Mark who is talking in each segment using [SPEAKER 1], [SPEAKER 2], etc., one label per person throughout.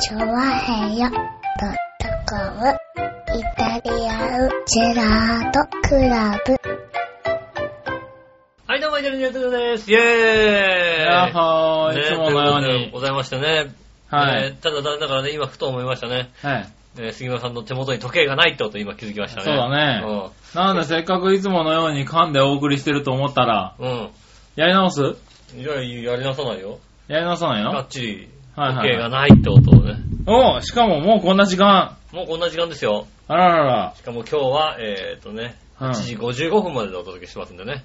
[SPEAKER 1] チョワヘヨドットコムイタリアンジェラートクラブ。
[SPEAKER 2] はい、どうも、イタリアンジェラートです。イェーイ
[SPEAKER 3] やっほー、
[SPEAKER 2] ね
[SPEAKER 3] いつものよう
[SPEAKER 2] ということで
[SPEAKER 3] に。
[SPEAKER 2] ございましたね。
[SPEAKER 3] は
[SPEAKER 2] ね
[SPEAKER 3] い。
[SPEAKER 2] ただ、だだからね、今、ふと思いましたね。
[SPEAKER 3] はい。
[SPEAKER 2] ね杉村さんの手元に時計がないってこと今気づきましたね。
[SPEAKER 3] そうだね。なんでせっかくいつものように噛んでお送りしてると思ったら、
[SPEAKER 2] うん。うん。
[SPEAKER 3] やり直す
[SPEAKER 2] いや、やりなさないよ。
[SPEAKER 3] やり直さない
[SPEAKER 2] がっ
[SPEAKER 3] の
[SPEAKER 2] ちり、
[SPEAKER 3] はい
[SPEAKER 2] 時
[SPEAKER 3] はい
[SPEAKER 2] 計がないってことをね。
[SPEAKER 3] おうしかももうこんな時間。
[SPEAKER 2] もうこんな時間ですよ。
[SPEAKER 3] あららら
[SPEAKER 2] しかも今日は、えーっとね、
[SPEAKER 3] うん
[SPEAKER 2] 8時55分まででお届けしてますんでね。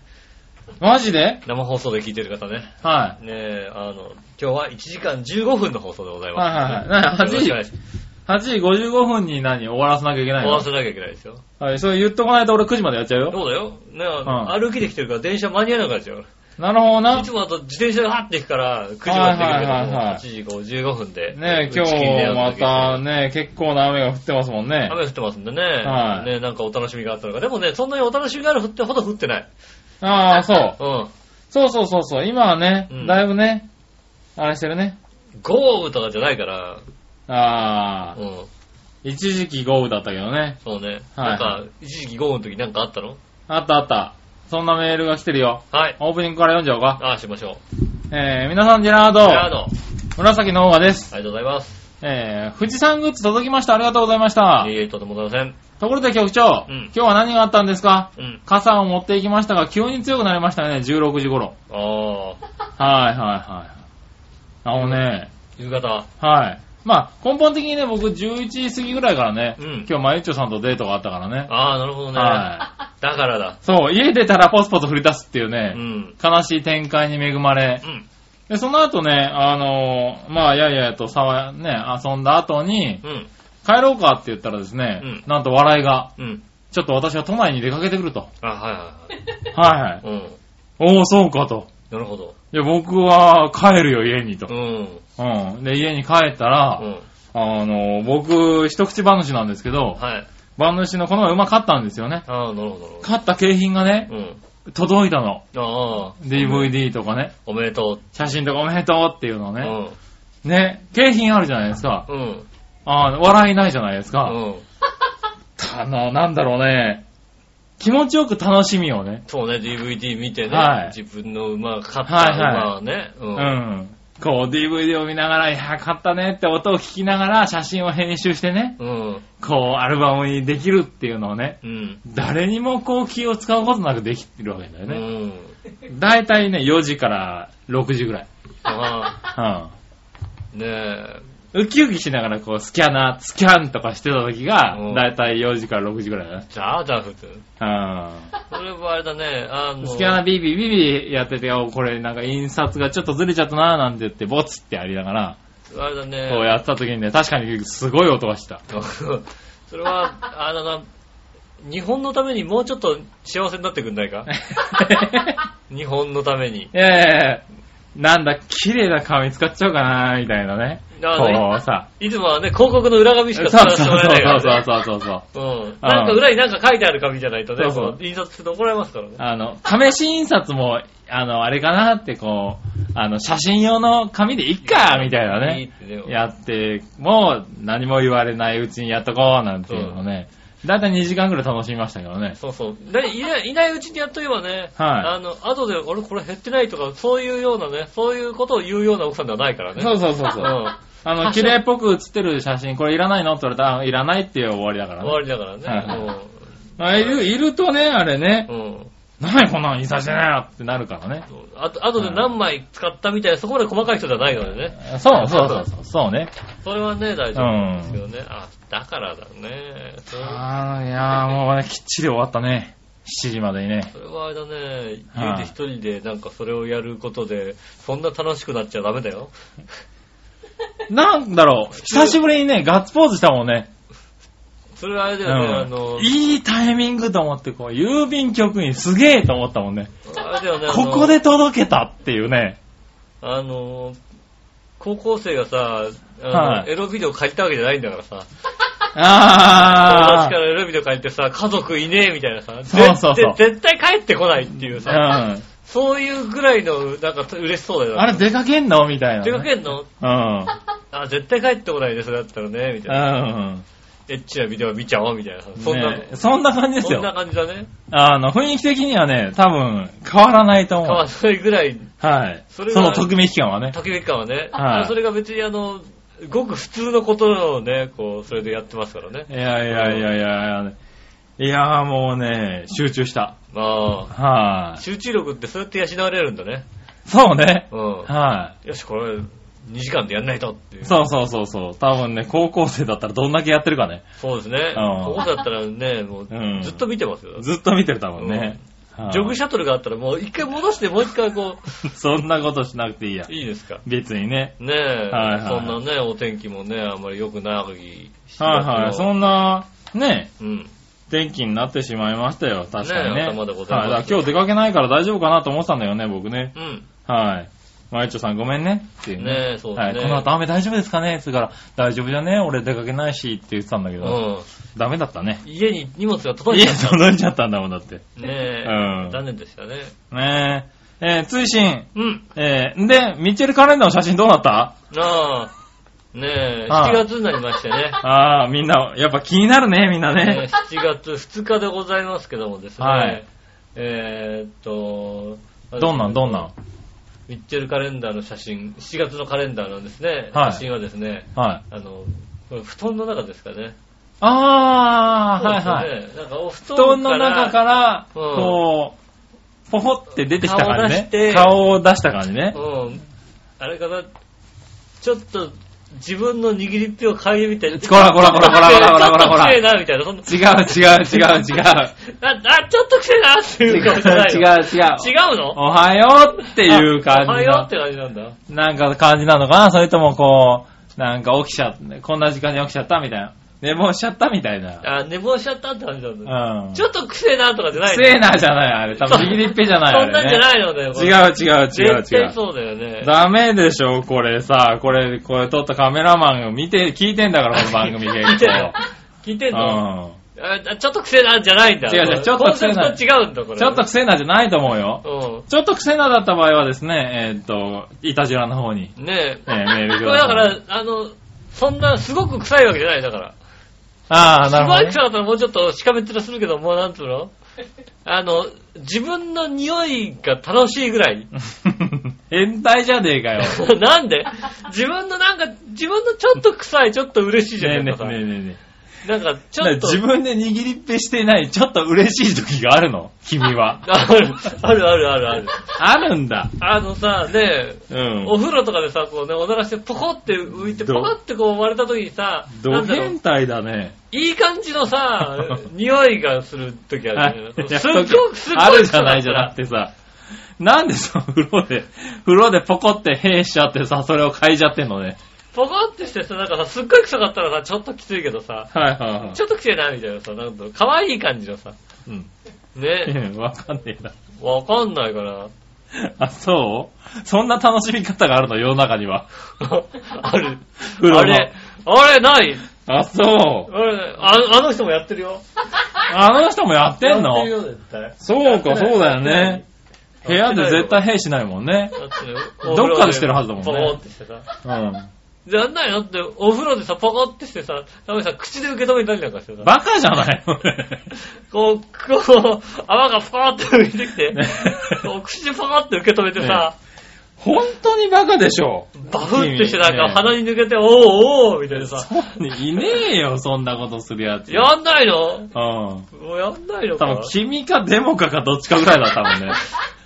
[SPEAKER 3] マジで
[SPEAKER 2] 生放送で聞いてる方ね。
[SPEAKER 3] は
[SPEAKER 2] ねえ、あの、今日は1時間15分の放送でござい
[SPEAKER 3] い。
[SPEAKER 2] ま
[SPEAKER 3] は
[SPEAKER 2] す
[SPEAKER 3] い
[SPEAKER 2] ね、
[SPEAKER 3] はい
[SPEAKER 2] よろしくお、願い
[SPEAKER 3] はい。8時
[SPEAKER 2] します。
[SPEAKER 3] 8時55分に何終わらせなきゃいけない
[SPEAKER 2] 終
[SPEAKER 3] の
[SPEAKER 2] わらせなきゃいけないですよ。
[SPEAKER 3] はい、それ言っとかないと俺9時までやっちゃうよ。
[SPEAKER 2] そうだよ。ね、
[SPEAKER 3] ん
[SPEAKER 2] 歩きできてるから電車間に合わなかったですよ。
[SPEAKER 3] なるほどない
[SPEAKER 2] つ。もだと自転車でハッて行くから、9時までできるけど
[SPEAKER 3] はいはい
[SPEAKER 2] も、
[SPEAKER 3] はいはい
[SPEAKER 2] 8時55分で。
[SPEAKER 3] ね
[SPEAKER 2] 打ち切
[SPEAKER 3] 今日
[SPEAKER 2] りでやんな
[SPEAKER 3] ま
[SPEAKER 2] きゃ
[SPEAKER 3] た
[SPEAKER 2] いけない
[SPEAKER 3] ね、結構な雨が降ってますもんね。
[SPEAKER 2] 雨降ってますんでね。
[SPEAKER 3] はい
[SPEAKER 2] ねなんかお楽しみがあったのか。でもね、そんなにお楽しみがあるってほど降ってない。
[SPEAKER 3] ああ、そう。
[SPEAKER 2] うん。
[SPEAKER 3] そうそうそうそう。今はね
[SPEAKER 2] うん、
[SPEAKER 3] だいぶね、あれしてるね。
[SPEAKER 2] 豪雨とかじゃないから、
[SPEAKER 3] あ
[SPEAKER 2] う
[SPEAKER 3] あ、
[SPEAKER 2] ん。
[SPEAKER 3] 一時期豪雨だったけどね。
[SPEAKER 2] そうね。
[SPEAKER 3] は
[SPEAKER 2] なん
[SPEAKER 3] い
[SPEAKER 2] か、一時期豪雨の時なんかあったの
[SPEAKER 3] あったあった。そんなメールが来てるよ。
[SPEAKER 2] はい。
[SPEAKER 3] オープニングから読んじゃおうか。
[SPEAKER 2] ああ、しましょう。
[SPEAKER 3] えー、皆さん、ジェラード。
[SPEAKER 2] ジェラード、あ
[SPEAKER 3] 紫のオーガです。
[SPEAKER 2] りがとうございます。
[SPEAKER 3] えー、富士山グッズ届きました。ありがとうございました
[SPEAKER 2] い。えいえ、とてもございま
[SPEAKER 3] ところで局長、
[SPEAKER 2] うん
[SPEAKER 3] 今日は何があったんですか
[SPEAKER 2] せん。うん。
[SPEAKER 3] 傘を持っていきましたが、急に強くなりましたね、16時頃。
[SPEAKER 2] ああ、
[SPEAKER 3] はいはいはい。あのね、
[SPEAKER 2] 夕方。
[SPEAKER 3] はい。まあ、根本的にね、僕11時過ぎぐらいからね、
[SPEAKER 2] うん
[SPEAKER 3] 今日、まゆっちょさんとデートがあったからね。
[SPEAKER 2] ああ、なるほどね。
[SPEAKER 3] は
[SPEAKER 2] だからだ。
[SPEAKER 3] そう、家出たらポツポツ振り出すっていう
[SPEAKER 2] う
[SPEAKER 3] ね、
[SPEAKER 2] ん。
[SPEAKER 3] 悲しい展開に恵まれ
[SPEAKER 2] う、ん。
[SPEAKER 3] で、その後ね、あのーまあ、やいやいとさわ、ね、遊んだ後に、
[SPEAKER 2] うん。
[SPEAKER 3] 帰ろうかって言ったらですね、
[SPEAKER 2] うん
[SPEAKER 3] なんと笑いが、
[SPEAKER 2] うん。
[SPEAKER 3] ちょっと私は都内に出かけてく ると。
[SPEAKER 2] あはいはい
[SPEAKER 3] はいはい。
[SPEAKER 2] はい。うん。
[SPEAKER 3] おー、そうかと。
[SPEAKER 2] なるほど。
[SPEAKER 3] いや、僕は帰るよ、家にと
[SPEAKER 2] う。ん。
[SPEAKER 3] うん。で、家に帰ったら、
[SPEAKER 2] うん。
[SPEAKER 3] あのー僕、一口馬主なんですけど、
[SPEAKER 2] はい。
[SPEAKER 3] 馬主のこの馬勝ったんですよね。
[SPEAKER 2] ああ、なるほど。なるほど
[SPEAKER 3] 勝った景品がね、
[SPEAKER 2] うん。
[SPEAKER 3] 届いたの。
[SPEAKER 2] ああ、
[SPEAKER 3] DVD とかね、
[SPEAKER 2] おめでと
[SPEAKER 3] 写真とかおめでとうっていうの
[SPEAKER 2] う。
[SPEAKER 3] をね、ね、景品あるじゃないですか。
[SPEAKER 2] うん。うん。
[SPEAKER 3] あー笑いないじゃないです
[SPEAKER 2] う
[SPEAKER 3] か。
[SPEAKER 2] ん。
[SPEAKER 3] あの、なんだろうね、気持ちよく楽しみをね、
[SPEAKER 2] そうね、DVD 見てね、
[SPEAKER 3] はい
[SPEAKER 2] 自分の馬が勝った
[SPEAKER 3] はいはい
[SPEAKER 2] 馬はね、う。
[SPEAKER 3] うんん。こう DVD を見ながら、いや、買ったねって音を聞きながら写真を編集してね、
[SPEAKER 2] うん。
[SPEAKER 3] こうアルバムにできるっていうのをね、
[SPEAKER 2] うん。
[SPEAKER 3] 誰にもこう気を使うことなくできてるわけだよ
[SPEAKER 2] う
[SPEAKER 3] ね。
[SPEAKER 2] ん。
[SPEAKER 3] だいたいね、4時から6時ぐらい。
[SPEAKER 2] あ
[SPEAKER 3] うん。
[SPEAKER 2] あ、ねえ。
[SPEAKER 3] ウキウキしながらこうスキャナー、スキャンとかしてた時が
[SPEAKER 2] うん、
[SPEAKER 3] だいたい4時から6時ぐらいだね。
[SPEAKER 2] ザーザー普通。
[SPEAKER 3] うん。
[SPEAKER 2] これはあれだね、あの、
[SPEAKER 3] スキャナビビビビやってて、おこれなんか印刷がちょっとずれちゃったなーなんて言って、ボツってやりながら、
[SPEAKER 2] あれだね、
[SPEAKER 3] こうやってた時にね、確かにすごい音がした。
[SPEAKER 2] それは、あのな、日本のためにもうちょっと幸せになってくんないか日本のために。
[SPEAKER 3] ええなんだ、綺麗な紙使っちゃおうかなーみたいなね。
[SPEAKER 2] あの
[SPEAKER 3] こうさ。
[SPEAKER 2] いつもはね、広告の裏紙し
[SPEAKER 3] そう
[SPEAKER 2] か
[SPEAKER 3] そう
[SPEAKER 2] 使
[SPEAKER 3] そ
[SPEAKER 2] わ
[SPEAKER 3] う
[SPEAKER 2] せてもらえないから、
[SPEAKER 3] そ
[SPEAKER 2] ね。
[SPEAKER 3] うそうそうそうそう。
[SPEAKER 2] うん。なんか裏になんか書いてある紙じゃないとね、
[SPEAKER 3] そうそう
[SPEAKER 2] こう印刷すると怒られますからね。
[SPEAKER 3] あの、試し印刷も、あの、あれかなってこう、あの、写真用の紙でいっかみたいな
[SPEAKER 2] い
[SPEAKER 3] い
[SPEAKER 2] っ
[SPEAKER 3] ね。
[SPEAKER 2] てね
[SPEAKER 3] やって、もう何も言われないうちにやっとこうなんていうのね。だいたい2時間ぐらい楽しみましたけどね。
[SPEAKER 2] そうそう。でいない、いないうちにやっとけばね、
[SPEAKER 3] はい
[SPEAKER 2] あの、後で、俺これ減ってないとか、そういうようなね、そういうことを言うような奥さんではないからね。
[SPEAKER 3] そうそうそうそうう。
[SPEAKER 2] ん。
[SPEAKER 3] あの、綺麗っぽく写ってる写真、これいらないのって言われたら、あいらないっていう終わりだから
[SPEAKER 2] 終
[SPEAKER 3] ね。
[SPEAKER 2] わりだからね。
[SPEAKER 3] あいる、いるとね、あれね
[SPEAKER 2] う、ん。うん。
[SPEAKER 3] 何こんなの印刷してないよってなるからね。
[SPEAKER 2] あと、あとで何枚使ったみたいな、そこまで細かい人じゃないのでね。
[SPEAKER 3] そうそうそうそう、そうね。
[SPEAKER 2] それはね、大丈夫ですよね。あ、だからだね。それは
[SPEAKER 3] あーいやーもうね、きっちり終わったね。7時までにね。
[SPEAKER 2] それはあれだね、
[SPEAKER 3] はい
[SPEAKER 2] 家で一人でなんかそれをやることで、そんな楽しくなっちゃダメだよ。
[SPEAKER 3] なんだろう、久しぶりにね、ガッツポーズしたもんね。
[SPEAKER 2] それはあれだよね、あの
[SPEAKER 3] うん、、いいタイミングと思って、こう、郵便局員すげえと思ったもんね。
[SPEAKER 2] あれだよね、あの
[SPEAKER 3] ここで届けたっていうね。
[SPEAKER 2] あの、高校生がさ、あの
[SPEAKER 3] はい
[SPEAKER 2] エロビデオ借りたわけじゃないんだからさ、友
[SPEAKER 3] あ
[SPEAKER 2] 達からエロビデオ借りてさ、家族いねえみたいなさ、
[SPEAKER 3] そうそうそう
[SPEAKER 2] 絶対絶対帰ってこないっていうさ、
[SPEAKER 3] ー。うん。
[SPEAKER 2] そういうぐらいの、なんか嬉しそうだよね。
[SPEAKER 3] あれ出かけんのみたいなね。
[SPEAKER 2] 出かけんの
[SPEAKER 3] うん。
[SPEAKER 2] あ、絶対帰ってこないで、それだったらね、みたいな。
[SPEAKER 3] うん。
[SPEAKER 2] エッチなビデオは見ちゃおう、みたいな。そんな、
[SPEAKER 3] ねそんな感じです
[SPEAKER 2] そん
[SPEAKER 3] よ
[SPEAKER 2] な。感じだね。
[SPEAKER 3] あの、雰囲気的にはね、多分、変わらないと思
[SPEAKER 2] 変わ
[SPEAKER 3] う。
[SPEAKER 2] らないぐらい、
[SPEAKER 3] はい。
[SPEAKER 2] そ
[SPEAKER 3] そ
[SPEAKER 2] れは
[SPEAKER 3] の特命期間はね。
[SPEAKER 2] 特別感はね。
[SPEAKER 3] はい
[SPEAKER 2] それが別にあの、ごく普通のことをね、こう、それでやってますからね
[SPEAKER 3] い。やいやいやいやいや、いやーもうね、集中した。
[SPEAKER 2] まあ、
[SPEAKER 3] は
[SPEAKER 2] 集中力ってそうやって養われるんだね。
[SPEAKER 3] い。そうね。
[SPEAKER 2] うん。
[SPEAKER 3] は
[SPEAKER 2] よし、これ、2時間でやんないとってい
[SPEAKER 3] い。
[SPEAKER 2] う。
[SPEAKER 3] そうそうそうそう。多分ね、高校生だったらどんだけやってるかね。
[SPEAKER 2] そうですね。
[SPEAKER 3] うん
[SPEAKER 2] ここだったらね、もう
[SPEAKER 3] うん、
[SPEAKER 2] ずっと見てますよ。
[SPEAKER 3] ずっと見てる多分ね。はい
[SPEAKER 2] ジョグシャトルがあったらもう一回戻してもう一回こ
[SPEAKER 3] そんなことしなくていいや
[SPEAKER 2] う、。いいですか。
[SPEAKER 3] 別にね。
[SPEAKER 2] ねえ、
[SPEAKER 3] はいはい
[SPEAKER 2] そんなね、お天気もね、あんまり良くない時
[SPEAKER 3] はいはい。そんな、ね、
[SPEAKER 2] うん。ね
[SPEAKER 3] 天気になってしまいましたよ。確か
[SPEAKER 2] ね
[SPEAKER 3] にね。
[SPEAKER 2] え頭でございます
[SPEAKER 3] はい。だから今日出かけないから大丈夫かなと思ってたんだよね、僕ね。
[SPEAKER 2] うん。
[SPEAKER 3] はい。マイチョさんごめんね。っていうね。
[SPEAKER 2] ねえ、そうだ
[SPEAKER 3] はい。
[SPEAKER 2] ね。
[SPEAKER 3] この後雨大丈夫ですかねって言うから、大丈夫じゃね俺出かけないしって言ってたんだけど、ダメだったね。
[SPEAKER 2] うん。家に荷物が
[SPEAKER 3] い
[SPEAKER 2] 届い
[SPEAKER 3] や
[SPEAKER 2] ちゃっ、
[SPEAKER 3] 届いちゃったんだもんだって。
[SPEAKER 2] た。ねえ、
[SPEAKER 3] うん
[SPEAKER 2] 残念でしたね。
[SPEAKER 3] ねえ。えー、追伸。
[SPEAKER 2] うん。
[SPEAKER 3] えー、んで、ミッチェルカレンダーの写真どうなった
[SPEAKER 2] なあ、ねえ、
[SPEAKER 3] ああ
[SPEAKER 2] 7月になりまして ね。
[SPEAKER 3] ああ、みんな、やっぱ気になるね、みんな
[SPEAKER 2] ね
[SPEAKER 3] ね。
[SPEAKER 2] 7月2日でございますけどもですね。
[SPEAKER 3] はい
[SPEAKER 2] えーっと、
[SPEAKER 3] どんなん、どんなん。
[SPEAKER 2] ミッチェルカレンダーの写真、7月のカレンダーのですね、
[SPEAKER 3] はい
[SPEAKER 2] 写真はですね、
[SPEAKER 3] はい。
[SPEAKER 2] あの、これ布団の中ですかね。
[SPEAKER 3] ああ、はいはい。
[SPEAKER 2] い。なんかお布
[SPEAKER 3] 布
[SPEAKER 2] 団
[SPEAKER 3] 団
[SPEAKER 2] か
[SPEAKER 3] の
[SPEAKER 2] ら
[SPEAKER 3] 中から、
[SPEAKER 2] うん
[SPEAKER 3] こう、ポホって出てきた感じね。
[SPEAKER 2] 顔
[SPEAKER 3] 顔を出した感じね。
[SPEAKER 2] うん。あれかな、ちょっと自分の握りっぺを嗅いでみたいな。
[SPEAKER 3] こらこらこらこらこらこらこらこ ら
[SPEAKER 2] ちょっと強いな、みたいな。そんな
[SPEAKER 3] 違う違う違う違う。
[SPEAKER 2] あ、あ、ちょっと癖なって
[SPEAKER 3] 違う違
[SPEAKER 2] いう顔じゃないの。
[SPEAKER 3] う 違う。
[SPEAKER 2] 違うの
[SPEAKER 3] おはようっていう感
[SPEAKER 2] あおは
[SPEAKER 3] じ
[SPEAKER 2] ようっ
[SPEAKER 3] の
[SPEAKER 2] て、感じなんだ。
[SPEAKER 3] なんか感じなのかなそれともこう、なんか起きちゃった、こんな時間に起きちゃったみたいな。寝坊しちゃったみたいな。
[SPEAKER 2] あ、寝坊しちゃったって感じなんだ。
[SPEAKER 3] うん。
[SPEAKER 2] ちょっと癖なとかじゃないの
[SPEAKER 3] せえなじゃない、あれ。多分、
[SPEAKER 2] そう
[SPEAKER 3] 右リっぺじゃない、
[SPEAKER 2] そ
[SPEAKER 3] あ
[SPEAKER 2] んなん
[SPEAKER 3] れ
[SPEAKER 2] じゃ
[SPEAKER 3] ね。
[SPEAKER 2] ないのだよ。こ
[SPEAKER 3] 違
[SPEAKER 2] れ
[SPEAKER 3] う違う違う
[SPEAKER 2] 絶
[SPEAKER 3] 違
[SPEAKER 2] 対
[SPEAKER 3] う。
[SPEAKER 2] そうだよね。
[SPEAKER 3] ダメでしょ、これさ。これ、これ撮ったカメラマンが見て、聞いて んだから、この番組
[SPEAKER 2] 聞い
[SPEAKER 3] 結
[SPEAKER 2] てんの
[SPEAKER 3] 構。
[SPEAKER 2] 聞いてんの
[SPEAKER 3] うん。
[SPEAKER 2] あちょっと癖なんじゃないんだ。
[SPEAKER 3] 違う違うちょっと癖な
[SPEAKER 2] コンセプト違うんだ、これ。
[SPEAKER 3] ちょっと癖なじゃないと思うよ。
[SPEAKER 2] う
[SPEAKER 3] ちょっと癖なだった場合はですね、えーっと、いたじらの方に、
[SPEAKER 2] ん。ねえ。
[SPEAKER 3] えーメール
[SPEAKER 2] こ
[SPEAKER 3] く
[SPEAKER 2] れ
[SPEAKER 3] だ
[SPEAKER 2] だ
[SPEAKER 3] さい。
[SPEAKER 2] から、あの、そんな、すごく臭いわけじゃない、だから。
[SPEAKER 3] ああ、なるほど、
[SPEAKER 2] すごい
[SPEAKER 3] ね
[SPEAKER 2] 臭。かったらもうちょっとしかめっ面するけど、もうなんつうのあの、自分の匂いが楽しいぐらい。
[SPEAKER 3] 変態じゃねえかよ。ね
[SPEAKER 2] なんで自分のなんか、自分のちょっと臭い、ちょっと嬉しいじ
[SPEAKER 3] え
[SPEAKER 2] ゃな
[SPEAKER 3] ね
[SPEAKER 2] い
[SPEAKER 3] えね
[SPEAKER 2] ですか。
[SPEAKER 3] えねえね
[SPEAKER 2] なんか、
[SPEAKER 3] え。
[SPEAKER 2] ちょっと。。
[SPEAKER 3] 自分で握りっぺしてない、ちょっと嬉しい時があるの君は
[SPEAKER 2] ある、あるあるあるある。
[SPEAKER 3] あるんだ。
[SPEAKER 2] あのさ、ねえ、
[SPEAKER 3] うん。
[SPEAKER 2] お風呂とかでさ、こうね、おならしてポコって浮いて、ポ
[SPEAKER 3] ど
[SPEAKER 2] コってこう割れた時にさ、な
[SPEAKER 3] ド
[SPEAKER 2] んだろう
[SPEAKER 3] 変、態だね。
[SPEAKER 2] いい感じの さ、匂いがする時あるじゃないすっごく、すっごい
[SPEAKER 3] あるじゃないじゃな
[SPEAKER 2] な
[SPEAKER 3] くてさ。なんでその風呂で、風呂でポコってへしちゃってさ、それを嗅いじゃってんのね。
[SPEAKER 2] ポコってしてさ、なんかさ、すっごい臭かったらさ、ちょっときついけどさ、
[SPEAKER 3] はいはいはい
[SPEAKER 2] ちょっときついな、みたいなさ、なんか、可愛い感じのさ、
[SPEAKER 3] うん。
[SPEAKER 2] ね、
[SPEAKER 3] うんわかんねえな。
[SPEAKER 2] わかんないから、
[SPEAKER 3] あ、そうそんな楽しみ方があるの、世の中には。
[SPEAKER 2] ある。
[SPEAKER 3] 風呂の
[SPEAKER 2] あれ、あれ、ない
[SPEAKER 3] あ、そう。
[SPEAKER 2] あれあ、あの人もやってるよ。
[SPEAKER 3] あの人もやってん
[SPEAKER 2] やっ
[SPEAKER 3] の
[SPEAKER 2] てるよ、絶対。
[SPEAKER 3] そうか、そうだよね。部屋で絶対
[SPEAKER 2] 変。
[SPEAKER 3] 兵しないもんね。
[SPEAKER 2] だって
[SPEAKER 3] どっかでしてるはずだもんね
[SPEAKER 2] ポコってしてさ。
[SPEAKER 3] うん。
[SPEAKER 2] やんないのって、お風呂でさ、ポコってしてさ、ダメさ、口で受け止めたりなんかしてさ、
[SPEAKER 3] バカじゃない俺
[SPEAKER 2] こう、こう、泡がポコって浮いてきて
[SPEAKER 3] ね、
[SPEAKER 2] こう口でポコって受け止めてさ、
[SPEAKER 3] 本当にバカでしょ。
[SPEAKER 2] バフってしてなんか
[SPEAKER 3] ね
[SPEAKER 2] 鼻に抜けて、おーおーみたいなさ、
[SPEAKER 3] いねえよ、そんなことするやつ。
[SPEAKER 2] やんないの
[SPEAKER 3] うん。多
[SPEAKER 2] もうやんないのか
[SPEAKER 3] 分、君かデモカかどっちかぐらいだったもん ね。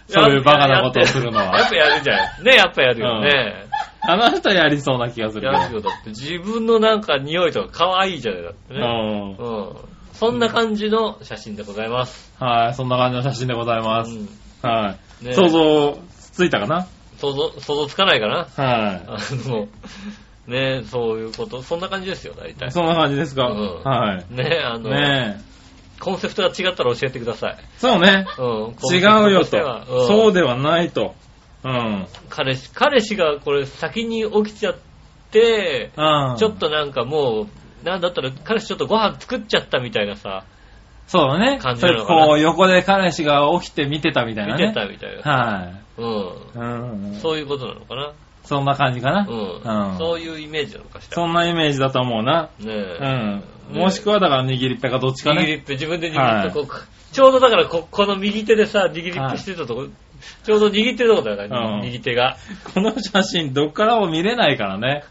[SPEAKER 3] そういうバカなことをするの
[SPEAKER 2] やっ
[SPEAKER 3] は。
[SPEAKER 2] ぱやるじゃん。ね、やっぱやるよね。
[SPEAKER 3] あの人やりそうな気がするけど
[SPEAKER 2] やるよ。だって自分のなんか匂いとか可愛いじゃないだって
[SPEAKER 3] う
[SPEAKER 2] ね。
[SPEAKER 3] ん。
[SPEAKER 2] うん。そんな感じの写真でございます。
[SPEAKER 3] はい、そんな感じの写真でございま
[SPEAKER 2] う
[SPEAKER 3] す。
[SPEAKER 2] ん
[SPEAKER 3] は
[SPEAKER 2] ね
[SPEAKER 3] い。想像ついたかな
[SPEAKER 2] 想像、想像つかないかな
[SPEAKER 3] は
[SPEAKER 2] あの、ねそういうこと。そんな感じですよ、大体
[SPEAKER 3] い。。そんな感じですか
[SPEAKER 2] うん
[SPEAKER 3] はい。
[SPEAKER 2] ねあの、
[SPEAKER 3] ねえ。
[SPEAKER 2] コンセプトが違ったら教えてください。
[SPEAKER 3] そうね。
[SPEAKER 2] うん。
[SPEAKER 3] 違うよと。そう
[SPEAKER 2] そうで。
[SPEAKER 3] ではないと。うん。
[SPEAKER 2] 彼氏、彼氏がこれ先に起きちゃって、
[SPEAKER 3] うん。
[SPEAKER 2] ちょっ。となんかもう、なんだったら彼氏ちょっとご飯作っちゃったみたいなさ、
[SPEAKER 3] そうだね。
[SPEAKER 2] 感じ
[SPEAKER 3] そ
[SPEAKER 2] な
[SPEAKER 3] れ
[SPEAKER 2] のかな
[SPEAKER 3] こう、横で彼氏が起きて見てたみたいな
[SPEAKER 2] 見
[SPEAKER 3] ね。
[SPEAKER 2] てたみたいな。
[SPEAKER 3] はい。
[SPEAKER 2] うん。
[SPEAKER 3] うん。
[SPEAKER 2] そういうことなのかな。
[SPEAKER 3] そんな感じかな。
[SPEAKER 2] うん。
[SPEAKER 3] うん
[SPEAKER 2] そういうイメージなのかしら。
[SPEAKER 3] そんなイメージだと思うな。
[SPEAKER 2] ね
[SPEAKER 3] う
[SPEAKER 2] え。
[SPEAKER 3] ん。
[SPEAKER 2] ね
[SPEAKER 3] もしくはだから握りっぺかどっちか
[SPEAKER 2] 握
[SPEAKER 3] ね。
[SPEAKER 2] りっぺ、自分で握ってこう、ちょうどだからこ、この右手でさ、握りっぺしてたとこ、ちょうど握ってるとこだよ
[SPEAKER 3] うん
[SPEAKER 2] ね、右手 が。
[SPEAKER 3] この写真どっからも見れないからね。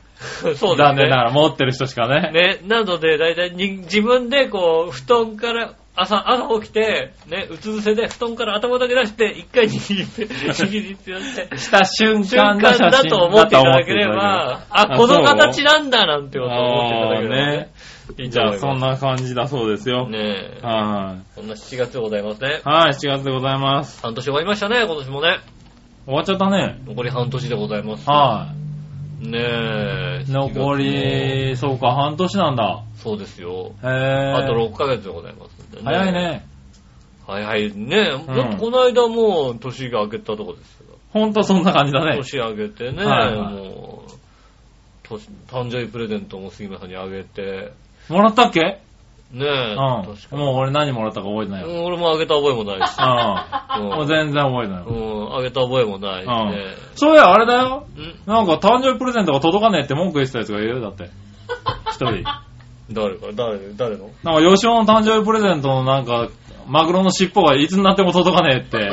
[SPEAKER 2] そうだ
[SPEAKER 3] 残
[SPEAKER 2] ね
[SPEAKER 3] 念なが。ら持ってる人しかね。
[SPEAKER 2] ね、なので、だいたいに自分でこう、布団から、朝、朝起きて、ね、うつ伏せで布団から頭だけ出して、一回握 りっぺ、握りっぺやって、
[SPEAKER 3] した瞬
[SPEAKER 2] 瞬間
[SPEAKER 3] 間が写真
[SPEAKER 2] だと思っていただけれ
[SPEAKER 3] だ
[SPEAKER 2] ば、あ、この形
[SPEAKER 3] だ
[SPEAKER 2] なんだなんてことを思っていただければね。いい
[SPEAKER 3] ね。
[SPEAKER 2] ん
[SPEAKER 3] じ
[SPEAKER 2] ゃ
[SPEAKER 3] ゃ
[SPEAKER 2] な
[SPEAKER 3] あ
[SPEAKER 2] いか
[SPEAKER 3] そんな感じだそうですよ。
[SPEAKER 2] ねえ。
[SPEAKER 3] は
[SPEAKER 2] そんな7月でございますね
[SPEAKER 3] い。。はい、7月でございます。
[SPEAKER 2] 半年終わりましたね、今年もね。
[SPEAKER 3] 終わっちゃったね。
[SPEAKER 2] 残り半年でございます。
[SPEAKER 3] は
[SPEAKER 2] ねえ。
[SPEAKER 3] い。残
[SPEAKER 2] 7月も。
[SPEAKER 3] り、そうか、半年なんだ。
[SPEAKER 2] そうですよ。
[SPEAKER 3] へぇ
[SPEAKER 2] あと6ヶ月でございますんでね。
[SPEAKER 3] 早い。ね。
[SPEAKER 2] 早いね。だってこの間もう年が明けたとこですよ。
[SPEAKER 3] ほんとそんな感じだね。
[SPEAKER 2] 年明けてね、
[SPEAKER 3] はいはい
[SPEAKER 2] もう、年誕生日プレゼントも杉村さんにあげて、
[SPEAKER 3] もらったっけ
[SPEAKER 2] ねえ、
[SPEAKER 3] うん。も
[SPEAKER 2] 確
[SPEAKER 3] う
[SPEAKER 2] かに。
[SPEAKER 3] 俺何もらったか覚えてないうよ。
[SPEAKER 2] ん俺もあげた覚え もないし。
[SPEAKER 3] うん。もう全然覚えてない
[SPEAKER 2] うん。うん、あげた覚えもないしね。
[SPEAKER 3] そういや、あれだよ。
[SPEAKER 2] うん。
[SPEAKER 3] なんか誕生日プレゼントが届かねえって文句言ってたやつがいるよ、だって。一人。
[SPEAKER 2] 誰から誰誰 の
[SPEAKER 3] なんか、吉尾の誕生日プレゼントのなんか、マグロの尻尾がいつになっても届かねえって、
[SPEAKER 2] うん、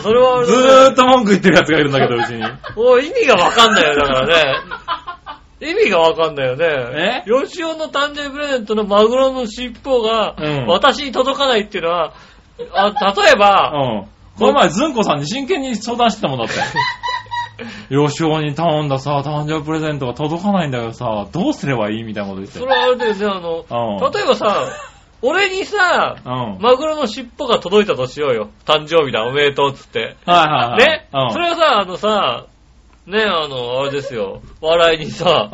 [SPEAKER 2] それはあれ
[SPEAKER 3] ず
[SPEAKER 2] だね
[SPEAKER 3] ーっと文句言ってるやつがいるんだけど、うちに。
[SPEAKER 2] おい意味がわかんないよ、だから ね。意味がわかんないよね。
[SPEAKER 3] え
[SPEAKER 2] 吉尾の誕生日プレゼントのマグロの尻尾が
[SPEAKER 3] うん、
[SPEAKER 2] 私に届かないっていうのは、あ例えば、
[SPEAKER 3] うん。この前、ずんこさんに真剣に相談してたもんだって。吉尾に頼んださ、誕生日プレゼントが届かないんだけどさ、どうすればいいみたいなこと言って
[SPEAKER 2] それはあれだよね、あ
[SPEAKER 3] う
[SPEAKER 2] の、
[SPEAKER 3] ん
[SPEAKER 2] 例えばさ、俺にさ、
[SPEAKER 3] うん。はい
[SPEAKER 2] マグロの尻尾が届いたとしようよ。誕生日だ、おめでとうっつって。
[SPEAKER 3] はいはい。
[SPEAKER 2] ね、
[SPEAKER 3] うん。
[SPEAKER 2] それはさ、あのさ、ね、あの、あれですよ、笑いにさ、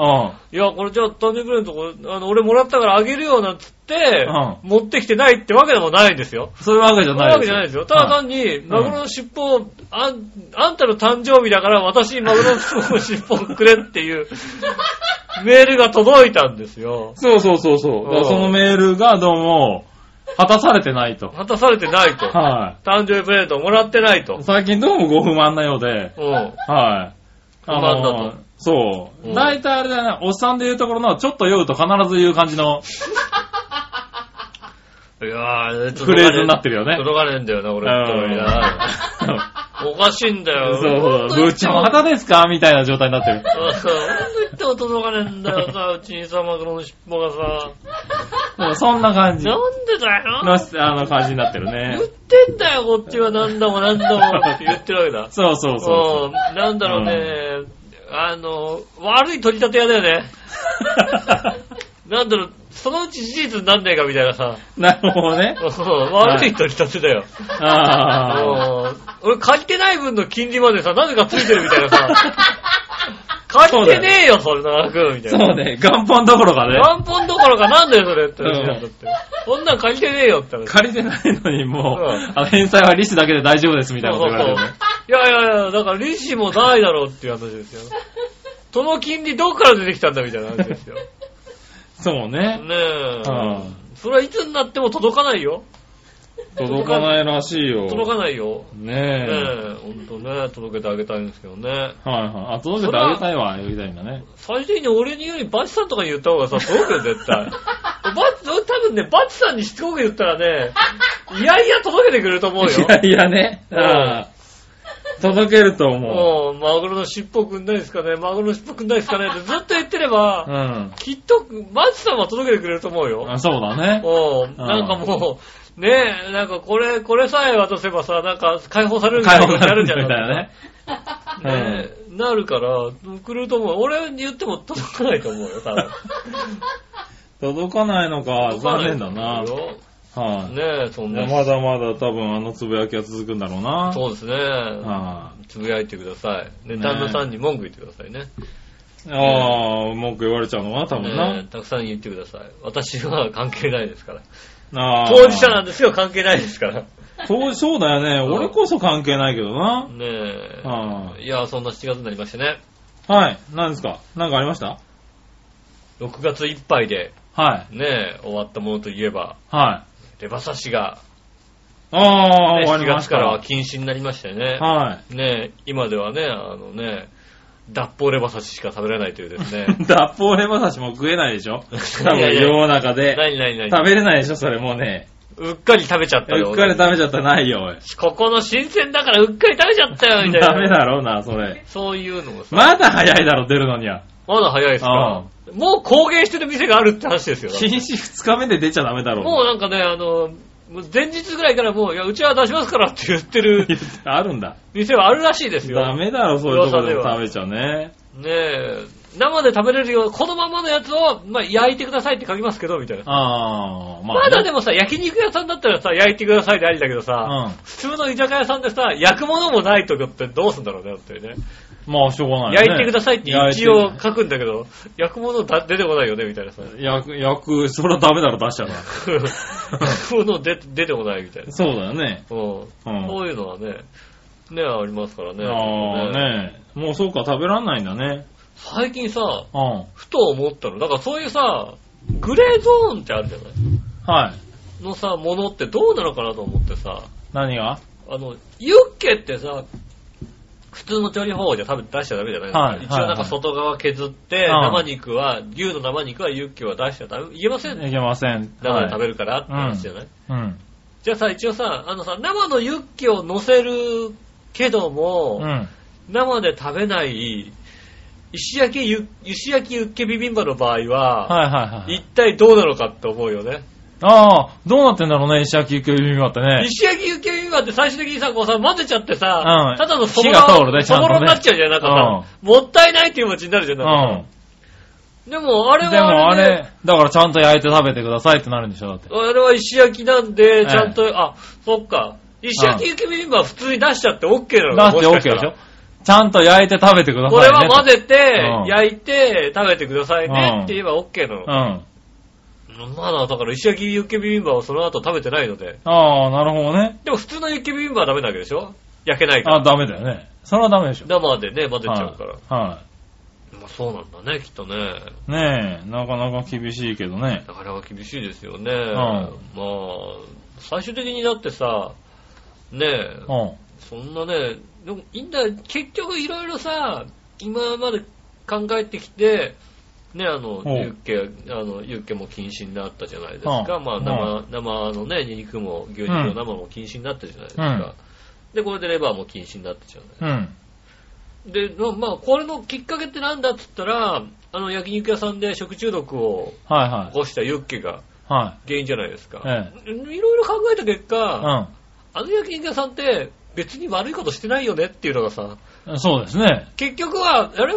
[SPEAKER 2] いや、これじゃあ誕生日プレゼントこれ、あの、俺もらったからあげるよなんつって、
[SPEAKER 3] う
[SPEAKER 2] 持ってきてないってわけでもないんですよ。
[SPEAKER 3] うん。そういうわけじ
[SPEAKER 2] そう
[SPEAKER 3] ゃ
[SPEAKER 2] いう
[SPEAKER 3] ない
[SPEAKER 2] わけじゃないですよ。ただ単に、マグロの尻尾を、あん、あんたの誕生日だから私にマグロの尻尾をくれって いう、メールが届いたんですよ。
[SPEAKER 3] そうそうそうそう。だからそのメールがどうも、果たされてな いと。
[SPEAKER 2] 果たされてないと。
[SPEAKER 3] は
[SPEAKER 2] 誕生日プレゼントもらってないと
[SPEAKER 3] い。。最近どうもご不満なようで、
[SPEAKER 2] うん。
[SPEAKER 3] はい。
[SPEAKER 2] 不満だと
[SPEAKER 3] あのそ
[SPEAKER 2] うん
[SPEAKER 3] う。大体あれだよね、おっさんで言うところの、ちょっと酔うと必ず言う感 じの、
[SPEAKER 2] いやー、
[SPEAKER 3] フレーズになってるよね
[SPEAKER 2] 届かねえんだよな、俺のとこにな。おかしいんだ
[SPEAKER 3] そ
[SPEAKER 2] よ。
[SPEAKER 3] うそう、ぶっちゃま
[SPEAKER 2] た。
[SPEAKER 3] たですかみたいな状態になってる。
[SPEAKER 2] そうそう。ほんと言っても届かねえんだよさ、うちにさ、マグロの尻尾がさ。
[SPEAKER 3] そうそんな感じ
[SPEAKER 2] な
[SPEAKER 3] の、
[SPEAKER 2] んでだよ
[SPEAKER 3] あの感じになってるね
[SPEAKER 2] 言。ってんだよ、こっちは何度も何度もって言ってるわけだ。
[SPEAKER 3] そうそうそう
[SPEAKER 2] うん。なんだろうね、あの、悪い取り立て屋だよ ね。なんだろう、そのうち事実になんねえかみたいなさ。
[SPEAKER 3] そう。なるほどね
[SPEAKER 2] う。ん悪い取り立てだよ。
[SPEAKER 3] ああ。
[SPEAKER 2] うん俺借りてない分の金利までさ、なぜかついてるみたいな さ。借りてねえよ、それ長く、みたい
[SPEAKER 3] そう
[SPEAKER 2] な。
[SPEAKER 3] ね、元本どころかね。
[SPEAKER 2] 元本どころかなんだよ、それって
[SPEAKER 3] うん
[SPEAKER 2] 話なんだって。そんなん借りてねえよって話。
[SPEAKER 3] 借りてないのにもう、
[SPEAKER 2] うん
[SPEAKER 3] あの返済は利子だけで大丈夫ですみたいなこと言われてるね。
[SPEAKER 2] いやいやいや、だから利子もないだろうっていう話ですよ。その金利どっから出てきたんだみたいな話ですよ。ね
[SPEAKER 3] そうね。
[SPEAKER 2] え
[SPEAKER 3] うん。
[SPEAKER 2] それはいつになっても届かないよ。
[SPEAKER 3] 届かないらしいよ。
[SPEAKER 2] 届かないよ。ね
[SPEAKER 3] ね
[SPEAKER 2] え、ほんとね、届けてあげたいんですけどね。
[SPEAKER 3] え。はいはい。あ、届けてあげたいわ、やりたいんだね。
[SPEAKER 2] 最終的に俺によりバチさんとかに言った方がさ、届くよ、絶対。 バチ、多分ね、バチさんにしつこく言ったら ね、いやいや届けてくれると思うよ。
[SPEAKER 3] いやね。
[SPEAKER 2] うん
[SPEAKER 3] ああ届けると思う。
[SPEAKER 2] もう、マグロの尻尾くんないですかね、マグロの尻尾くんないですかねってずっと言ってれ
[SPEAKER 3] う
[SPEAKER 2] ば、
[SPEAKER 3] ん。
[SPEAKER 2] きっと、バチさんは届けてくれると思うよ。
[SPEAKER 3] あそうだね。
[SPEAKER 2] うん。なんかもう、ねえ、なんかこれ、これさえ渡せばさ、なんか解放されるみたい
[SPEAKER 3] 解
[SPEAKER 2] なこと
[SPEAKER 3] 放
[SPEAKER 2] に
[SPEAKER 3] さ
[SPEAKER 2] なる
[SPEAKER 3] れる
[SPEAKER 2] ん
[SPEAKER 3] ん
[SPEAKER 2] じ
[SPEAKER 3] だ
[SPEAKER 2] ゃない
[SPEAKER 3] み
[SPEAKER 2] か
[SPEAKER 3] たい
[SPEAKER 2] な
[SPEAKER 3] なね。
[SPEAKER 2] ねえなるから、来ると思う。俺に言っても届かないと思うよ、多 分。
[SPEAKER 3] 届かないのか、残念だな。
[SPEAKER 2] 届かいと思うよ
[SPEAKER 3] はい。
[SPEAKER 2] ねえ、そん
[SPEAKER 3] い
[SPEAKER 2] な
[SPEAKER 3] や。まだまだ多分あのつぶやきは続くんだろうな。
[SPEAKER 2] そうですね。
[SPEAKER 3] は
[SPEAKER 2] つぶやいてください。ね、
[SPEAKER 3] ね
[SPEAKER 2] 旦那さんに文句言ってくださいね。
[SPEAKER 3] いああ、文句言われちゃうのかな、多分
[SPEAKER 2] ね
[SPEAKER 3] な。
[SPEAKER 2] たくさん言ってください。私は関係ないですから。
[SPEAKER 3] ああ
[SPEAKER 2] 当事者なんですよ、関係ないですから。ね
[SPEAKER 3] そう、そうだよね。
[SPEAKER 2] うん
[SPEAKER 3] 俺こそ関係ないけどな。
[SPEAKER 2] え。
[SPEAKER 3] はい
[SPEAKER 2] や、そんな7月になりましてね。
[SPEAKER 3] い。はい。何ですか何かありました
[SPEAKER 2] 6月いっぱいで、
[SPEAKER 3] はい。
[SPEAKER 2] ねえ、終わったものといえば、
[SPEAKER 3] はい。
[SPEAKER 2] レバ刺しが、
[SPEAKER 3] ああ、
[SPEAKER 2] ね
[SPEAKER 3] 終わ
[SPEAKER 2] 7
[SPEAKER 3] りまし
[SPEAKER 2] 月
[SPEAKER 3] た。
[SPEAKER 2] からは禁止になりましたよね。
[SPEAKER 3] はい。
[SPEAKER 2] ねえ、今ではね、あのね、脱法レバ刺ししか食べれないというです ね。
[SPEAKER 3] 脱法レバ刺しも食えないでしょ多分
[SPEAKER 2] いやいや
[SPEAKER 3] 世の中で。
[SPEAKER 2] 何何何
[SPEAKER 3] 食べれないでしょそれもうね。
[SPEAKER 2] うっかり食べちゃったよ。
[SPEAKER 3] うっかり食べちゃったらないよ、おい。
[SPEAKER 2] ここの新鮮だからうっかり食べちゃったよ、みたいな。
[SPEAKER 3] ダメだろうな、それ。
[SPEAKER 2] そういうのもさ、
[SPEAKER 3] まだ早いだろ、出るのには。
[SPEAKER 2] まだ早いですから。もう公言してる店があるって話ですよ。
[SPEAKER 3] 禁止2日目で出ちゃダメだろ。
[SPEAKER 2] もうなんかね、あの、もう前日ぐらいからもう、いや、うちは出しますからって言ってる
[SPEAKER 3] あるんだ。
[SPEAKER 2] 店はあるらしいですよ。
[SPEAKER 3] ダメだろ、そういうとこでも食べちゃうね。
[SPEAKER 2] ねえ、生で食べれるよう、このままのやつを、まあ、焼いてくださいって書きますけど、みたいな。
[SPEAKER 3] ああ、まあ、
[SPEAKER 2] まだでもさ、焼肉屋さんだったらさ、焼いてくださいでありだけどさ、
[SPEAKER 3] も。
[SPEAKER 2] 普通の居酒屋さんでさ、焼くものもないとこってどうすんだろうね、だってね。
[SPEAKER 3] うん。まあ、しょうがない、ね。
[SPEAKER 2] 焼いてくださいって一応書くんだけど、焼くものだ出てこないよね、みたいなさ。
[SPEAKER 3] 焼く、焼く、そりゃダメだろ、出しちゃうから。
[SPEAKER 2] 焼くもの出出てこないみたいな。
[SPEAKER 3] そうだよね。
[SPEAKER 2] うん。
[SPEAKER 3] うん
[SPEAKER 2] そういうのはね、ね、ありますからね。
[SPEAKER 3] ああ、ねもうそうか、食べらんないんだね。
[SPEAKER 2] 最近さ、
[SPEAKER 3] うん。
[SPEAKER 2] ふと思ったの、なんかそういうさ、グレーゾーンってあるじゃない
[SPEAKER 3] はい。
[SPEAKER 2] のさ、ものってどうなのかなと思ってさ、
[SPEAKER 3] 何が
[SPEAKER 2] あの、ユッケってさ、普通の調理方法じゃ食べ出しちゃダメじゃないですか。
[SPEAKER 3] はい
[SPEAKER 2] 一応なんか外側削って、
[SPEAKER 3] はいはい
[SPEAKER 2] 生肉は、牛の生肉はユッケは出しちゃダメ、言えませんね。
[SPEAKER 3] いけません。
[SPEAKER 2] 生で食べ
[SPEAKER 3] る。
[SPEAKER 2] るからって話じゃない、
[SPEAKER 3] うん。
[SPEAKER 2] じゃあさ、一応さ、あのさ、生のユッケを乗せるけども、
[SPEAKER 3] うん。
[SPEAKER 2] 生で食べない、石焼きユッ、石焼きユッケビビンバの場合は、
[SPEAKER 3] はいはいはい。
[SPEAKER 2] 一体どうなのかって思うよね。
[SPEAKER 3] ああ、どうなってんだろうね、石焼き牛ビビンバってね。
[SPEAKER 2] 石焼きユッケビビンバって最終的にさ、こうさ、混ぜちゃってさ、
[SPEAKER 3] うん
[SPEAKER 2] ただのそぼ
[SPEAKER 3] 火が通る
[SPEAKER 2] ろ、
[SPEAKER 3] ねち
[SPEAKER 2] そ
[SPEAKER 3] ゃんと
[SPEAKER 2] ぼ
[SPEAKER 3] ね
[SPEAKER 2] ろになっちゃうじゃん、なんかさ、もったいないっていう気持ちになるじゃん
[SPEAKER 3] う
[SPEAKER 2] なんんか。さ。でも、あれ
[SPEAKER 3] で
[SPEAKER 2] は
[SPEAKER 3] もあ
[SPEAKER 2] で
[SPEAKER 3] れ、だからちゃんと焼いて食べてくださいってなるんでしょ、だって。
[SPEAKER 2] あれは石焼きなんで、
[SPEAKER 3] え
[SPEAKER 2] ちゃんと、あ、そっか。石焼きユッケビビンバは普通に出しちゃって OK なの
[SPEAKER 3] だ
[SPEAKER 2] か
[SPEAKER 3] って
[SPEAKER 2] もか
[SPEAKER 3] OK
[SPEAKER 2] た
[SPEAKER 3] でし
[SPEAKER 2] ら
[SPEAKER 3] ょちゃんと焼いて食べてください
[SPEAKER 2] こ
[SPEAKER 3] ね
[SPEAKER 2] れ
[SPEAKER 3] と。
[SPEAKER 2] は混ぜて
[SPEAKER 3] う、ん
[SPEAKER 2] 焼いて、食べてくださいねって言えば OK なの
[SPEAKER 3] う。ん。
[SPEAKER 2] まだだから石焼きユッケビビンバはその後食べてないので。
[SPEAKER 3] ああ、なるほどね。
[SPEAKER 2] でも普通のユッケビビンバはダメなわけでしょ焼けないから
[SPEAKER 3] あ。ダメだよね。それはダメでしょ。
[SPEAKER 2] 生でね、混ぜちゃうから。
[SPEAKER 3] は
[SPEAKER 2] まあ、そうなんだね、きっとね。
[SPEAKER 3] い。ねえ、なかなか厳しいけどね。
[SPEAKER 2] なかなか厳しいですよね。
[SPEAKER 3] ん
[SPEAKER 2] まあ、最終的にだってさ、ねえ、
[SPEAKER 3] うん。
[SPEAKER 2] そんなね、でもいいんだよ、結局いろいろさ、今まで考えてきて、ね、あの、
[SPEAKER 3] うん
[SPEAKER 2] ユッケ、あの、ユッケも禁止になったじゃないですか。
[SPEAKER 3] うん
[SPEAKER 2] まあ、生、生のね、肉も牛肉
[SPEAKER 3] う
[SPEAKER 2] の
[SPEAKER 3] ん
[SPEAKER 2] 生も禁止になったじゃないですか。で、これでレバーも禁止になったじゃない
[SPEAKER 3] うん。
[SPEAKER 2] で、まあまあ、これのきっかけってなんだっつったら、あの、焼肉屋さんで食中毒を
[SPEAKER 3] はい
[SPEAKER 2] 起
[SPEAKER 3] はい。
[SPEAKER 2] こしたユッケが
[SPEAKER 3] は
[SPEAKER 2] 原因じゃないですか。
[SPEAKER 3] え
[SPEAKER 2] いろいろ考えた結
[SPEAKER 3] い。
[SPEAKER 2] 果、
[SPEAKER 3] う
[SPEAKER 2] あの焼肉屋さんって別に悪いことしてないよねっていうのがさ、
[SPEAKER 3] ん。そうですね。
[SPEAKER 2] 結局は、あれ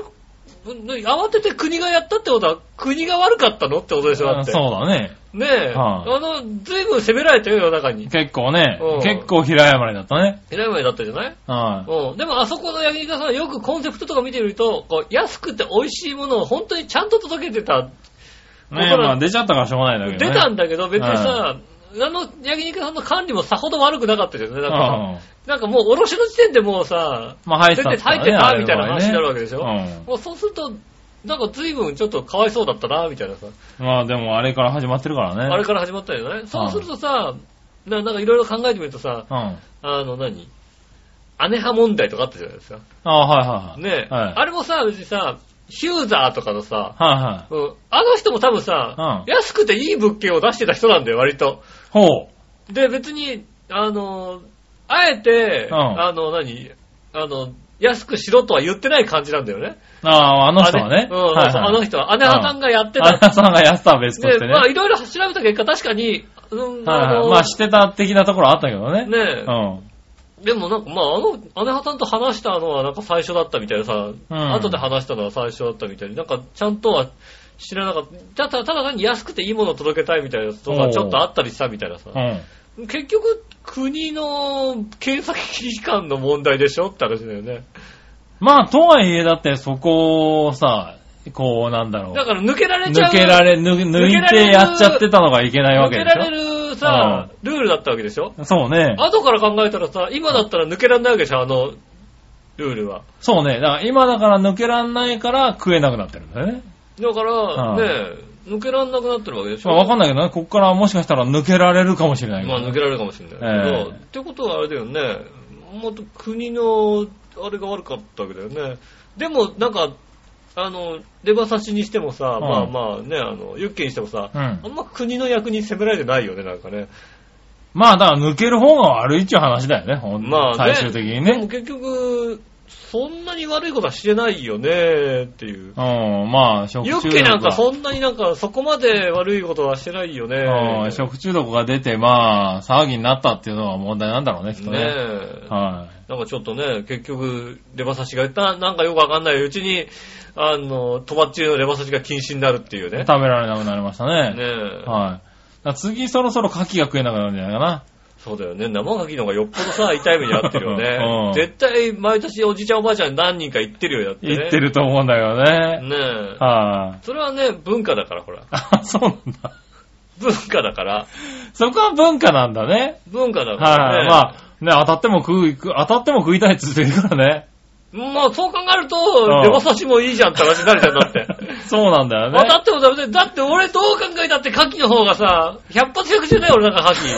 [SPEAKER 2] 慌てて国がやったってことは、国が悪かったのってことでしょ、だ
[SPEAKER 3] あ
[SPEAKER 2] って。
[SPEAKER 3] そうだね。
[SPEAKER 2] ねえ、
[SPEAKER 3] は
[SPEAKER 2] あの、ずいぶん責められたよ、世の中に。
[SPEAKER 3] 結構ね
[SPEAKER 2] うん、
[SPEAKER 3] 結構平謝りだったね。
[SPEAKER 2] えらい前だったじゃない
[SPEAKER 3] は
[SPEAKER 2] うん。でも、あそこの焼肉屋さんはよくコンセプトとか見てみると、こう、安くて美味しいものを本当にちゃんと届けてた。
[SPEAKER 3] い。ねえ、まあ出ちゃったからしょうがないんだけ
[SPEAKER 2] 出
[SPEAKER 3] どね。
[SPEAKER 2] たんだけど、別にさ、あの焼肉屋さんの管理もさほど悪くなかったじゃんね。なんか
[SPEAKER 3] うん。
[SPEAKER 2] さ、なんかもう、おろしの時点でもうさ、
[SPEAKER 3] まあ入ってた
[SPEAKER 2] 出
[SPEAKER 3] ん
[SPEAKER 2] て
[SPEAKER 3] ですか
[SPEAKER 2] 入
[SPEAKER 3] ら
[SPEAKER 2] って
[SPEAKER 3] ね
[SPEAKER 2] たみたいな話になるわけでしょ
[SPEAKER 3] あれ。はね
[SPEAKER 2] もうそうすると、なんか随分ちょっとかわいそうだったな、みたいなさ。
[SPEAKER 3] うん。まあでもあれから始まってるからね。
[SPEAKER 2] あれから始まったよね。そうするとさ、ななんかいろいろ考えてみるとさ、
[SPEAKER 3] うん。
[SPEAKER 2] あの何、姉派問題とかあったじゃないですか。
[SPEAKER 3] ああ、はいはいはい。
[SPEAKER 2] ねえ。
[SPEAKER 3] はい
[SPEAKER 2] あれもさ、別にさ、ヒューザーとかのさ、
[SPEAKER 3] はいはい。
[SPEAKER 2] うんあの人も多分さ、
[SPEAKER 3] うん
[SPEAKER 2] 安くていい物件を出してた人なんだよ、割と。
[SPEAKER 3] ほう。
[SPEAKER 2] で、別に、あの、あえて、
[SPEAKER 3] うん
[SPEAKER 2] あの、何あの、安くしろとは言ってない感じなんだよね。
[SPEAKER 3] ああ、あの人はね。
[SPEAKER 2] うん、
[SPEAKER 3] はいはい
[SPEAKER 2] そうあの人は、姉派さんがやって
[SPEAKER 3] あ
[SPEAKER 2] た
[SPEAKER 3] なたさんが安さは別とし
[SPEAKER 2] で、
[SPEAKER 3] てね。
[SPEAKER 2] まあ、
[SPEAKER 3] はい
[SPEAKER 2] いろいろ調べた結果、確かに、うん、あ
[SPEAKER 3] は
[SPEAKER 2] の、
[SPEAKER 3] い。まあ、してた的なところあったけど
[SPEAKER 2] ね
[SPEAKER 3] ね。う
[SPEAKER 2] え
[SPEAKER 3] ん。、は
[SPEAKER 2] でもなんか、まあ、あの、姉派さんと話したのは、なんか最初だったみたいなさ、
[SPEAKER 3] うん
[SPEAKER 2] 後で話したのは最初だったみたいに、なんか、ちゃんとは知らなかった。ただ、ただ単に安くていいものを届けたいみたいなと
[SPEAKER 3] お
[SPEAKER 2] か、
[SPEAKER 3] う
[SPEAKER 2] ちょっとあったりしたみたいなさ。
[SPEAKER 3] うん。
[SPEAKER 2] 結局、国の検索機関の問題でしょって話だよね。
[SPEAKER 3] まあ、とはいえ、だってそこをさ、こう、なんだろう。
[SPEAKER 2] だから、抜けられちゃう。
[SPEAKER 3] 抜けられ、抜抜いてやっちゃってたのがいけないわ
[SPEAKER 2] 抜
[SPEAKER 3] け
[SPEAKER 2] け
[SPEAKER 3] で
[SPEAKER 2] られ
[SPEAKER 3] し
[SPEAKER 2] るさ、ルールだったわけでしょ
[SPEAKER 3] ょ。そうね。
[SPEAKER 2] 後から考えたらさ、今だったら抜けられないわけでしょ、あの、ルールは。
[SPEAKER 3] そうね。だから今だから抜けらんないから食えなくなってるんだよね。
[SPEAKER 2] だから、
[SPEAKER 3] うん
[SPEAKER 2] ねえ、抜けられなくなってるわけでしょ。
[SPEAKER 3] まあわかんないけどね、こっからもしかしたら抜けられるかもしれないけ
[SPEAKER 2] ま
[SPEAKER 3] ど
[SPEAKER 2] あ
[SPEAKER 3] ね
[SPEAKER 2] 抜けられるかもしれないけど、
[SPEAKER 3] ええ
[SPEAKER 2] ってことはあれだよね、もっと国のあれが悪かったわけだよね。でも、なんか、あの、レバ刺しにしてもさ、
[SPEAKER 3] ん
[SPEAKER 2] まあまあね、あの、ユッケにしてもさ、
[SPEAKER 3] うん
[SPEAKER 2] あんま国の役に責められてないよね、なんかね。
[SPEAKER 3] まあ、だから抜ける方が悪いっちゅう話だよね、ほんと
[SPEAKER 2] まあね。
[SPEAKER 3] 最終的に
[SPEAKER 2] でも
[SPEAKER 3] ね。
[SPEAKER 2] 結局、そんなに悪いことはしてないよね、っていう。
[SPEAKER 3] うん、まあ、食
[SPEAKER 2] ユ
[SPEAKER 3] 中毒が。
[SPEAKER 2] ッケなんかそんなになんかそこまで悪いことはしてないよ
[SPEAKER 3] う
[SPEAKER 2] ね
[SPEAKER 3] ん。食中毒が出て、まあ、騒ぎになったっていうのは問題なんだろうね、きっと
[SPEAKER 2] ね
[SPEAKER 3] ね。
[SPEAKER 2] え。
[SPEAKER 3] は
[SPEAKER 2] なんかちょっとね、結局、レバ刺しが言った、なんかよくわかんないうちに、あの、トバっちゅうのレバ刺しが禁止になるっていう
[SPEAKER 3] い。
[SPEAKER 2] ね。
[SPEAKER 3] 食べられなくなりました
[SPEAKER 2] ね
[SPEAKER 3] ね。
[SPEAKER 2] え。
[SPEAKER 3] はい。だから次そろそろ牡蠣が食えなくなるんじゃないかな。
[SPEAKER 2] そうだよね。生牡蠣の方がよっぽどさ、痛い目に遭ってるよ
[SPEAKER 3] うん
[SPEAKER 2] ね。絶対、毎年おじいちゃんおばあちゃん何人か行ってるよ、やってね。
[SPEAKER 3] 言ってると思うんだけどね。
[SPEAKER 2] ねえ。
[SPEAKER 3] はい。
[SPEAKER 2] それはね、文化だから、 ほら。
[SPEAKER 3] あ、そうなんだ。
[SPEAKER 2] 文化だから。
[SPEAKER 3] そこは文化なんだね。
[SPEAKER 2] 文化だから
[SPEAKER 3] は
[SPEAKER 2] ね。
[SPEAKER 3] い。まあ、ね、当たっても食う、当たっても食いたいって言ってるからね。
[SPEAKER 2] まあ、そう考えると
[SPEAKER 3] ん、
[SPEAKER 2] レバ刺しもいいじゃんって話になるじゃん、だ って。
[SPEAKER 3] そうなんだよね。
[SPEAKER 2] 当たってもダメだよ。だって俺どう考えたって牡蠣の方がさ、100発100中だよ、俺なんか牡蠣。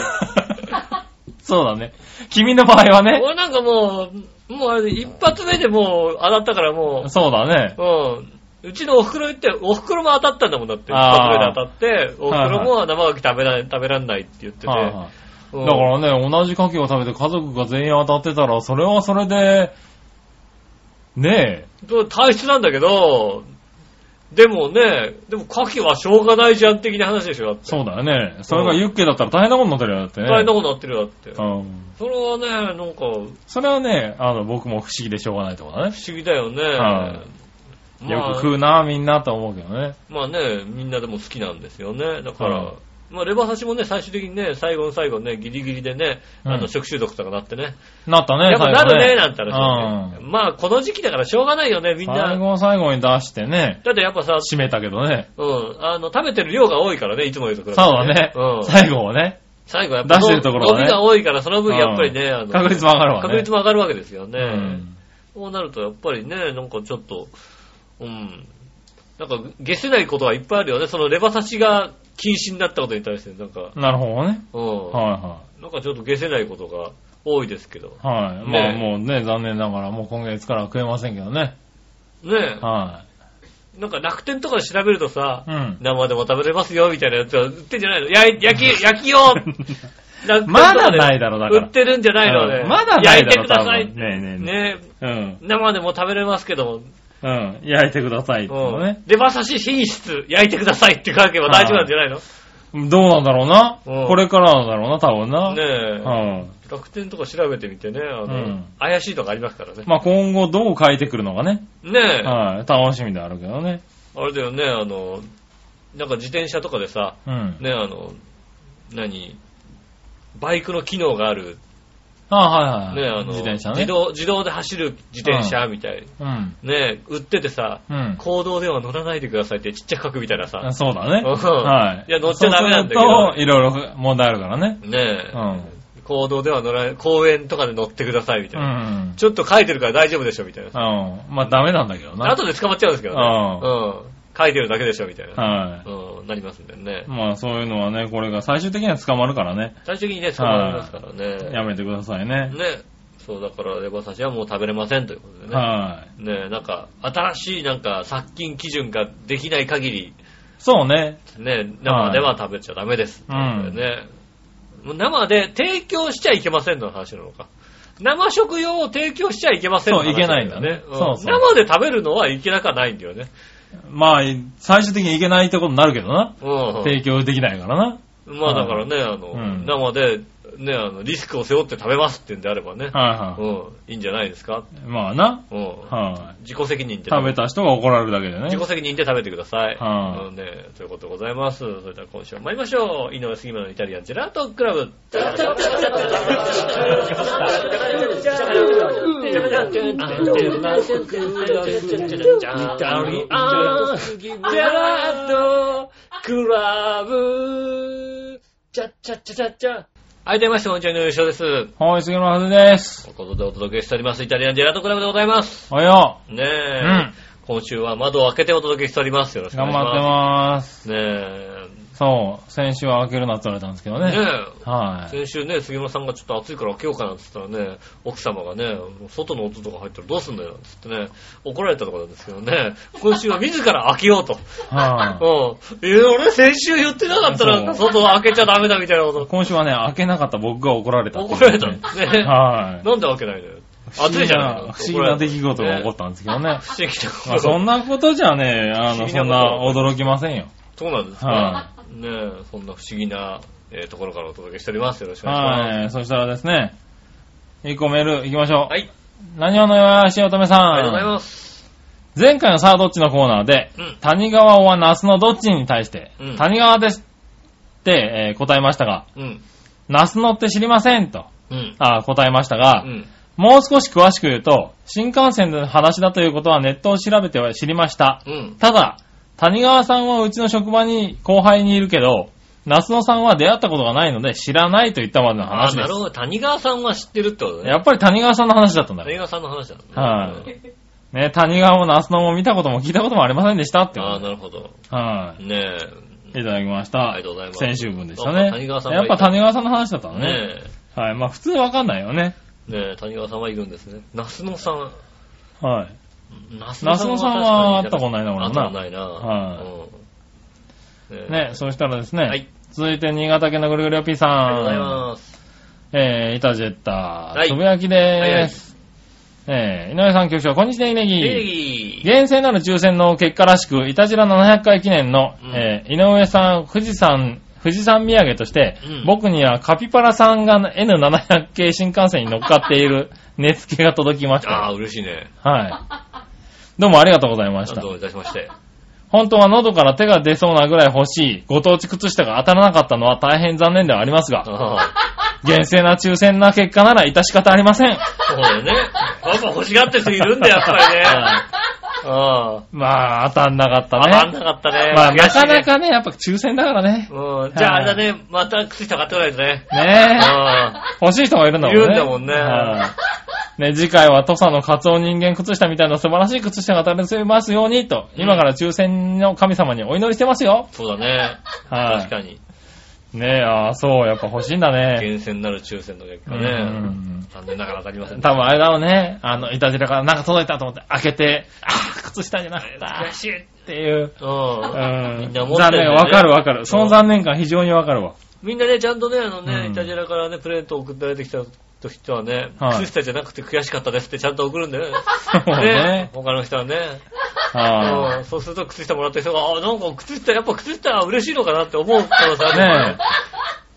[SPEAKER 3] そうだね。君の場合はね。
[SPEAKER 2] 俺なんかもう、もうあれで一発目でもう当たったからも
[SPEAKER 3] そうだね。
[SPEAKER 2] う、うん。うちのお袋行って、お袋も当たったんだもんだって。一発目
[SPEAKER 3] あ
[SPEAKER 2] で
[SPEAKER 3] ー
[SPEAKER 2] 当たって、お袋も生牡蠣食べられ食べらんないって言ってて。
[SPEAKER 3] はいはい
[SPEAKER 2] うん
[SPEAKER 3] だからね、同じ牡蠣を食べて家族が全員当たってたら、それはそれで、ね
[SPEAKER 2] そう体質なんだけど、でもね、でも牡蠣はしょうがないじゃん的な話でしょ、だっ
[SPEAKER 3] え、
[SPEAKER 2] て。
[SPEAKER 3] そうだよね。それがユッケだったら大変なことになってるよ、だってね。
[SPEAKER 2] 大変なことになってるよだって。
[SPEAKER 3] うん。
[SPEAKER 2] それはね、なんか不思
[SPEAKER 3] それはね、あの、僕も不思議でしょうがないとこだね。
[SPEAKER 2] 議だよね。
[SPEAKER 3] はい
[SPEAKER 2] まあ
[SPEAKER 3] よく食うな、みんなと思うけどね。
[SPEAKER 2] まあね、みんなでも好きなんですよね。だか
[SPEAKER 3] うん
[SPEAKER 2] ら、まあレバ刺しもね、最終的にね、最後の最後ね、ギリギリでね、あ
[SPEAKER 3] うん
[SPEAKER 2] の、食中毒とかなってね。
[SPEAKER 3] なったね、
[SPEAKER 2] やっぱ
[SPEAKER 3] 最
[SPEAKER 2] な
[SPEAKER 3] 後
[SPEAKER 2] るね、
[SPEAKER 3] ね。
[SPEAKER 2] なんて話ね、
[SPEAKER 3] う
[SPEAKER 2] まあ、この時期だからしょうがないよね、みん
[SPEAKER 3] ん。最
[SPEAKER 2] な。
[SPEAKER 3] 後の最後に出してね、
[SPEAKER 2] だってやっぱさ、
[SPEAKER 3] 締めたけどね。
[SPEAKER 2] うん、あの、食べてる量が多いからね、いつもよりと比べて、
[SPEAKER 3] そうだね。
[SPEAKER 2] うん。
[SPEAKER 3] 最後はね。
[SPEAKER 2] 最後やっぱ
[SPEAKER 3] 出してるところ
[SPEAKER 2] 伸
[SPEAKER 3] はね
[SPEAKER 2] びが多いから、その分やっぱりね、あの、
[SPEAKER 3] 確率も上がるわね。
[SPEAKER 2] 確率も上がるわけですよね。
[SPEAKER 3] うん
[SPEAKER 2] そうなるとやっぱりね、なんかちょっと、うん。なんか、下せないことはいっぱいあるよね。そのレバ刺しが禁止になったことに対して、なんか、
[SPEAKER 3] なるほどね。
[SPEAKER 2] うん。
[SPEAKER 3] は
[SPEAKER 2] なんかちょっと下せないことが多いですけど。
[SPEAKER 3] いはい。はい。まあ
[SPEAKER 2] ねえ
[SPEAKER 3] もうね、残念ながらもう今月からは食えませんけどね。
[SPEAKER 2] ね
[SPEAKER 3] は
[SPEAKER 2] え。なんか楽天とかで調べるとさ
[SPEAKER 3] い。う、ん。
[SPEAKER 2] 生でも食べれますよ、みたいなやつは売ってんじゃないのやい焼き、焼きよ楽天とかで
[SPEAKER 3] まだないだろだから
[SPEAKER 2] 売ってるんじゃないの
[SPEAKER 3] う
[SPEAKER 2] ね。
[SPEAKER 3] んまだないだ
[SPEAKER 2] 焼いて
[SPEAKER 3] ろ
[SPEAKER 2] くださ
[SPEAKER 3] 多
[SPEAKER 2] い。
[SPEAKER 3] 分ねえねえ
[SPEAKER 2] ねえ
[SPEAKER 3] うん。
[SPEAKER 2] 生でも食べれますけども、
[SPEAKER 3] うん。焼いてくださいっての
[SPEAKER 2] うん
[SPEAKER 3] ね。
[SPEAKER 2] レバ刺し品質、焼いてくださいって書けば大丈夫なんじゃないの
[SPEAKER 3] どうなんだろうな。
[SPEAKER 2] うん
[SPEAKER 3] これからなんだろうな、多分な。
[SPEAKER 2] ね
[SPEAKER 3] うん。
[SPEAKER 2] え。楽天とか調べてみてね、あの、
[SPEAKER 3] うん
[SPEAKER 2] 怪しいとかありますからね。
[SPEAKER 3] まあ今後どう変えてくるのかね。
[SPEAKER 2] ねえ、
[SPEAKER 3] はい。楽しみであるけどね。
[SPEAKER 2] あれだよね、あの、なんか自転車とかでさ、
[SPEAKER 3] うん。
[SPEAKER 2] ねえ、あの、何、バイクの機能がある、
[SPEAKER 3] あはい
[SPEAKER 2] ねえ、
[SPEAKER 3] は
[SPEAKER 2] あ
[SPEAKER 3] いはい。
[SPEAKER 2] の、
[SPEAKER 3] 自転車
[SPEAKER 2] 自
[SPEAKER 3] ね。
[SPEAKER 2] 動、自動で走る自転車みたい。
[SPEAKER 3] うん。
[SPEAKER 2] ねえ、売っててさ、
[SPEAKER 3] うん。
[SPEAKER 2] 公道では乗らないでくださいってちっちゃく書くみたいなさ。
[SPEAKER 3] そうだね。
[SPEAKER 2] うん
[SPEAKER 3] はい。
[SPEAKER 2] いや乗っちゃダメなんだけど
[SPEAKER 3] そうするといろいろ問題あるからね。
[SPEAKER 2] ねえ、
[SPEAKER 3] うん。
[SPEAKER 2] 公道では乗らない、公園とかで乗ってくださいみ
[SPEAKER 3] う
[SPEAKER 2] たいな。
[SPEAKER 3] ん。
[SPEAKER 2] ちょっと書いてるから大丈夫でしょみたいな。
[SPEAKER 3] うん。まあダメなんだけどな。
[SPEAKER 2] 後で捕まっちゃうんですけどね。
[SPEAKER 3] う
[SPEAKER 2] うん。書いてるだけでしょみたいな。
[SPEAKER 3] は
[SPEAKER 2] うん、なりますんでね
[SPEAKER 3] い。。まあそういうのはね、これが最終的には捕まるからね。
[SPEAKER 2] 最終的にね、捕まりますから
[SPEAKER 3] や
[SPEAKER 2] ね。
[SPEAKER 3] めてくださいね。
[SPEAKER 2] ね。そう、だからレバ刺しはもう食べれませんということでね。
[SPEAKER 3] はい。
[SPEAKER 2] ねなんか、新しいなんか殺菌基準ができない限り、
[SPEAKER 3] そうね。
[SPEAKER 2] ね、生では食べちゃダメです。
[SPEAKER 3] はいうん
[SPEAKER 2] ね。もう生で提供しちゃいけませんの話なのか。生食用を提供しちゃいけませんの話
[SPEAKER 3] そういけないんだね
[SPEAKER 2] うん
[SPEAKER 3] そうそう
[SPEAKER 2] 生で食べるのはいけなくはないんだよね。
[SPEAKER 3] まあ、最終的にいけないってことになるけどな。
[SPEAKER 2] うん。
[SPEAKER 3] 提供できないからな。
[SPEAKER 2] まあだからね、あの、
[SPEAKER 3] うん
[SPEAKER 2] 生で、ね、あの、リスクを背負って食べますって言うんであればね、
[SPEAKER 3] はいうは
[SPEAKER 2] ん、いいんじゃないですか。
[SPEAKER 3] い。まあな。
[SPEAKER 2] うん。
[SPEAKER 3] は
[SPEAKER 2] 自己責任
[SPEAKER 3] い。
[SPEAKER 2] で
[SPEAKER 3] 食べた人が怒られるだけで
[SPEAKER 2] 自己
[SPEAKER 3] ね。
[SPEAKER 2] 責任で食べてください。
[SPEAKER 3] はい
[SPEAKER 2] うんね、ということでございます。それでは今週も参りましょう。井上杉村のイタリアンジェラートクラブ。クラブ。チャッチャッチャッチャッチャ。はい、出ました。こんにちは、井上翔です。という
[SPEAKER 3] はい、杉村はずです。
[SPEAKER 2] ことでお届けしております。イタリアンジェラートクラブでございます。
[SPEAKER 3] おはよ
[SPEAKER 2] ね
[SPEAKER 3] う。う
[SPEAKER 2] え。
[SPEAKER 3] ん。
[SPEAKER 2] 今週は窓を開けてお届けしております。よろしくお願
[SPEAKER 3] 頑
[SPEAKER 2] いします。
[SPEAKER 3] 張ってまーす。
[SPEAKER 2] ねえ、
[SPEAKER 3] そう、先週は開けるなって言われたんですけどね。
[SPEAKER 2] ね
[SPEAKER 3] はい。
[SPEAKER 2] 先週ね、杉村さんがちょっと暑いから開けようかなって言ったらね、奥様がね、外の音とか入ったらどうすんだよって言ってね、怒られたところなんですけどね、今週は自ら開けよう と。
[SPEAKER 3] はい。
[SPEAKER 2] うん。え、俺先週言ってなかったら、
[SPEAKER 3] そ
[SPEAKER 2] 外開けちゃダメだみたいなこと。
[SPEAKER 3] 今週はね、開けなかった僕が怒られたっていう
[SPEAKER 2] 怒
[SPEAKER 3] ね、
[SPEAKER 2] られたんですね。
[SPEAKER 3] はい。
[SPEAKER 2] なんで開けないのよ。暑いじゃないの
[SPEAKER 3] 不思議な出来事が起こっ。たんですけどね。
[SPEAKER 2] 不思議なこと。
[SPEAKER 3] まあ、そんなことじゃね、あの、
[SPEAKER 2] 不思議な
[SPEAKER 3] そんな驚きませんよ。
[SPEAKER 2] そうなんです
[SPEAKER 3] は
[SPEAKER 2] か。ねえ、そんな不思議な、えーところからお届けしております。よろしくお願いし
[SPEAKER 3] はい。そしたらですね、1個メール行きましょう。
[SPEAKER 2] ます。はい。
[SPEAKER 3] 何をのよしおとめさん。
[SPEAKER 2] ありがとうございます。
[SPEAKER 3] 前回のさあどっちのコーナーで、
[SPEAKER 2] うん
[SPEAKER 3] 谷川は夏のどっちに対して、
[SPEAKER 2] うん
[SPEAKER 3] 谷川ですって、えー答えましたが、
[SPEAKER 2] うん。
[SPEAKER 3] 夏のって知りませんと、
[SPEAKER 2] うん。
[SPEAKER 3] あー答えましたが、
[SPEAKER 2] うん。
[SPEAKER 3] もう少し詳しく言うと、新幹線の話だということはネットを調べては知りました。
[SPEAKER 2] うん。
[SPEAKER 3] ただ、谷川さんはうちの職場に後輩にいるけど、夏野さんは出会ったことがないので知らないと言ったまでの
[SPEAKER 2] あ
[SPEAKER 3] 話
[SPEAKER 2] ー
[SPEAKER 3] で
[SPEAKER 2] な
[SPEAKER 3] す
[SPEAKER 2] る。ほど。谷川さんは知ってるってことね。
[SPEAKER 3] やっぱり谷川さんの話だったんだ
[SPEAKER 2] 谷
[SPEAKER 3] よ。
[SPEAKER 2] 川さんの話だね。
[SPEAKER 3] はいね、谷川も夏野も見たことも聞いたこともありませんでしたってこ
[SPEAKER 2] ああ、
[SPEAKER 3] と
[SPEAKER 2] な
[SPEAKER 3] で。
[SPEAKER 2] るほど。
[SPEAKER 3] はい、
[SPEAKER 2] ね
[SPEAKER 3] いただきました。
[SPEAKER 2] ありがとうございます
[SPEAKER 3] 先週分でした
[SPEAKER 2] あ
[SPEAKER 3] ね。
[SPEAKER 2] 谷川さんが
[SPEAKER 3] や
[SPEAKER 2] い
[SPEAKER 3] ったぱ谷川さんの話だった
[SPEAKER 2] え。
[SPEAKER 3] のね。
[SPEAKER 2] ね
[SPEAKER 3] はい。まあ普通わかんないよね。
[SPEAKER 2] え。ねえ、谷川さんはいるんですね。那須野さん。
[SPEAKER 3] はい。
[SPEAKER 2] 那須
[SPEAKER 3] 那須野さんは会ったことないな俺
[SPEAKER 2] 会
[SPEAKER 3] もな
[SPEAKER 2] ったことないな。
[SPEAKER 3] はい
[SPEAKER 2] うん。ねえ
[SPEAKER 3] ね、そうしたらですね。
[SPEAKER 2] はい。
[SPEAKER 3] 続いて新潟県のぐるぐるよっぴーさん。
[SPEAKER 2] ありがとうございます。
[SPEAKER 3] えー、イタジェッタ
[SPEAKER 2] は、い
[SPEAKER 3] つぶやきでーす。えー、井上さん局長、こんにちは、ネギ。
[SPEAKER 2] 礼儀。
[SPEAKER 3] 厳正なる抽選の結果らしく、いたじら700回記念の、
[SPEAKER 2] うん
[SPEAKER 3] えー井上さん、富士山、富士山土産として、
[SPEAKER 2] うん
[SPEAKER 3] 僕にはカピパラさんが N700 系新幹線に乗っかっている 寝付けが届きまし
[SPEAKER 2] ああ、
[SPEAKER 3] た。
[SPEAKER 2] 嬉しいね。
[SPEAKER 3] はい。どうもありがとうございました
[SPEAKER 2] ど。ういたしま して。
[SPEAKER 3] 本当は喉から手が出そうなぐらい欲しいご当地靴下が当たらなかったのは大変残念ではありますが、
[SPEAKER 2] ああ、
[SPEAKER 3] 厳正な抽選な結果なら致し方ありません。
[SPEAKER 2] そうだよね。やっぱ欲しがってる人いるんだよ、やっぱりね。ああ。
[SPEAKER 3] まあ、当たんなかった
[SPEAKER 2] 当たん
[SPEAKER 3] ね。
[SPEAKER 2] なかったね。
[SPEAKER 3] まあ、
[SPEAKER 2] 悔
[SPEAKER 3] な
[SPEAKER 2] しい
[SPEAKER 3] か
[SPEAKER 2] ね
[SPEAKER 3] なかね、やっぱ抽選だからね。
[SPEAKER 2] うんじゃああれだね、また靴下買ってこないとね。
[SPEAKER 3] ね
[SPEAKER 2] あ
[SPEAKER 3] え。欲しい人がいるんだもんね。
[SPEAKER 2] いるんだもんね
[SPEAKER 3] はいね、次回は土佐のカツオ人間靴下みたいな素晴らしい靴下が当たりせますようにと、
[SPEAKER 2] うん
[SPEAKER 3] 今から抽選の神様にお祈りしてますよ。
[SPEAKER 2] そうだね。
[SPEAKER 3] はい
[SPEAKER 2] 確かに。
[SPEAKER 3] ねえ、ああ、そう、やっぱ欲しいんだね。
[SPEAKER 2] 厳選なる抽選の結果
[SPEAKER 3] うんうんう
[SPEAKER 2] ね
[SPEAKER 3] ん。
[SPEAKER 2] 残念ながら当たりませんでした。
[SPEAKER 3] 多分あれだろうね。あの、いたじらからなんか届いたと思って開けて、ああ、靴下じゃなかった。
[SPEAKER 2] 悔しい。
[SPEAKER 3] っていう。
[SPEAKER 2] うん。みんな持って
[SPEAKER 3] 残
[SPEAKER 2] る、ね。
[SPEAKER 3] 念、わかるわかる。その
[SPEAKER 2] うん
[SPEAKER 3] 残念感非常にわかるわ。
[SPEAKER 2] みんなね、ちゃんとね、あのね、
[SPEAKER 3] うん
[SPEAKER 2] イタジェラからね、プレゼント送られてきた人はね、
[SPEAKER 3] はい
[SPEAKER 2] 靴下じゃなくて悔しかったですってちゃんと送るんだよね。
[SPEAKER 3] そうね。
[SPEAKER 2] 他の人はね。
[SPEAKER 3] は
[SPEAKER 2] うんそうすると靴下もらった人が、あ、なんか靴下、やっぱ靴下は嬉しいのかなって思うからさ、
[SPEAKER 3] ね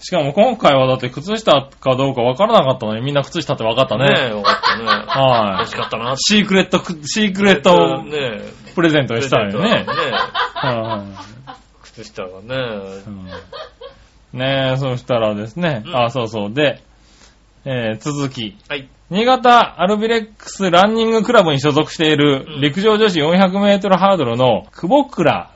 [SPEAKER 3] い。しかも今回はだって靴下かどうかわからなかったのにみんな靴下ってわかった
[SPEAKER 2] ね
[SPEAKER 3] ね。
[SPEAKER 2] え、よかったね。
[SPEAKER 3] はい
[SPEAKER 2] 欲しかったなって。
[SPEAKER 3] シークレットく、シークレット
[SPEAKER 2] ねえ。
[SPEAKER 3] プレゼントしたよね。は
[SPEAKER 2] 靴下がね
[SPEAKER 3] い。うんねえ、そしたらですね
[SPEAKER 2] う。ん
[SPEAKER 3] あ、そうそう。で、えー続き。
[SPEAKER 2] はい。
[SPEAKER 3] 新潟アルビレックスランニングクラブに所属している陸上女子400メートルハードルの久保倉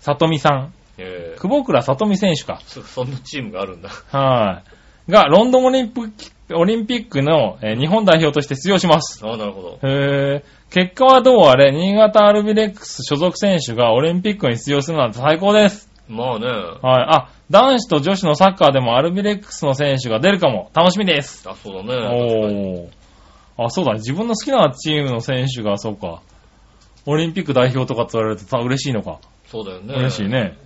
[SPEAKER 3] 里美さん。
[SPEAKER 2] えー
[SPEAKER 3] 久保倉里美選手か。
[SPEAKER 2] そそんなチームがあるんだ。
[SPEAKER 3] はい。が、ロンドンオリンピック、オリンピックの、えー日本代表として出場します。
[SPEAKER 2] ああ、なるほど。
[SPEAKER 3] へー結果はどうあれ、新潟アルビレックス所属選手がオリンピックに出場するなんて最高です。
[SPEAKER 2] まあね。あ、
[SPEAKER 3] はい。あ、男子と女子のサッカーでもアルビレックスの選手が出るかも。楽しみです。
[SPEAKER 2] そうだね。
[SPEAKER 3] おー。あ、そうだ。自分の好きなチームの選手が、そうか。オリンピック代表とかって言われるとさ、嬉しいのか。
[SPEAKER 2] そうだよね。
[SPEAKER 3] 嬉しい。ね。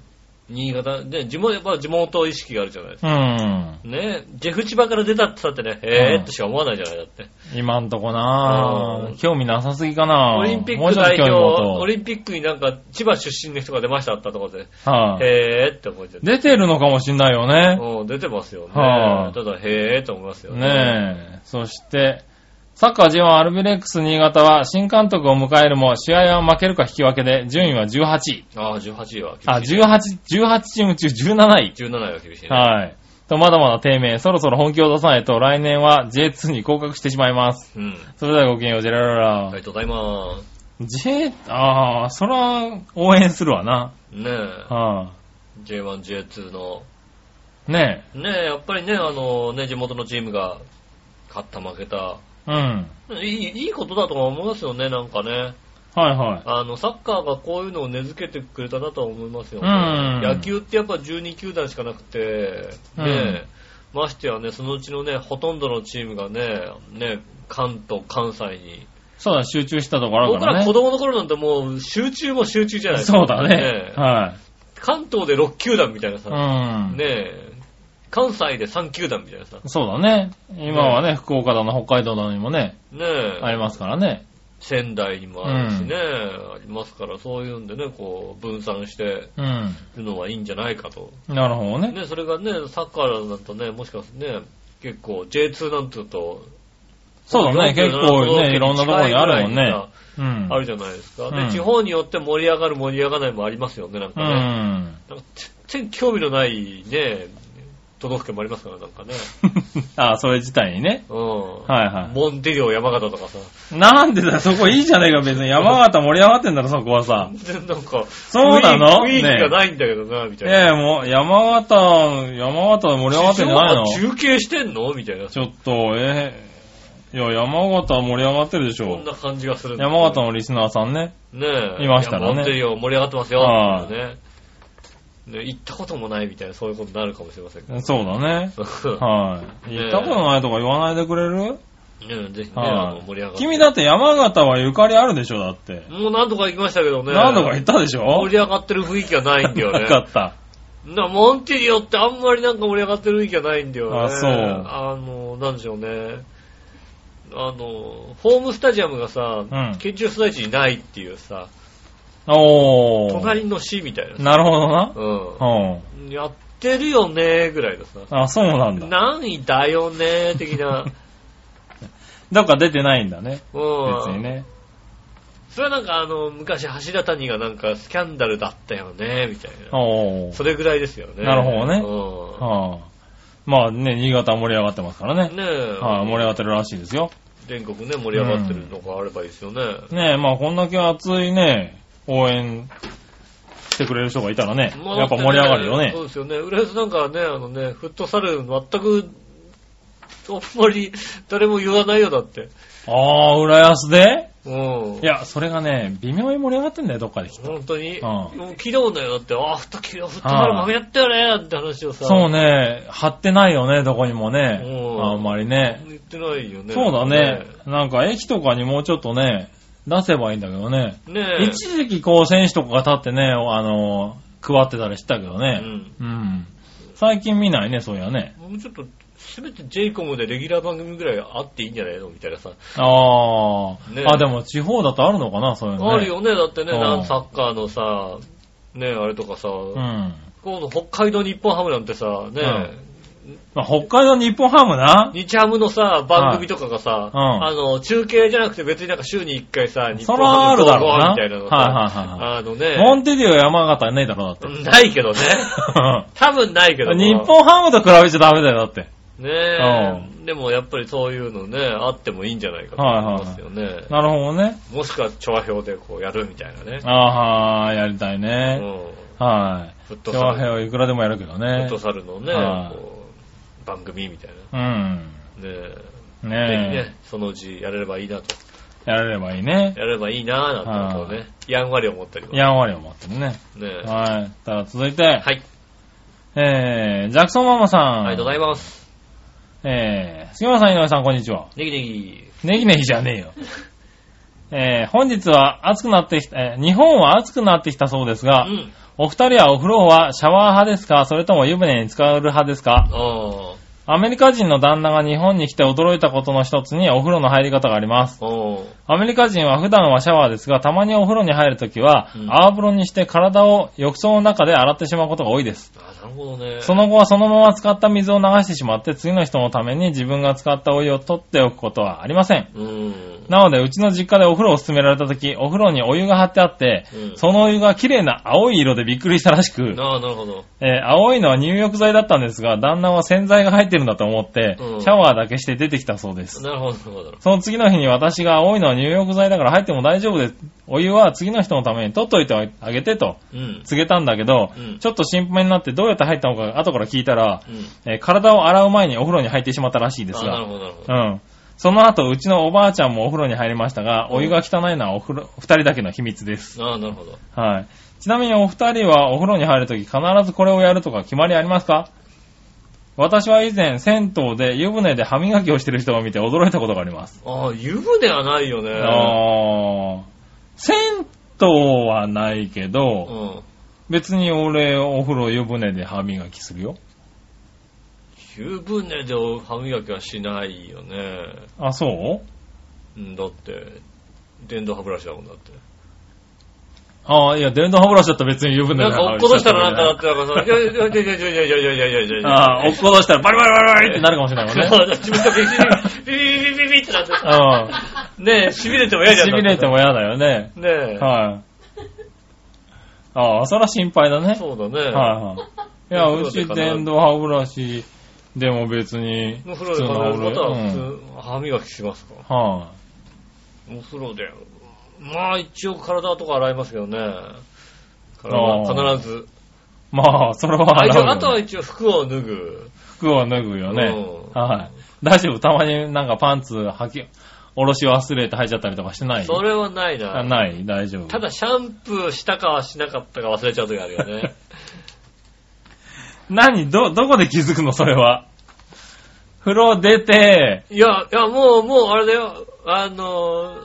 [SPEAKER 2] 新潟、で、地元、やっぱ地元意識があるじゃないですか。
[SPEAKER 3] うん。
[SPEAKER 2] ねジェフ千葉から出たって言ったってね、えーってしか思わないじゃないだって。
[SPEAKER 3] 今んとこな
[SPEAKER 2] う
[SPEAKER 3] ぁ
[SPEAKER 2] ん。
[SPEAKER 3] 興味なさすぎかなぁ。
[SPEAKER 2] オリンピッ
[SPEAKER 3] もう
[SPEAKER 2] ク
[SPEAKER 3] ちょっと
[SPEAKER 2] 代
[SPEAKER 3] 興味
[SPEAKER 2] 表、
[SPEAKER 3] 持とう
[SPEAKER 2] オリンピックになんか千葉出身の人が出ましたったところで、
[SPEAKER 3] はい、
[SPEAKER 2] へーって思っちゃって。
[SPEAKER 3] 出てるのかもしんないよね。
[SPEAKER 2] うん、出てますよね。
[SPEAKER 3] はい
[SPEAKER 2] ただ、へーって思いますよね。
[SPEAKER 3] ねえ。そして、サッカー G1 アルビレックス新潟は新監督を迎えるも試合は負けるか引き分けで順位は18位。
[SPEAKER 2] ああ、18位は厳しい。
[SPEAKER 3] あ、18、18チーム中17位。
[SPEAKER 2] 17位は厳しいね。
[SPEAKER 3] はい。と、まだまだ低迷。そろそろ本気を出さないと来年は J2 に降格してしまいます。
[SPEAKER 2] うん。
[SPEAKER 3] それではごきげんよう、ジェララ
[SPEAKER 2] あ
[SPEAKER 3] ラ。
[SPEAKER 2] りがとうございます。
[SPEAKER 3] J、あー、そら、応援するわな。
[SPEAKER 2] ねえ、
[SPEAKER 3] は
[SPEAKER 2] J1、J2 の、
[SPEAKER 3] い。ね
[SPEAKER 2] ねえ、やっぱりね、あのね、地元のチームが勝った、負けた、
[SPEAKER 3] え。うん。
[SPEAKER 2] いいいいことだとは思いますよね、なんかね。
[SPEAKER 3] はいはい。
[SPEAKER 2] あの、サッカーがこういうのを根付けてくれたなとは思いますよ、
[SPEAKER 3] うん
[SPEAKER 2] 野球ってやっぱ12球団しかなくて、
[SPEAKER 3] うん
[SPEAKER 2] ねましてやね、そのうちのね、ほとんどのチームがね、ね、関東、関西に。
[SPEAKER 3] そうだ、集中したところある
[SPEAKER 2] 僕
[SPEAKER 3] からね。
[SPEAKER 2] ら子供の頃なんてもう集中も集中じゃないですか。
[SPEAKER 3] そうだね。は。
[SPEAKER 2] 関東で6球団みたいないさ、
[SPEAKER 3] うん。
[SPEAKER 2] ねえ、関西で3球団みたいなさ、
[SPEAKER 3] そうだね。今はね、福岡だの、北海道だのにもね、
[SPEAKER 2] ねえ、
[SPEAKER 3] ありますからね。
[SPEAKER 2] 仙台にもあるしね、ありますから、そういうんでね、こう、分散して
[SPEAKER 3] うん。
[SPEAKER 2] るのはいいんじゃないかと。
[SPEAKER 3] なるほどね。
[SPEAKER 2] ね、それがね、サッカーだとね、もしかしてね、結構 J2 なんていうと、
[SPEAKER 3] そうだね、結構ね、いろんなところにあるもん
[SPEAKER 2] 近いぐらいに。
[SPEAKER 3] ね
[SPEAKER 2] さ
[SPEAKER 3] うん。
[SPEAKER 2] あるじゃないですか。で、
[SPEAKER 3] うん
[SPEAKER 2] 地方によって盛り上がる盛り上がらないもありますよね、なんか
[SPEAKER 3] う
[SPEAKER 2] ね。
[SPEAKER 3] ん。
[SPEAKER 2] なんか全然興味のないね、都道府県もありますから、なんかね。
[SPEAKER 3] あ、それ自体にね。
[SPEAKER 2] うん。
[SPEAKER 3] はいは
[SPEAKER 2] モンデリオ山形とかさ。
[SPEAKER 3] い。なんでだ、そこいいじゃねえか、別に。山形盛り上がってんだろ、そこはさ。
[SPEAKER 2] 全然なんか、
[SPEAKER 3] そうなの
[SPEAKER 2] 雰囲気雰囲気が
[SPEAKER 3] ね
[SPEAKER 2] ないんだけどな、みたいな。
[SPEAKER 3] ええ、もう、山形、山形盛り上がってんじゃないの
[SPEAKER 2] 地上波中継してんのみたいな。
[SPEAKER 3] ちょっと、ええいや、山形盛り上がってるでし
[SPEAKER 2] そ
[SPEAKER 3] ょ
[SPEAKER 2] ん。な感じがするんだよね
[SPEAKER 3] 山形のリスナーさんね。
[SPEAKER 2] ねえ。
[SPEAKER 3] いました
[SPEAKER 2] いや
[SPEAKER 3] らね
[SPEAKER 2] モンデリオ盛り上がってますよ。
[SPEAKER 3] は
[SPEAKER 2] みた
[SPEAKER 3] い
[SPEAKER 2] いなね。ね、行ったこともないみたいな、そういうことになるかもしれませんけど。
[SPEAKER 3] そうだね。はい。行ったことないとか言わないでくれる
[SPEAKER 2] ねぜひね、
[SPEAKER 3] はい
[SPEAKER 2] あの、盛り上がって。
[SPEAKER 3] 君だって山形はゆかりあるでしょ、だって。
[SPEAKER 2] もう何度か行きましたけどね。
[SPEAKER 3] 何度か言ったでしょ
[SPEAKER 2] 盛り上がってる雰囲気がないんだよね。
[SPEAKER 3] なかった。
[SPEAKER 2] な、モンテリオってあんまりなんか盛り上がってる雰囲気がないんだよね。
[SPEAKER 3] あそう
[SPEAKER 2] あの、なんでしょうね。あの、ホームスタジアムがさ、
[SPEAKER 3] うん
[SPEAKER 2] 県庁所在地にないっていうさ、
[SPEAKER 3] おー。
[SPEAKER 2] 隣の市みたいなさ。
[SPEAKER 3] なるほどな。
[SPEAKER 2] う
[SPEAKER 3] うん。
[SPEAKER 2] ん。やってるよね、ぐらいのさ。
[SPEAKER 3] あ、そうなんだ。
[SPEAKER 2] 何だよね、的 な。
[SPEAKER 3] だから出てないんだね。
[SPEAKER 2] う
[SPEAKER 3] 別
[SPEAKER 2] ん。
[SPEAKER 3] にね。
[SPEAKER 2] それはなんかあの、昔柱谷がなんかスキャンダルだったよね、みたいな。
[SPEAKER 3] おー。
[SPEAKER 2] それぐらいですよね。
[SPEAKER 3] なるほどね
[SPEAKER 2] うん。
[SPEAKER 3] はあ。まあね、新潟は盛り上がってますからね。
[SPEAKER 2] ねえ。
[SPEAKER 3] はい、盛り上がってるらしいですよ。
[SPEAKER 2] 全国ね、盛り上がってるのがあればいいですよね。
[SPEAKER 3] ねえ、まあこんだけ熱いね、応援してくれる人がいたらね、
[SPEAKER 2] まあ
[SPEAKER 3] やっぱ盛り上がるよね
[SPEAKER 2] そう。ですよね。浦安なんかはね、あのね、フットサル全く、あんまり誰も言わないよだって。
[SPEAKER 3] ああ、浦安で
[SPEAKER 2] うん。
[SPEAKER 3] いや、それがね、微妙に盛り上がってんだよ、どっかできっと。
[SPEAKER 2] 本当に、
[SPEAKER 3] ん
[SPEAKER 2] もう昨日だよ、だって、ああ、ふっと昨日、フットサル負けやったよね、なんて話をさ、
[SPEAKER 3] そうね、張ってないよね、どこにもね
[SPEAKER 2] う。ん
[SPEAKER 3] あんまりね。
[SPEAKER 2] 言ってないよね。
[SPEAKER 3] そうだね。なんか駅とかにもうちょっとね、出せばいいんだけどね。
[SPEAKER 2] ね。ねえ。
[SPEAKER 3] 一時期こう選手とかが立ってね、あの、加わってたりしたけど
[SPEAKER 2] う
[SPEAKER 3] ね。
[SPEAKER 2] ん
[SPEAKER 3] うん。最近見ないね、そういやね。
[SPEAKER 2] もうちょっと、すべて j コムでレギュラー番組ぐらいあっていいんじゃないのみたいなさ。
[SPEAKER 3] あ
[SPEAKER 2] ね
[SPEAKER 3] あ。あ、でも地方だとあるのかな、そういうのね。
[SPEAKER 2] あるよね、だってね、
[SPEAKER 3] うん
[SPEAKER 2] なんサッカーのさ、ねえ、あれとかさ、
[SPEAKER 3] うん。
[SPEAKER 2] 今度北海道日本ハムなんてさ、ねえ、
[SPEAKER 3] まあ北海道日本ハムな。
[SPEAKER 2] 日ハムのさ、番組とかがさ、
[SPEAKER 3] うん
[SPEAKER 2] あの、中継じゃなくて別になんか週に1回さ、日
[SPEAKER 3] そ
[SPEAKER 2] 本
[SPEAKER 3] ら
[SPEAKER 2] ハ
[SPEAKER 3] あ
[SPEAKER 2] ム
[SPEAKER 3] る
[SPEAKER 2] の
[SPEAKER 3] だろう
[SPEAKER 2] ゴー
[SPEAKER 3] な。
[SPEAKER 2] みたいなのさ、
[SPEAKER 3] はいはいはいはい
[SPEAKER 2] あの
[SPEAKER 3] モ
[SPEAKER 2] ね、
[SPEAKER 3] ンテディオ山形ねえだろ、だって。
[SPEAKER 2] ないけど ね。多分ないけども
[SPEAKER 3] 日本ハムと比べちゃダメだよ、だって。
[SPEAKER 2] ねえ、でもやっぱりそういうのね、あってもいいんじゃないかと思いますよね。
[SPEAKER 3] なるほどね。
[SPEAKER 2] もしくは調和表でこうやるみたいなね。
[SPEAKER 3] あーはー、やりたいうね。
[SPEAKER 2] ん。
[SPEAKER 3] は
[SPEAKER 2] フッ
[SPEAKER 3] い。
[SPEAKER 2] ト
[SPEAKER 3] 長
[SPEAKER 2] サ
[SPEAKER 3] 編
[SPEAKER 2] ル、
[SPEAKER 3] はいくらでもやるけど
[SPEAKER 2] フ
[SPEAKER 3] ね
[SPEAKER 2] ット。サルのね、
[SPEAKER 3] はい
[SPEAKER 2] こう番組みたいな。ね
[SPEAKER 3] うん。
[SPEAKER 2] え、ぜひ
[SPEAKER 3] ね
[SPEAKER 2] ね、そのうちやれればいいなと。
[SPEAKER 3] え。やれればいいね。
[SPEAKER 2] やれればいいなぁなんてことをね、やんわり思ったりとか。
[SPEAKER 3] やんわり思ってるね。
[SPEAKER 2] ねえ。
[SPEAKER 3] はい。ただ続いて、
[SPEAKER 2] はい。
[SPEAKER 3] えー、ジャクソンママさん。
[SPEAKER 2] ありがとうございます。
[SPEAKER 3] えー、杉村さん、井上さん、こんにちは。
[SPEAKER 2] ネギネギ。
[SPEAKER 3] ネギネギじゃねえよ。えー、本日は暑くなってきた、えー日本は暑くなってきたそうです
[SPEAKER 2] う
[SPEAKER 3] が、
[SPEAKER 2] ん。
[SPEAKER 3] お二人はお風呂はシャワー派ですかそれとも湯船に浸かる派ですか
[SPEAKER 2] あ
[SPEAKER 3] アメリカ人の旦那が日本に来て驚いたことの一つにお風呂の入り方があります。
[SPEAKER 2] あ。おー
[SPEAKER 3] アメリカ人は普段はシャワーですが、たまにお風呂に入るときは
[SPEAKER 2] うん、
[SPEAKER 3] 泡風呂にして体を浴槽の中で洗ってしまうことが多いです。
[SPEAKER 2] あ、なるほどね。
[SPEAKER 3] その後はそのまま使った水を流してしまって、次の人のために自分が使ったお湯を取っておくことはありません。
[SPEAKER 2] うん。
[SPEAKER 3] なので、うちの実家でお風呂を勧められた時、お風呂にお湯が張ってあって、
[SPEAKER 2] うん
[SPEAKER 3] そのお湯が綺麗な青い色でびっくりしたらしく、
[SPEAKER 2] ああ、なるほど。
[SPEAKER 3] えー青いのは入浴剤だったんですが、旦那は洗剤が入ってるんだと思って、
[SPEAKER 2] うん
[SPEAKER 3] シャワーだけして出てきたそうです。
[SPEAKER 2] なるほど、なるほど。
[SPEAKER 3] その次の日に私が青いのは入浴剤だから入っても大丈夫です。お湯は次の人のために取っといてあげてと
[SPEAKER 2] うん。
[SPEAKER 3] 告げたんだけど、
[SPEAKER 2] うん
[SPEAKER 3] ちょっと心配になってどうやって入ったのか後から聞いたら、
[SPEAKER 2] うん。
[SPEAKER 3] えー体を洗う前にお風呂に入ってしまったらしいです
[SPEAKER 2] ああ、なる
[SPEAKER 3] が、
[SPEAKER 2] ほど、なるほ
[SPEAKER 3] う
[SPEAKER 2] ど。
[SPEAKER 3] ん。その後、うちのおばあちゃんもお風呂に入りましたが、お湯が汚いのはお風呂、二人だけの秘密です。
[SPEAKER 2] ああ、なるほど。
[SPEAKER 3] はい。ちなみにお二人はお風呂に入るとき必ずこれをやるとか決まりありますか私は以前、銭湯で湯船で歯磨きをしてる人を見て驚いたことがあります。
[SPEAKER 2] ああ、湯船はないよね。
[SPEAKER 3] あー。銭湯はないけ
[SPEAKER 2] う
[SPEAKER 3] ど、
[SPEAKER 2] ん。
[SPEAKER 3] 別に俺、お風呂湯船で歯磨きするよ。
[SPEAKER 2] 湯船で歯磨きはしないよね。
[SPEAKER 3] あ、そう
[SPEAKER 2] うん、だって、電動歯ブラシだもんだって。
[SPEAKER 3] ああ、いや、電動歯ブラシだったら別に湯船
[SPEAKER 2] なん
[SPEAKER 3] で
[SPEAKER 2] か
[SPEAKER 3] 歯
[SPEAKER 2] 落っ
[SPEAKER 3] 磨き
[SPEAKER 2] ことした
[SPEAKER 3] も
[SPEAKER 2] ら
[SPEAKER 3] いい
[SPEAKER 2] なんかだって、なんかさ、いやいやいやいやいやいやいやいやいやいやいや。
[SPEAKER 3] ああ、落っことしたらバリバリバリバリってなるかもしれないもんね。
[SPEAKER 2] そう自分がビビビビビビビビってなって
[SPEAKER 3] う。ん。
[SPEAKER 2] ねえ、痺れても嫌じゃん。
[SPEAKER 3] しびれても嫌だよね。
[SPEAKER 2] ねえ。
[SPEAKER 3] はい。ああ、そら心配だね。
[SPEAKER 2] そうだね。
[SPEAKER 3] はいはい。いや、
[SPEAKER 2] お
[SPEAKER 3] う
[SPEAKER 2] 風呂で
[SPEAKER 3] ち
[SPEAKER 2] かな
[SPEAKER 3] 電動歯ブラシでも別に、
[SPEAKER 2] お風呂で必ずまた
[SPEAKER 3] う
[SPEAKER 2] は普
[SPEAKER 3] ん。
[SPEAKER 2] 通、歯磨きしますか
[SPEAKER 3] は
[SPEAKER 2] お風呂で。まあ一応体とか洗いますけどね。体
[SPEAKER 3] あ
[SPEAKER 2] は
[SPEAKER 3] あ
[SPEAKER 2] 必ず。
[SPEAKER 3] い。まあ、それは
[SPEAKER 2] あ
[SPEAKER 3] 洗
[SPEAKER 2] 一
[SPEAKER 3] うよね
[SPEAKER 2] 応あとは一応服を脱ぐ。
[SPEAKER 3] 服を脱ぐよね。
[SPEAKER 2] うん
[SPEAKER 3] はい。大丈夫たまになんかパンツ履き、おろし忘れて履いちゃったりとかしてない
[SPEAKER 2] それはないな。
[SPEAKER 3] あない大丈夫。
[SPEAKER 2] ただシャンプーしたかはしなかったか忘れちゃう時あるよ ね。
[SPEAKER 3] 何ど、どこで気づくのそれは。風呂出て、
[SPEAKER 2] いや、いや、もう、もう、あれだよ。あのー、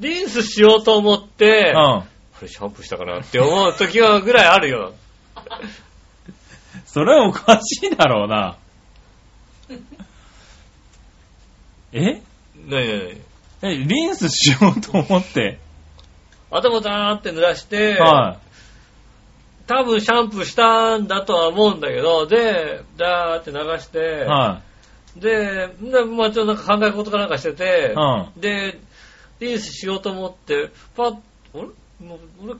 [SPEAKER 2] リンスしようと思って、
[SPEAKER 3] うん。
[SPEAKER 2] これシャンプーしたかなって思う時はぐらいあるよ。
[SPEAKER 3] それはおかしいだろ うな。え
[SPEAKER 2] なになに
[SPEAKER 3] え、リンスしようと思って。
[SPEAKER 2] 頭だーって濡らして、
[SPEAKER 3] は
[SPEAKER 2] 多分シャンプーしたんだとは思うんだけど、で、だーって流して、
[SPEAKER 3] い。は
[SPEAKER 2] で、でまあちょっとなんか考え事かなんかしてて、
[SPEAKER 3] うん
[SPEAKER 2] で、リンスしようと思って、パッ、あれもう俺、お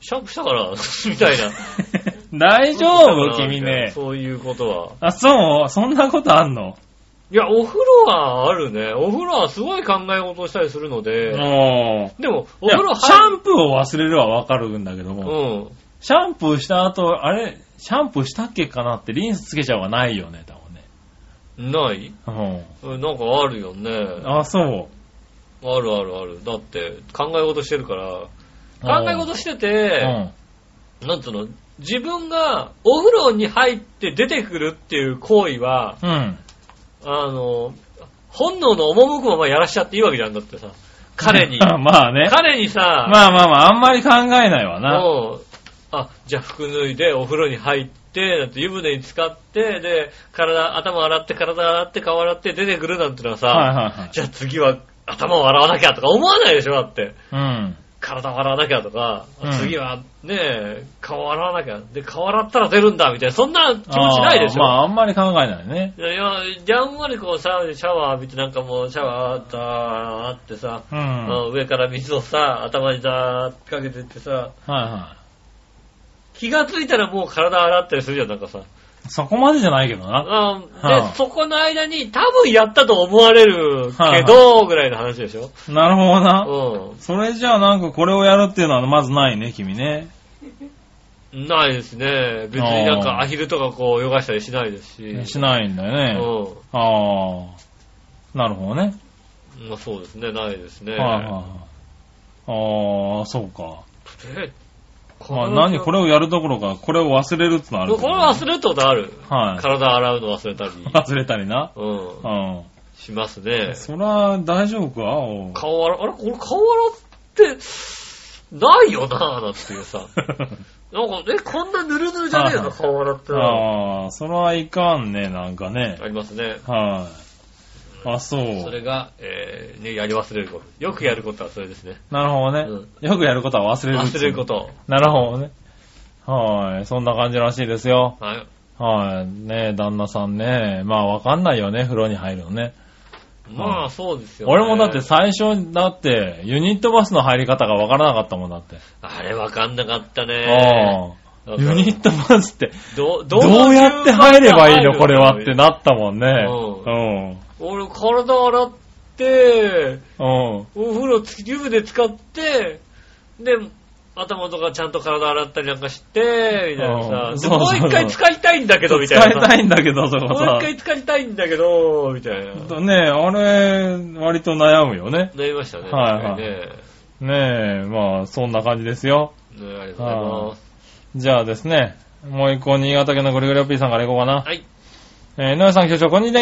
[SPEAKER 2] シャンプーしたから みたいな。
[SPEAKER 3] い。 大丈
[SPEAKER 2] だ
[SPEAKER 3] 夫
[SPEAKER 2] から
[SPEAKER 3] 君ね。
[SPEAKER 2] そういうことは。
[SPEAKER 3] あ、そうそんなことあんの
[SPEAKER 2] いや、お風呂はあるね。お風呂はすごい考え事をしたりするので、
[SPEAKER 3] おー
[SPEAKER 2] でも、お
[SPEAKER 3] いや
[SPEAKER 2] 風呂
[SPEAKER 3] シャ
[SPEAKER 2] 入
[SPEAKER 3] ンプーを忘れるはわかるんだけども、
[SPEAKER 2] うん。
[SPEAKER 3] シャンプーした後、あれ、シャンプーしたっけかなってリンスつけちゃうはないよね、多
[SPEAKER 2] ない
[SPEAKER 3] 分ね。
[SPEAKER 2] うんなんかあるよね。
[SPEAKER 3] うん。
[SPEAKER 2] あ
[SPEAKER 3] あ、そう。
[SPEAKER 2] るあるある。だって、考え事してるから、
[SPEAKER 3] あー
[SPEAKER 2] 考え事して
[SPEAKER 3] う
[SPEAKER 2] て、
[SPEAKER 3] ん。
[SPEAKER 2] なんつうの、自分がお風呂に入って出てくるっていう行為は、
[SPEAKER 3] うん。
[SPEAKER 2] あの、本能の赴くままやらしちゃっていいわけじゃんだってさ、彼に。
[SPEAKER 3] まあね。
[SPEAKER 2] 彼にさ、
[SPEAKER 3] まあまあまあ、あんまり考えないわな。
[SPEAKER 2] もう、あ、じゃあ服脱いでお風呂に入って、だって湯船に浸かって、で、体、頭洗って、体洗って、顔洗って出てくるなんてのはさ、
[SPEAKER 3] はいはい
[SPEAKER 2] じゃあ次は頭を洗わなきゃとか思わないでしょだって。
[SPEAKER 3] はい。
[SPEAKER 2] 体を洗わなきゃとか、あ
[SPEAKER 3] うん
[SPEAKER 2] 次はねえ、顔を洗わなきゃ。で、顔洗ったら出るんだ、みたいな、そんな気
[SPEAKER 3] う
[SPEAKER 2] 持
[SPEAKER 3] ん。
[SPEAKER 2] ちないでしょ
[SPEAKER 3] あーまあ、あんまり考えないね。
[SPEAKER 2] いや、やんわりこうさ、シャワー浴びてなんかもうシャワーだーってさ、
[SPEAKER 3] うん。
[SPEAKER 2] あ
[SPEAKER 3] は
[SPEAKER 2] の上から水をさ、頭にだーってかけてってさ、
[SPEAKER 3] いは
[SPEAKER 2] 気がついたらもう体洗ったりするじゃん、なんかさ。
[SPEAKER 3] い。そこまでじゃないけどな。
[SPEAKER 2] あ
[SPEAKER 3] はあ
[SPEAKER 2] で、そこの間に多分やったと思われるけど、ぐらいの話でしょ。
[SPEAKER 3] なるほどな。
[SPEAKER 2] う
[SPEAKER 3] それじゃあなんかこれをやるっていうのはまずないね、君ね。
[SPEAKER 2] ん。ないですね。別になんか
[SPEAKER 3] あー
[SPEAKER 2] アヒルとかこう泳がしたりしないですし。
[SPEAKER 3] しないんだよね。
[SPEAKER 2] う
[SPEAKER 3] ああ。なるほどね。
[SPEAKER 2] ん。まあそうですね、ないですね。
[SPEAKER 3] はいはいはい。ああ、そうか。
[SPEAKER 2] え
[SPEAKER 3] まあ何、これをやるどころか、これを忘れるってのはあるけ
[SPEAKER 2] こ
[SPEAKER 3] ど
[SPEAKER 2] れ
[SPEAKER 3] ね
[SPEAKER 2] 忘れるってことある。
[SPEAKER 3] は
[SPEAKER 2] 体洗うの忘れ たり。
[SPEAKER 3] い。忘れたりな。
[SPEAKER 2] うん
[SPEAKER 3] う。ん。
[SPEAKER 2] しますね。
[SPEAKER 3] そら、大丈夫かおう
[SPEAKER 2] 顔洗、あれこれ顔洗って、ないよなぁ、なんていう さ。なんか、え、こんなぬるぬるじゃねえ
[SPEAKER 3] はい
[SPEAKER 2] の
[SPEAKER 3] はい
[SPEAKER 2] 顔洗ってな。
[SPEAKER 3] ああ、それはいかんね、なんかね
[SPEAKER 2] あ。りますね。
[SPEAKER 3] はい。あ、そう。
[SPEAKER 2] それが、えー、ね、やり忘れること。よくやることはそれですね。
[SPEAKER 3] なるほどね。よくやることは忘れる。
[SPEAKER 2] 忘れるこ。と。
[SPEAKER 3] なるほどね。はい。そんな感じらしいですよ。
[SPEAKER 2] はい。
[SPEAKER 3] はい。ね旦那さんね。まあ、わかんないよね、風呂に入るのね。
[SPEAKER 2] まあ、そうですよ、ね。
[SPEAKER 3] 俺もだって、最初、だって、ユニットバスの入り方がわからなかったもんだって。
[SPEAKER 2] あれわかんなかったね。
[SPEAKER 3] ああ
[SPEAKER 2] だから
[SPEAKER 3] ユニットバスって、
[SPEAKER 2] ど
[SPEAKER 3] どうやって入ればいいの、これはって。なったもんね。
[SPEAKER 2] う俺、体洗って、
[SPEAKER 3] うん。うん。
[SPEAKER 2] お風呂つ、湯船使って、で、頭とかちゃんと体洗ったりなんかして、みたいな
[SPEAKER 3] うん
[SPEAKER 2] さ、で
[SPEAKER 3] そう
[SPEAKER 2] もう
[SPEAKER 3] そうそう
[SPEAKER 2] 一回使いたいんだけど、みた
[SPEAKER 3] 使
[SPEAKER 2] い
[SPEAKER 3] い
[SPEAKER 2] な
[SPEAKER 3] た
[SPEAKER 2] さ。
[SPEAKER 3] いんだけど、そこ
[SPEAKER 2] もう
[SPEAKER 3] さ
[SPEAKER 2] 一。回使いたいんだけど、みたいな。
[SPEAKER 3] ねえ、あれ、割と悩むよね。
[SPEAKER 2] なりましたね。
[SPEAKER 3] はいはい
[SPEAKER 2] 確かにね。
[SPEAKER 3] ねえ、まあ、そんな感じですよ。
[SPEAKER 2] ねありがとうございます。
[SPEAKER 3] じゃあですね、もう一個、新潟県のゴリゴリオッピーさんからいこうかな。
[SPEAKER 2] はい。
[SPEAKER 3] えー、井上さん、局長、こんにちは。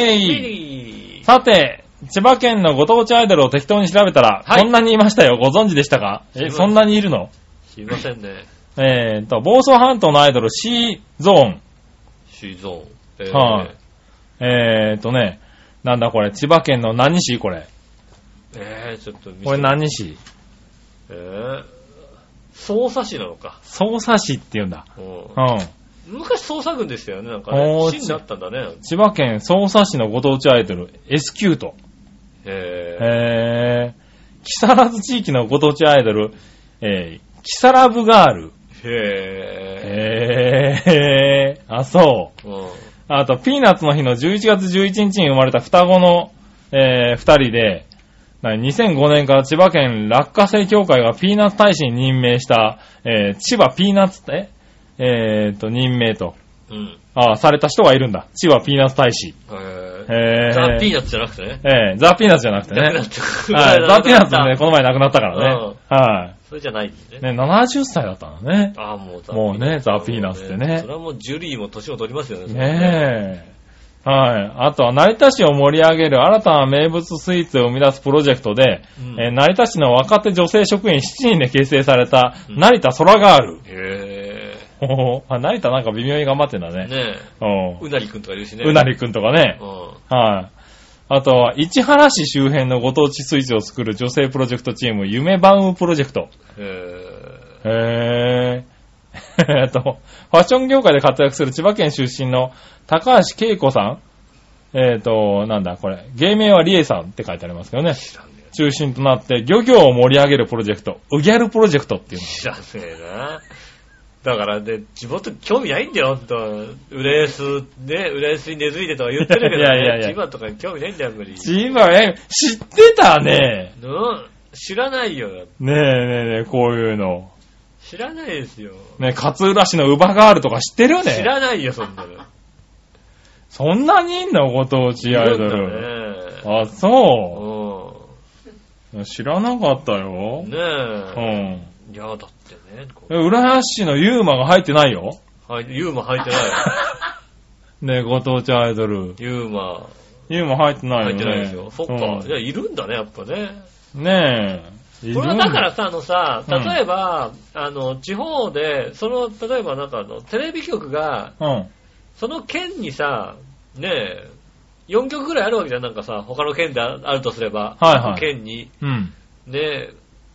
[SPEAKER 2] い
[SPEAKER 3] さて、千葉県のご当地アイドルを適当に調べたら、
[SPEAKER 2] はい
[SPEAKER 3] こんなにいましたよ。ご存知でしたか
[SPEAKER 2] 知り
[SPEAKER 3] え、
[SPEAKER 2] ません
[SPEAKER 3] そんなにいるの
[SPEAKER 2] 知りませんね。
[SPEAKER 3] えー、と、房総半島のアイドル C ゾーン。
[SPEAKER 2] シーゾーン。えー
[SPEAKER 3] はいえーとね、なんだこれ、千葉県の何市これ。
[SPEAKER 2] えー、ちょっと見せ
[SPEAKER 3] これ何市
[SPEAKER 2] えー、捜査士なのか。
[SPEAKER 3] 匝瑳市って言うんだ。
[SPEAKER 2] うん
[SPEAKER 3] うん。
[SPEAKER 2] 昔捜査軍でしたよね、なんかね
[SPEAKER 3] お。ー
[SPEAKER 2] 死になったんだね。
[SPEAKER 3] 千葉県匝瑳市のご当地アイドル、S キュート。
[SPEAKER 2] えー、
[SPEAKER 3] えー、木更津地域のご当地アイドル、えー、木更ブガール。
[SPEAKER 2] へ
[SPEAKER 3] えー、あ、そう。
[SPEAKER 2] ぇー。うん。
[SPEAKER 3] あと、ピーナッツの日の11月11日に生まれた双子の、えー、二人で、なに2005年から千葉県落花生協会がピーナッツ大使に任命した、えー、千葉ピーナッツ、ええー、と、任命と、
[SPEAKER 2] うん。
[SPEAKER 3] あされた人がいるんだ。千葉ピーナッツ大使。
[SPEAKER 2] えー、
[SPEAKER 3] えー、
[SPEAKER 2] ザ・ピーナッツじゃなくてね。
[SPEAKER 3] えー、ザ・ピーナッツじゃなくてね。
[SPEAKER 2] なくなった
[SPEAKER 3] はい、ザ・ピーナッツもね、
[SPEAKER 2] ね。
[SPEAKER 3] この前亡くなったからね。は
[SPEAKER 2] それじゃないんです
[SPEAKER 3] い。
[SPEAKER 2] ね。
[SPEAKER 3] ね、70歳だったのね。
[SPEAKER 2] ああ、もうザ・
[SPEAKER 3] もうねザピーナッツってね
[SPEAKER 2] それはもうジュリーも年を取りますよね。
[SPEAKER 3] ねえ。はい。あとは、成田市を盛り上げる新たな名物スイーツを生み出すプロジェクトで、
[SPEAKER 2] うん
[SPEAKER 3] えー成田市の若手女性職員7人で結成された、
[SPEAKER 2] うん
[SPEAKER 3] 成田空ガール。
[SPEAKER 2] それ。へ
[SPEAKER 3] おーあ成田なんか微妙に頑張ってんだ
[SPEAKER 2] ぇー。
[SPEAKER 3] ね。
[SPEAKER 2] ね
[SPEAKER 3] お
[SPEAKER 2] え。
[SPEAKER 3] う
[SPEAKER 2] うなりくんとかいるしね。
[SPEAKER 3] うなりくんとかね。
[SPEAKER 2] うん。
[SPEAKER 3] はい。あとは、市原市周辺のご当地スイーツを作る女性プロジェクトチーム、夢バウンプロジェクト。
[SPEAKER 2] え
[SPEAKER 3] へぇー。えっ と、ファッション業界で活躍する千葉県出身の高橋恵子さん。えっ、と、なんだ、これ。芸名はリエさんって書いてありますけどね
[SPEAKER 2] ー。。知らんねえ。
[SPEAKER 3] 中心となって、漁業を盛り上げるプロジェクト、ウギャルプロジェクトっていう
[SPEAKER 2] 知らねえな。だからね、地元興味ないんだよ、ほんと。ウレース、ね、ウレースに根付いてとか言ってるけど、ね、
[SPEAKER 3] いやいやいや
[SPEAKER 2] 千葉とかに興味ないんだよ、無理。
[SPEAKER 3] の。千葉、え、知ってたね。
[SPEAKER 2] うん知らないよ。
[SPEAKER 3] ねえねえねえ、こういうの。
[SPEAKER 2] 知らないですよ。
[SPEAKER 3] ねえ勝浦市のウバガールとか知ってるよ
[SPEAKER 2] 知
[SPEAKER 3] ね。
[SPEAKER 2] らないよ、そんなの。
[SPEAKER 3] そんなにいんのご当地アイドル。
[SPEAKER 2] ル
[SPEAKER 3] あ、そ
[SPEAKER 2] ね
[SPEAKER 3] う。知らなかったよ
[SPEAKER 2] え。。
[SPEAKER 3] う
[SPEAKER 2] ね
[SPEAKER 3] ん。
[SPEAKER 2] え。いや、だってね、こ
[SPEAKER 3] え浦安市のユーマが入ってないよ。
[SPEAKER 2] うはい、ユーマ入って ない。
[SPEAKER 3] ね、ご当地アイドル。
[SPEAKER 2] ユーマ
[SPEAKER 3] ユーマ入ってないよ、ね。
[SPEAKER 2] 入ってないですよ。そっか。
[SPEAKER 3] うん
[SPEAKER 2] いや、いるんだね、やっぱね。
[SPEAKER 3] ねえ。
[SPEAKER 2] これはだからさ、あのさ、
[SPEAKER 3] うん
[SPEAKER 2] 例えば、あの、地方で、その、例えばなんかあの、テレビ局が、
[SPEAKER 3] いるんだ。
[SPEAKER 2] その県にさ、ねえ、4局ぐらいあるわけじゃん、なんかさ、他の県でああるとすれば、
[SPEAKER 3] はいはい
[SPEAKER 2] 県に。
[SPEAKER 3] うん。うん。
[SPEAKER 2] ね、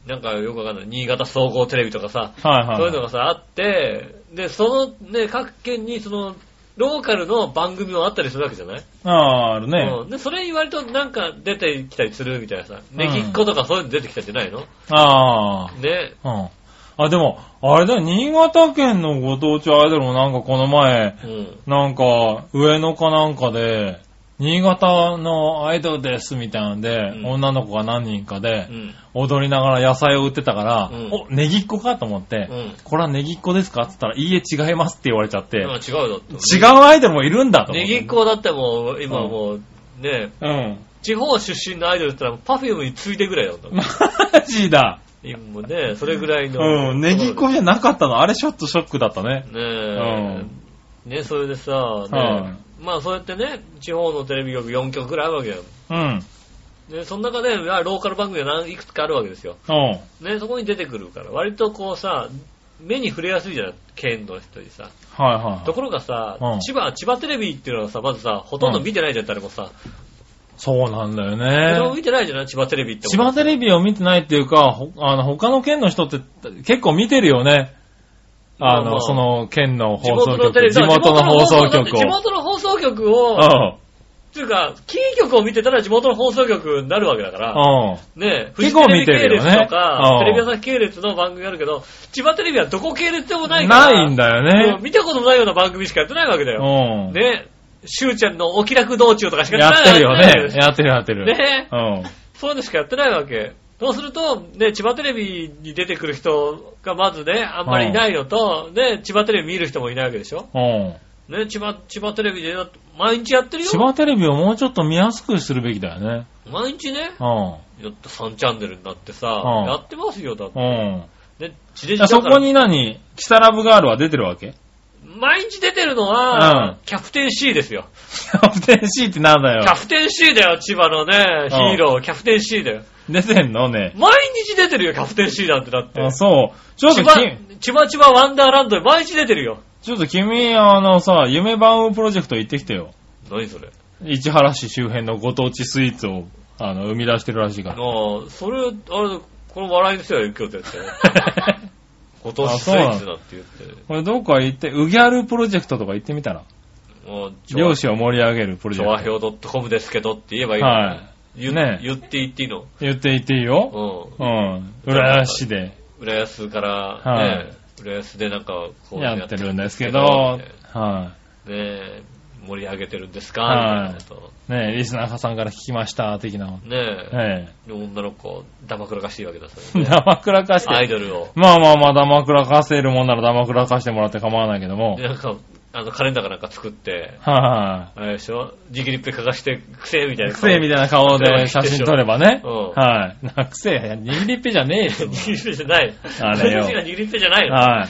[SPEAKER 2] なんかよくわかんない、新潟総合テレビとかさ、
[SPEAKER 3] はいはい。
[SPEAKER 2] そういうのがさ、あって、で、そのね、各県にその、ローカルの番組もあったりするわけじゃない、
[SPEAKER 3] あーあるね。
[SPEAKER 2] うんで、それに割となんか出てきたりするみたいなさ、
[SPEAKER 3] ん
[SPEAKER 2] ねぎっことかそういうの出てきたんじゃないの
[SPEAKER 3] ああ。
[SPEAKER 2] ね、
[SPEAKER 3] うん。あ、でも、あれだよ、新潟県のご当地アイドルもなんかこの前、
[SPEAKER 2] うん。
[SPEAKER 3] なんか、上野かなんかで、新潟のアイドルですみたいなんで、
[SPEAKER 2] ん
[SPEAKER 3] 女の子が何人かで
[SPEAKER 2] う、ん。
[SPEAKER 3] 踊りながら野菜を売ってたから、
[SPEAKER 2] うん
[SPEAKER 3] お、ネギっ子かと思って、
[SPEAKER 2] うん
[SPEAKER 3] これはネギっ子ですかって言ったら、いいえ、違いますって言われちゃって、
[SPEAKER 2] なんか違うだって。
[SPEAKER 3] 違うアイドルもいるんだと思
[SPEAKER 2] ね
[SPEAKER 3] って。
[SPEAKER 2] ぎっこだってもう、今もう、ね、
[SPEAKER 3] うん。
[SPEAKER 2] 地方出身のアイドルって言ったら、パフュームに次いでぐらいだったもん。
[SPEAKER 3] マジだ。
[SPEAKER 2] 今もね、それぐらいの。
[SPEAKER 3] うん、ネギっ子じゃなかったの。あれちょっとショックだったね。
[SPEAKER 2] ね
[SPEAKER 3] う
[SPEAKER 2] え、ねそれでさ、ね
[SPEAKER 3] は
[SPEAKER 2] まあそうやってね、地方のテレビ局4局ぐらいあるわけよ。
[SPEAKER 3] うん。
[SPEAKER 2] ね、その中で、まあローカル番組が何いくつかあるわけですよ。
[SPEAKER 3] うん。
[SPEAKER 2] ね、そこに出てくるから、割とこうさ、目に触れやすいじゃない県の人にさ。
[SPEAKER 3] はいはい
[SPEAKER 2] と。ころがさ、
[SPEAKER 3] うん
[SPEAKER 2] 千葉、千葉テレビっていうのはさ、まずさ、ほとんど見てないじゃん、誰もさ。
[SPEAKER 3] そうなんだよ
[SPEAKER 2] 誰も
[SPEAKER 3] ね。
[SPEAKER 2] 見てないじゃない千葉テレビって。
[SPEAKER 3] 千葉テレビを見てないっていうか、ほあの、他の県の人って結構見てるよね。
[SPEAKER 2] まあ
[SPEAKER 3] あ
[SPEAKER 2] ま
[SPEAKER 3] の、
[SPEAKER 2] あ
[SPEAKER 3] その県の
[SPEAKER 2] 地
[SPEAKER 3] 放
[SPEAKER 2] 元
[SPEAKER 3] 送
[SPEAKER 2] の
[SPEAKER 3] 局
[SPEAKER 2] テレ、ビ、
[SPEAKER 3] 地元の放送局
[SPEAKER 2] 地
[SPEAKER 3] を。
[SPEAKER 2] 元の放送局を、
[SPEAKER 3] うん。
[SPEAKER 2] っていうか、キー局を見てたら地元の放送局になるわけだから。
[SPEAKER 3] うん。
[SPEAKER 2] ねえ、フジテ
[SPEAKER 3] 結構
[SPEAKER 2] レビ
[SPEAKER 3] 見
[SPEAKER 2] 系
[SPEAKER 3] てる
[SPEAKER 2] 列
[SPEAKER 3] よね
[SPEAKER 2] とか、
[SPEAKER 3] うん
[SPEAKER 2] テレビ朝日系列の番組があるけど、千葉テレビはどこ系列でもないから、
[SPEAKER 3] ないんだ
[SPEAKER 2] も
[SPEAKER 3] よ
[SPEAKER 2] う
[SPEAKER 3] ね。
[SPEAKER 2] 見たこともないような番組しかやってないわけだよ。
[SPEAKER 3] うん。
[SPEAKER 2] ねえ、しゅうちゃんのお気楽道中とかしか
[SPEAKER 3] やってるよね。
[SPEAKER 2] や
[SPEAKER 3] やってるやって
[SPEAKER 2] って
[SPEAKER 3] る。
[SPEAKER 2] ないねえ、
[SPEAKER 3] うん。
[SPEAKER 2] そういうのしかやってないわけ。そうすると、ね、千葉テレビに出てくる人がまずね、あんまりいないのと、ね、千葉テレビ見る人もいないわけでしょ。
[SPEAKER 3] うん。
[SPEAKER 2] ね、千葉、千葉テレビでだって、毎日やってるよ。
[SPEAKER 3] 千葉テレビをもうちょっと見やすくするべきだよね。
[SPEAKER 2] 毎日ね、
[SPEAKER 3] う
[SPEAKER 2] やった3チャンネルになってさ、
[SPEAKER 3] うん
[SPEAKER 2] やってますよ、だって。
[SPEAKER 3] ん。うん。
[SPEAKER 2] ね、地デジ
[SPEAKER 3] じゃ
[SPEAKER 2] だ
[SPEAKER 3] あそ
[SPEAKER 2] から
[SPEAKER 3] こに何キサラブガールは出てるわけ
[SPEAKER 2] 毎日出てるのは、
[SPEAKER 3] うん
[SPEAKER 2] キャプテン C ですよ。
[SPEAKER 3] キャプテン C ってなんだ
[SPEAKER 2] キ
[SPEAKER 3] よ
[SPEAKER 2] ャ。プテン C だよ、千葉のね、ヒーロー、キャプテン C だよ。
[SPEAKER 3] 出てんのね。
[SPEAKER 2] 毎日出てるよ、キャプテン C なんて、だって
[SPEAKER 3] あ、。そう。ちょっ
[SPEAKER 2] 千
[SPEAKER 3] と
[SPEAKER 2] 葉
[SPEAKER 3] き、、
[SPEAKER 2] 千葉千葉ワンダーランドで毎日出てるよ。
[SPEAKER 3] ちょっと君、あのさ、夢番組プロジェクト行ってきてよ。
[SPEAKER 2] 何それ。
[SPEAKER 3] 市原市周辺のご当地スイーツを、あの、生み出してるらしい
[SPEAKER 2] あ
[SPEAKER 3] から。
[SPEAKER 2] あ、それ、あれ、これ笑いですよ、今日絶 対。今年スイーツだって言って。
[SPEAKER 3] これどっか行って、ウギャルプロジェクトとか行ってみたら。
[SPEAKER 2] もう、ちょ
[SPEAKER 3] 漁師を盛り上げるプロジ
[SPEAKER 2] ちょ
[SPEAKER 3] ェ
[SPEAKER 2] わ
[SPEAKER 3] ク
[SPEAKER 2] ひ
[SPEAKER 3] ト。
[SPEAKER 2] ょう .com ですけどって言えばいいのに
[SPEAKER 3] は
[SPEAKER 2] 言,、
[SPEAKER 3] ね
[SPEAKER 2] 言って言っていいの。
[SPEAKER 3] い。言って言っていいよ。
[SPEAKER 2] う
[SPEAKER 3] うん。浦安市で
[SPEAKER 2] ん。浦安から、
[SPEAKER 3] はい
[SPEAKER 2] ね、浦安でなんか、こう
[SPEAKER 3] やってるんですけど、
[SPEAKER 2] やってるんで
[SPEAKER 3] は
[SPEAKER 2] す
[SPEAKER 3] い。
[SPEAKER 2] けどね盛り上げてるんですか
[SPEAKER 3] はい
[SPEAKER 2] みたいなこ
[SPEAKER 3] ねえ、リスナーさんから聞きました、的な。
[SPEAKER 2] と。ね
[SPEAKER 3] え
[SPEAKER 2] で女の子、だまくらかしいわけだ、そ
[SPEAKER 3] え。
[SPEAKER 2] れね
[SPEAKER 3] ダマくらかし
[SPEAKER 2] アイ
[SPEAKER 3] て。
[SPEAKER 2] ドルを。
[SPEAKER 3] まあまあまあ、ダマくらかせるもんならダマくらかしてもらって構わないけども。はい、
[SPEAKER 2] で、なんか、あの、カレンダーかなんか作って、
[SPEAKER 3] は
[SPEAKER 2] あれでしょじきりっぺかかして、くせえみたい
[SPEAKER 3] い、
[SPEAKER 2] な。
[SPEAKER 3] くせえみたいな顔で写真撮ればね。
[SPEAKER 2] うん
[SPEAKER 3] はい。なくせえ、握りっぺじゃねえよ。
[SPEAKER 2] 握りっぺじゃない。
[SPEAKER 3] あれよ
[SPEAKER 2] 私が握りっぺじゃないの。
[SPEAKER 3] はい。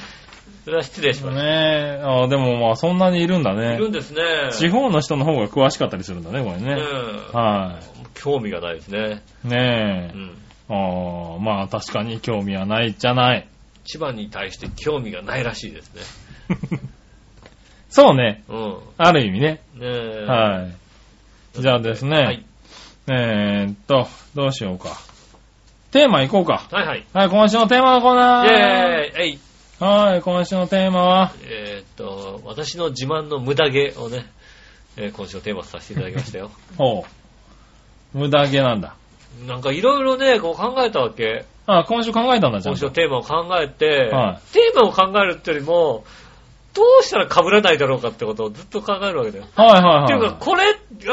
[SPEAKER 2] それは失礼しまし
[SPEAKER 3] ねえ、あでもまあそんなにいるん
[SPEAKER 2] た。
[SPEAKER 3] だ
[SPEAKER 2] い
[SPEAKER 3] ね。
[SPEAKER 2] るんですね。
[SPEAKER 3] 地方の人の方が詳しかったりするんだね、これ
[SPEAKER 2] う
[SPEAKER 3] ね。
[SPEAKER 2] ん
[SPEAKER 3] は
[SPEAKER 2] 興味がないですね。
[SPEAKER 3] い。
[SPEAKER 2] う
[SPEAKER 3] ねえ。
[SPEAKER 2] ん。
[SPEAKER 3] あーまあ確かに興味はないじゃない。
[SPEAKER 2] 千葉に対して興味がないらしいですね。
[SPEAKER 3] そうね。
[SPEAKER 2] うん。
[SPEAKER 3] ある意味ね。
[SPEAKER 2] ねえ。
[SPEAKER 3] はい。じゃあですね。
[SPEAKER 2] はい。
[SPEAKER 3] えーっと、どうしようか。テーマいこうか。
[SPEAKER 2] はいはい。
[SPEAKER 3] はい、今週のテーマのコーナー。
[SPEAKER 2] イェーイえい
[SPEAKER 3] はい、今週のテーマは、
[SPEAKER 2] えーっと、私の自慢の無駄毛をね、えー今週のテーマとさせていただきましたよ。
[SPEAKER 3] ほう。無駄毛なんだ。
[SPEAKER 2] なんかいろいろね、こう考えたわけ。
[SPEAKER 3] あ、今週考えたんだ、じゃん
[SPEAKER 2] 今週の
[SPEAKER 3] と。
[SPEAKER 2] テーマを考えて、
[SPEAKER 3] は
[SPEAKER 2] テーマを考えるってよりも、どうしたら被らないだろうかってことをずっと考えるわけだよ。
[SPEAKER 3] はいはいはい。
[SPEAKER 2] っていうか、これ、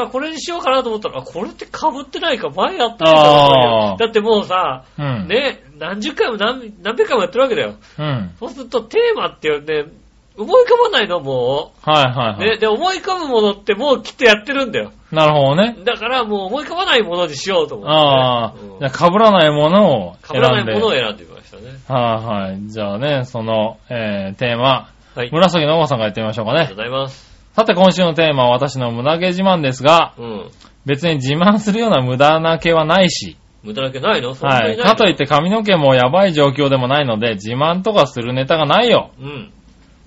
[SPEAKER 2] あこれにしようかなと思ったら、あ、これって被ってないか、前やったんだ
[SPEAKER 3] あー
[SPEAKER 2] だってもうさ、
[SPEAKER 3] うん。
[SPEAKER 2] ね、何十回も何何百回もやってるわけだよ。
[SPEAKER 3] うん。
[SPEAKER 2] そうするとテーマっていうね、思い浮かばないの、も
[SPEAKER 3] はいは
[SPEAKER 2] う。
[SPEAKER 3] いは
[SPEAKER 2] ね、
[SPEAKER 3] い。
[SPEAKER 2] で、思い浮かぶものってもうきっとやってるんだよ。
[SPEAKER 3] なるほどね。
[SPEAKER 2] だからもう思い浮かばないものにしようと思って、
[SPEAKER 3] ああ
[SPEAKER 2] うん、
[SPEAKER 3] じゃあ被らないものを
[SPEAKER 2] 被
[SPEAKER 3] 選んで。
[SPEAKER 2] らないものを選んでみましたね。
[SPEAKER 3] はいはい。じゃあね、その、えー、テーマ、
[SPEAKER 2] はい。あり
[SPEAKER 3] 紫のおばさんがやってみましょうか
[SPEAKER 2] がと
[SPEAKER 3] ね
[SPEAKER 2] う。ございます。
[SPEAKER 3] さて、今週のテーマは私の無駄毛自慢ですが、
[SPEAKER 2] うん。
[SPEAKER 3] 別に自慢するような無駄な毛はないし、
[SPEAKER 2] 無駄なけないのそんな
[SPEAKER 3] は。
[SPEAKER 2] にないいの
[SPEAKER 3] かといって髪の毛もやばい状況でもないので、自慢とかするネタがないよ。
[SPEAKER 2] うん。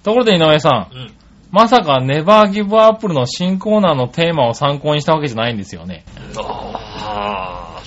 [SPEAKER 3] ところで井上さん、
[SPEAKER 2] うん。
[SPEAKER 3] まさかネバーギブアップルの新コーナーのテーマを参考にしたわけじゃないんですよね。
[SPEAKER 2] ああ。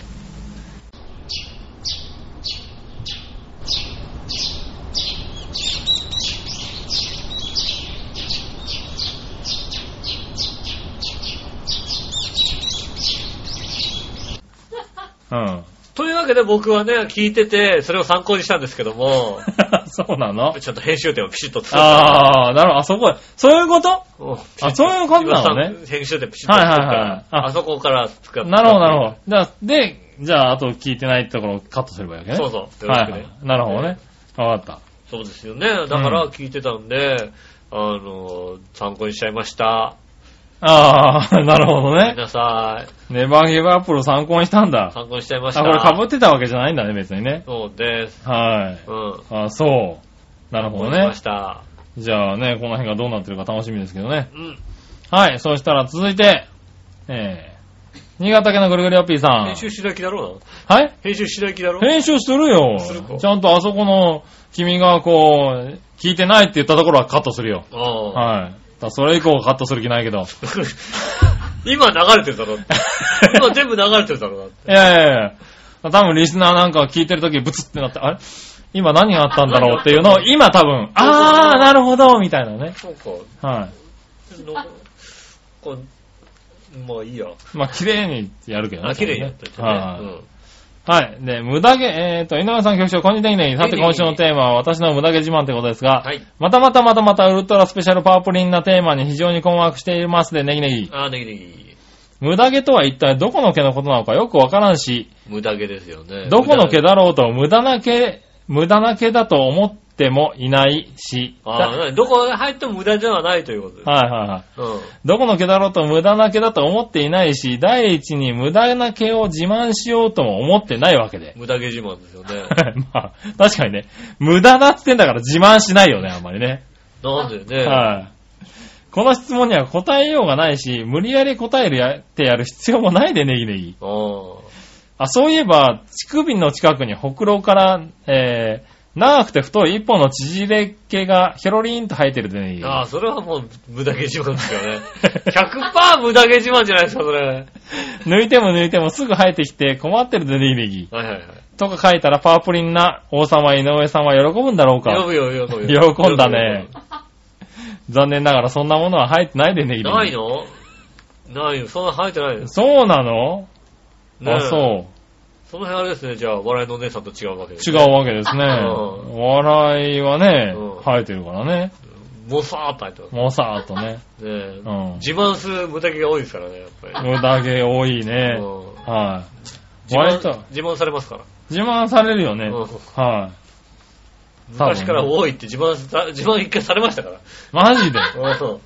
[SPEAKER 3] うん。
[SPEAKER 2] というわけで僕はね、聞いてて、それを参考にしたんですけども、
[SPEAKER 3] そうなの
[SPEAKER 2] ちょっと編集点をピシッと作った。
[SPEAKER 3] ああ、なるほど。あそこ、そういうこと
[SPEAKER 2] うん
[SPEAKER 3] あ、そういうことなのね。
[SPEAKER 2] 今さ編集点ピシッと作ったから、
[SPEAKER 3] はいはいはいあ
[SPEAKER 2] あそこから使って。
[SPEAKER 3] なるほど、なるほど。じゃあ、で、じゃあ、あと聞いてないところをカットすればいいわけね。
[SPEAKER 2] そうそう。
[SPEAKER 3] はい、はい。なるほどね。わかっ
[SPEAKER 2] そうですよね。だから聞いてたんで、あの、参考にしちゃいました。
[SPEAKER 3] た。ああ、 なるほど
[SPEAKER 2] ごめん
[SPEAKER 3] ね。
[SPEAKER 2] なさい。
[SPEAKER 3] ネバーギブアップルを参考にしたんだ。
[SPEAKER 2] 参考にしちゃいました。
[SPEAKER 3] あ、これ被ってたわけじゃないんだね、別にね。
[SPEAKER 2] そうです。
[SPEAKER 3] はい。
[SPEAKER 2] うん。
[SPEAKER 3] あ、そう。なる
[SPEAKER 2] 参
[SPEAKER 3] ほど
[SPEAKER 2] 考にし
[SPEAKER 3] ね
[SPEAKER 2] まし。た。
[SPEAKER 3] じゃあね、この辺がどうなってるか楽しみですけどね。
[SPEAKER 2] うん。
[SPEAKER 3] はい、そしたら続いて、えー、新潟県のぐるぐるよっぴーさん
[SPEAKER 2] 編。集しない気だろうな。
[SPEAKER 3] はい
[SPEAKER 2] 編集しない気だろ
[SPEAKER 3] 編集するよ
[SPEAKER 2] するか。
[SPEAKER 3] ちゃんとあそこの、君がこう、聞いてないって言ったところはカットするよ。
[SPEAKER 2] ああ。
[SPEAKER 3] はい。だからそれ以降カットする気ないけど。
[SPEAKER 2] 今流れてる だろ。今全部流れてるだろうな。
[SPEAKER 3] いやいやいや。多分リスナーなんか聞いてるときブツってなって、あれ今何があったんだろうっていうのを、今多分、あー、なるほど、みたいなね。
[SPEAKER 2] そうか。
[SPEAKER 3] は
[SPEAKER 2] のこうまあいいや。
[SPEAKER 3] い。まあ、綺麗にやるけどね。
[SPEAKER 2] あ、綺麗にやっててね。
[SPEAKER 3] はい、
[SPEAKER 2] うん
[SPEAKER 3] はい。で、無駄毛、えっ、と、井上さん局長、こんにちはね。さて、今週のテーマは私の無駄毛自慢ということですが、
[SPEAKER 2] はい。
[SPEAKER 3] またまたまたまたウルトラスペシャルパープリンなテーマに非常に困惑していますで、ネギネギ。
[SPEAKER 2] あ、ネギネギ。
[SPEAKER 3] 無駄毛とは一体どこの毛のことなのかよくわからんし、
[SPEAKER 2] 無駄毛ですよね。
[SPEAKER 3] どこの毛だろうと無駄な毛、無駄な毛だと思ってもいないし、
[SPEAKER 2] ああ、なにどこ入っても無駄ではないということです。
[SPEAKER 3] はいはいはい。
[SPEAKER 2] うん。
[SPEAKER 3] どこの毛だろうと無駄な毛だと思っていないし、第一に無駄な毛を自慢しようとも思ってないわけで。
[SPEAKER 2] 無駄毛自慢ですよね。
[SPEAKER 3] まあ、確かにね、無駄だってんだから自慢しないよね、あんまりね。
[SPEAKER 2] なんでね。
[SPEAKER 3] はい。この質問には答えようがないし、無理やり答えるやってやる必要もないでネギネギ。
[SPEAKER 2] ああ。
[SPEAKER 3] あ、そういえば、乳首の近くにほくろから、えー、長くて太い一本の縮れ毛がひょろりんと生えてるでネギネギ。
[SPEAKER 2] ああ、それはもう無駄毛自慢ですよ ね。100%無駄毛自慢じゃないですか、それ。
[SPEAKER 3] 抜いても抜いてもすぐ生えてきて困ってるでネギネギ。
[SPEAKER 2] はいはいはい。
[SPEAKER 3] とか書いたらパープリンな王様井上さんは喜ぶんだろ
[SPEAKER 2] 呼
[SPEAKER 3] うか。
[SPEAKER 2] ぶよ、呼ぶよ。
[SPEAKER 3] 喜んだね。残念ながらそんなものは入ってないでね、
[SPEAKER 2] 呼ぶ
[SPEAKER 3] 今。
[SPEAKER 2] よ。ないのないよ、そんな生えてないです。
[SPEAKER 3] そうなの、
[SPEAKER 2] ね
[SPEAKER 3] あ、
[SPEAKER 2] え
[SPEAKER 3] そう。
[SPEAKER 2] その辺あれですね、じゃあ、笑いのお姉さんと違うわけです、
[SPEAKER 3] 違うわけですね。
[SPEAKER 2] ん
[SPEAKER 3] 笑いはね
[SPEAKER 2] うん、
[SPEAKER 3] 生えてるからね。
[SPEAKER 2] う。もさーっと入ってます。ね
[SPEAKER 3] もうさーっとね。
[SPEAKER 2] え
[SPEAKER 3] うん
[SPEAKER 2] 自慢する無駄毛が多いですからね、やっぱり。
[SPEAKER 3] 無駄毛多いね。
[SPEAKER 2] うん
[SPEAKER 3] はい。
[SPEAKER 2] 自
[SPEAKER 3] 割
[SPEAKER 2] 慢
[SPEAKER 3] と、
[SPEAKER 2] 自慢されますから。
[SPEAKER 3] 自慢されるよね。
[SPEAKER 2] うん
[SPEAKER 3] はい。
[SPEAKER 2] 昔から多いって自慢さ、 自慢一回されましたから。
[SPEAKER 3] マジで。
[SPEAKER 2] う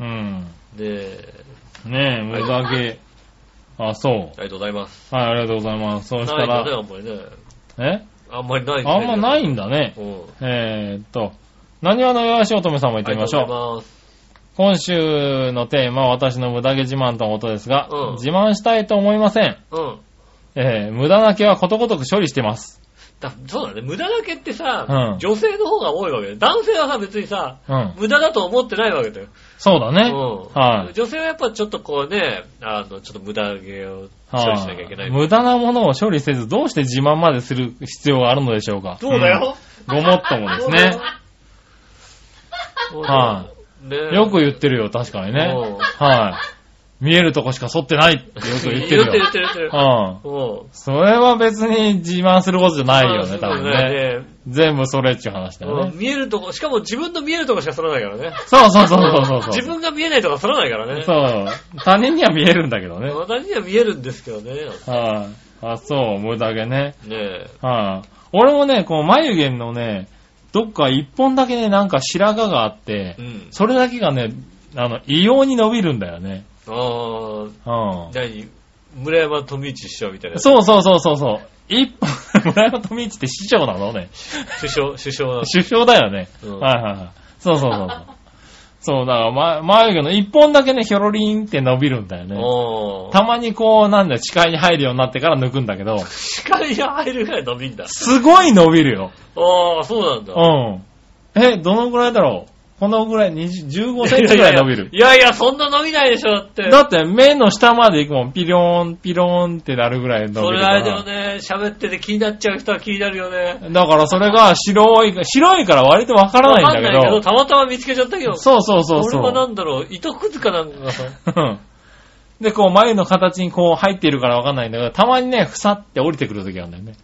[SPEAKER 3] うん。
[SPEAKER 2] んで、
[SPEAKER 3] ねえ、無駄毛。あ、そう。
[SPEAKER 2] ありがとうございます。
[SPEAKER 3] はい、ありがとうございます。そした
[SPEAKER 2] ないよね、
[SPEAKER 3] ら、
[SPEAKER 2] あんまりね。
[SPEAKER 3] え
[SPEAKER 2] あんまりないですね
[SPEAKER 3] あんまないんだね。
[SPEAKER 2] うん。
[SPEAKER 3] えーっと、何話のよしおとめさんも行ってみましょう。
[SPEAKER 2] ありがとうございます。
[SPEAKER 3] 今週のテーマは私の無駄毛自慢とのことですが、
[SPEAKER 2] うん
[SPEAKER 3] 自慢したいと思いません。
[SPEAKER 2] うん。
[SPEAKER 3] えー無駄な毛はことごとく処理してます。
[SPEAKER 2] だそうだね。無駄だけってさ、
[SPEAKER 3] うん
[SPEAKER 2] 女性の方が多いわけだよ。男性はさ、別にさ、
[SPEAKER 3] うん。
[SPEAKER 2] 無駄だと思ってないわけだよ。
[SPEAKER 3] そうだね。
[SPEAKER 2] うん
[SPEAKER 3] はい、
[SPEAKER 2] 女性はやっぱちょっとこうね、あの、ちょっと無駄毛を処理しなきゃいけない。
[SPEAKER 3] 無駄なものを処理せず、どうして自慢までする必要があるのでしょうか。
[SPEAKER 2] どうだよ、
[SPEAKER 3] うんごもっともですね。
[SPEAKER 2] そうだ
[SPEAKER 3] は
[SPEAKER 2] ね
[SPEAKER 3] よく言ってるよ、確かにね。
[SPEAKER 2] うん
[SPEAKER 3] はい。見えるとこしか剃ってないってよく言って
[SPEAKER 2] 言って
[SPEAKER 3] る
[SPEAKER 2] る言
[SPEAKER 3] よ
[SPEAKER 2] っ。てる言ってる
[SPEAKER 3] う。ん。
[SPEAKER 2] うん。
[SPEAKER 3] それは別に自慢することじゃないよ
[SPEAKER 2] まあ
[SPEAKER 3] ね、多分
[SPEAKER 2] そうだ
[SPEAKER 3] ね。
[SPEAKER 2] よね
[SPEAKER 3] 全部それっちゅう話だよ
[SPEAKER 2] うん
[SPEAKER 3] ね。
[SPEAKER 2] 見えるとこ、しかも自分の見えるとこしか剃らないからね。
[SPEAKER 3] そうそうそうそうそうそう。
[SPEAKER 2] 自分が見えないとか剃らないからね。
[SPEAKER 3] そう。他人には見えるんだけどね。はい、
[SPEAKER 2] 私には見えるんですけどね。
[SPEAKER 3] あ。そう、無駄毛ね。
[SPEAKER 2] ねえ。
[SPEAKER 3] はい、俺もね、こう眉毛のね、どっか一本だけね、なんか白髪があって
[SPEAKER 2] う、ん。
[SPEAKER 3] それだけがね、あの、異様に伸びるんだよね。
[SPEAKER 2] ああ、
[SPEAKER 3] うん。
[SPEAKER 2] 何村山富一師匠みたいな。う。
[SPEAKER 3] そうそうそうそうそう。一本、村山富一って市長なのね。
[SPEAKER 2] 首相、首相なの
[SPEAKER 3] 首相だよね。
[SPEAKER 2] うん
[SPEAKER 3] はいはいはい。そうそうそうそう。そう、だから、ま、眉毛の一本だけね、ひょろりんって伸びるんだよね。
[SPEAKER 2] おー。
[SPEAKER 3] たまにこう、なんだよ、視界に入るようになってから抜くんだけど、
[SPEAKER 2] 視界に入るぐらい伸びんだ。
[SPEAKER 3] すごい伸びるよ。
[SPEAKER 2] ああ、そうなんだ。
[SPEAKER 3] うん。え、どのぐらいだろうこのぐらい、20 15センチぐらい伸びる。
[SPEAKER 2] いやいや、そんな伸びないでしょ、だって。
[SPEAKER 3] だって目の下まで行くもん、ピローン、ピローンってなるぐらい伸びる
[SPEAKER 2] そ
[SPEAKER 3] か
[SPEAKER 2] れ
[SPEAKER 3] ら。
[SPEAKER 2] あれだよね、喋ってて気になっちゃう人は気になるよね。
[SPEAKER 3] だからそれが白い、白いから割とわから
[SPEAKER 2] わ
[SPEAKER 3] ないんだけど。
[SPEAKER 2] たまたま見つけちゃったけど。
[SPEAKER 3] そうそうそうそ
[SPEAKER 2] これはな
[SPEAKER 3] う。
[SPEAKER 2] んだろう、糸くずかなんかがさ。
[SPEAKER 3] うんで、こう眉の形にこう入っているからわかんないんだけど、たまにね、ふさって降りてくる時があるんだよね。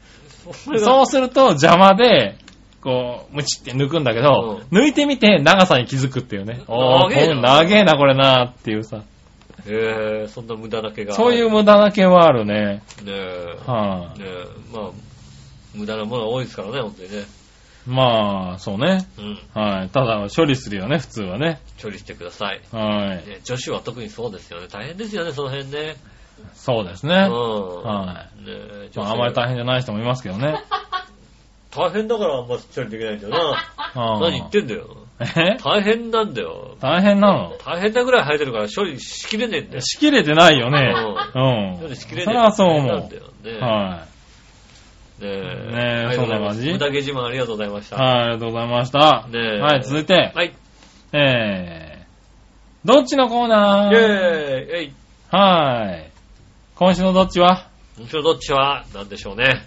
[SPEAKER 2] それが
[SPEAKER 3] そうすると邪魔で、こう、ムチって抜くんだけど、抜いてみて長さに気づくっていうね。おー、
[SPEAKER 2] 長えな
[SPEAKER 3] こん長えな、これなっていうさ。
[SPEAKER 2] へえそんな無駄な毛が。
[SPEAKER 3] そういう
[SPEAKER 2] ね
[SPEAKER 3] 無駄な系はあるね。
[SPEAKER 2] え。
[SPEAKER 3] はい、
[SPEAKER 2] ねえ、まあ、無駄なものが多いですからね、本当にね。
[SPEAKER 3] まあ、そうね。
[SPEAKER 2] うん。
[SPEAKER 3] はい、ただ、処理するよね、普通はね。
[SPEAKER 2] 処理してください。
[SPEAKER 3] はい。
[SPEAKER 2] ね、女子は特にそうですよね。大変ですよね、その辺ね。
[SPEAKER 3] そうです
[SPEAKER 2] う
[SPEAKER 3] ね。
[SPEAKER 2] ん。。
[SPEAKER 3] はい
[SPEAKER 2] ね
[SPEAKER 3] まあ、あまり大変じゃない人もいますけど ね。
[SPEAKER 2] 大変だからあんま処理できないんだよ な。何
[SPEAKER 3] 何
[SPEAKER 2] 言ってんだよ。
[SPEAKER 3] え
[SPEAKER 2] 大変なんだよ。
[SPEAKER 3] 大変なの
[SPEAKER 2] 大変なぐらい生えてるから処理しきれねえんだよ。
[SPEAKER 3] しきれてないよね。
[SPEAKER 2] 処
[SPEAKER 3] うん。
[SPEAKER 2] 理し
[SPEAKER 3] そ
[SPEAKER 2] きれ
[SPEAKER 3] れ
[SPEAKER 2] ねえ。
[SPEAKER 3] はそう
[SPEAKER 2] なん
[SPEAKER 3] 思
[SPEAKER 2] だよね。
[SPEAKER 3] う。は
[SPEAKER 2] ねえ。
[SPEAKER 3] ねえ
[SPEAKER 2] ありがとうございます
[SPEAKER 3] そんな感じ
[SPEAKER 2] 無駄毛自慢ありがとうございまし
[SPEAKER 3] い。
[SPEAKER 2] た。
[SPEAKER 3] はい、ありがとうございました。
[SPEAKER 2] ねえ
[SPEAKER 3] はい、続いて、
[SPEAKER 2] はい。
[SPEAKER 3] えー、どっちのコーナ
[SPEAKER 2] イェーイ
[SPEAKER 3] ー
[SPEAKER 2] えい
[SPEAKER 3] はい。今週のどっちは
[SPEAKER 2] 今日どっちは何でしょうね。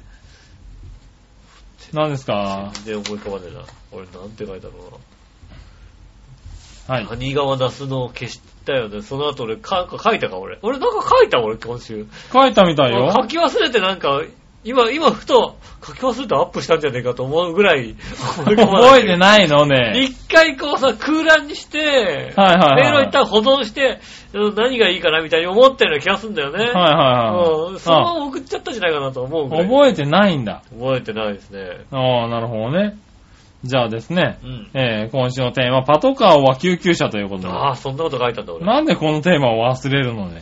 [SPEAKER 3] 何ですか
[SPEAKER 2] 全然思い浮かばねえな。俺なんて書いたのか
[SPEAKER 3] は
[SPEAKER 2] な。
[SPEAKER 3] い。
[SPEAKER 2] 谷川那須の消したよね。その後俺か、書いたか俺。俺なんか書いた俺今週。
[SPEAKER 3] 書いたみたいよ。
[SPEAKER 2] 書き忘れてなんか、今、今、ふと、書き忘れてアップしたんじゃねえかと思うぐらい、思い込ま
[SPEAKER 3] 覚えてないのね。
[SPEAKER 2] 一回こうさ、空欄にして、
[SPEAKER 3] はいはいはい
[SPEAKER 2] メールを一旦保存して、うん何がいいかなみたいに思ったような気がするんだよね。
[SPEAKER 3] はいはいはい
[SPEAKER 2] うん。そのまま送っちゃったんじゃないかなと思うぐらい
[SPEAKER 3] 覚えてないんだ。
[SPEAKER 2] 覚えてないですね。
[SPEAKER 3] ああ、なるほどね。じゃあですね、
[SPEAKER 2] うん。
[SPEAKER 3] えー今週のテーマ、パトカーは救急車ということ
[SPEAKER 2] ああ、そんなこと書いたんだ
[SPEAKER 3] で。
[SPEAKER 2] 俺。
[SPEAKER 3] なんでこのテーマを忘れるのね。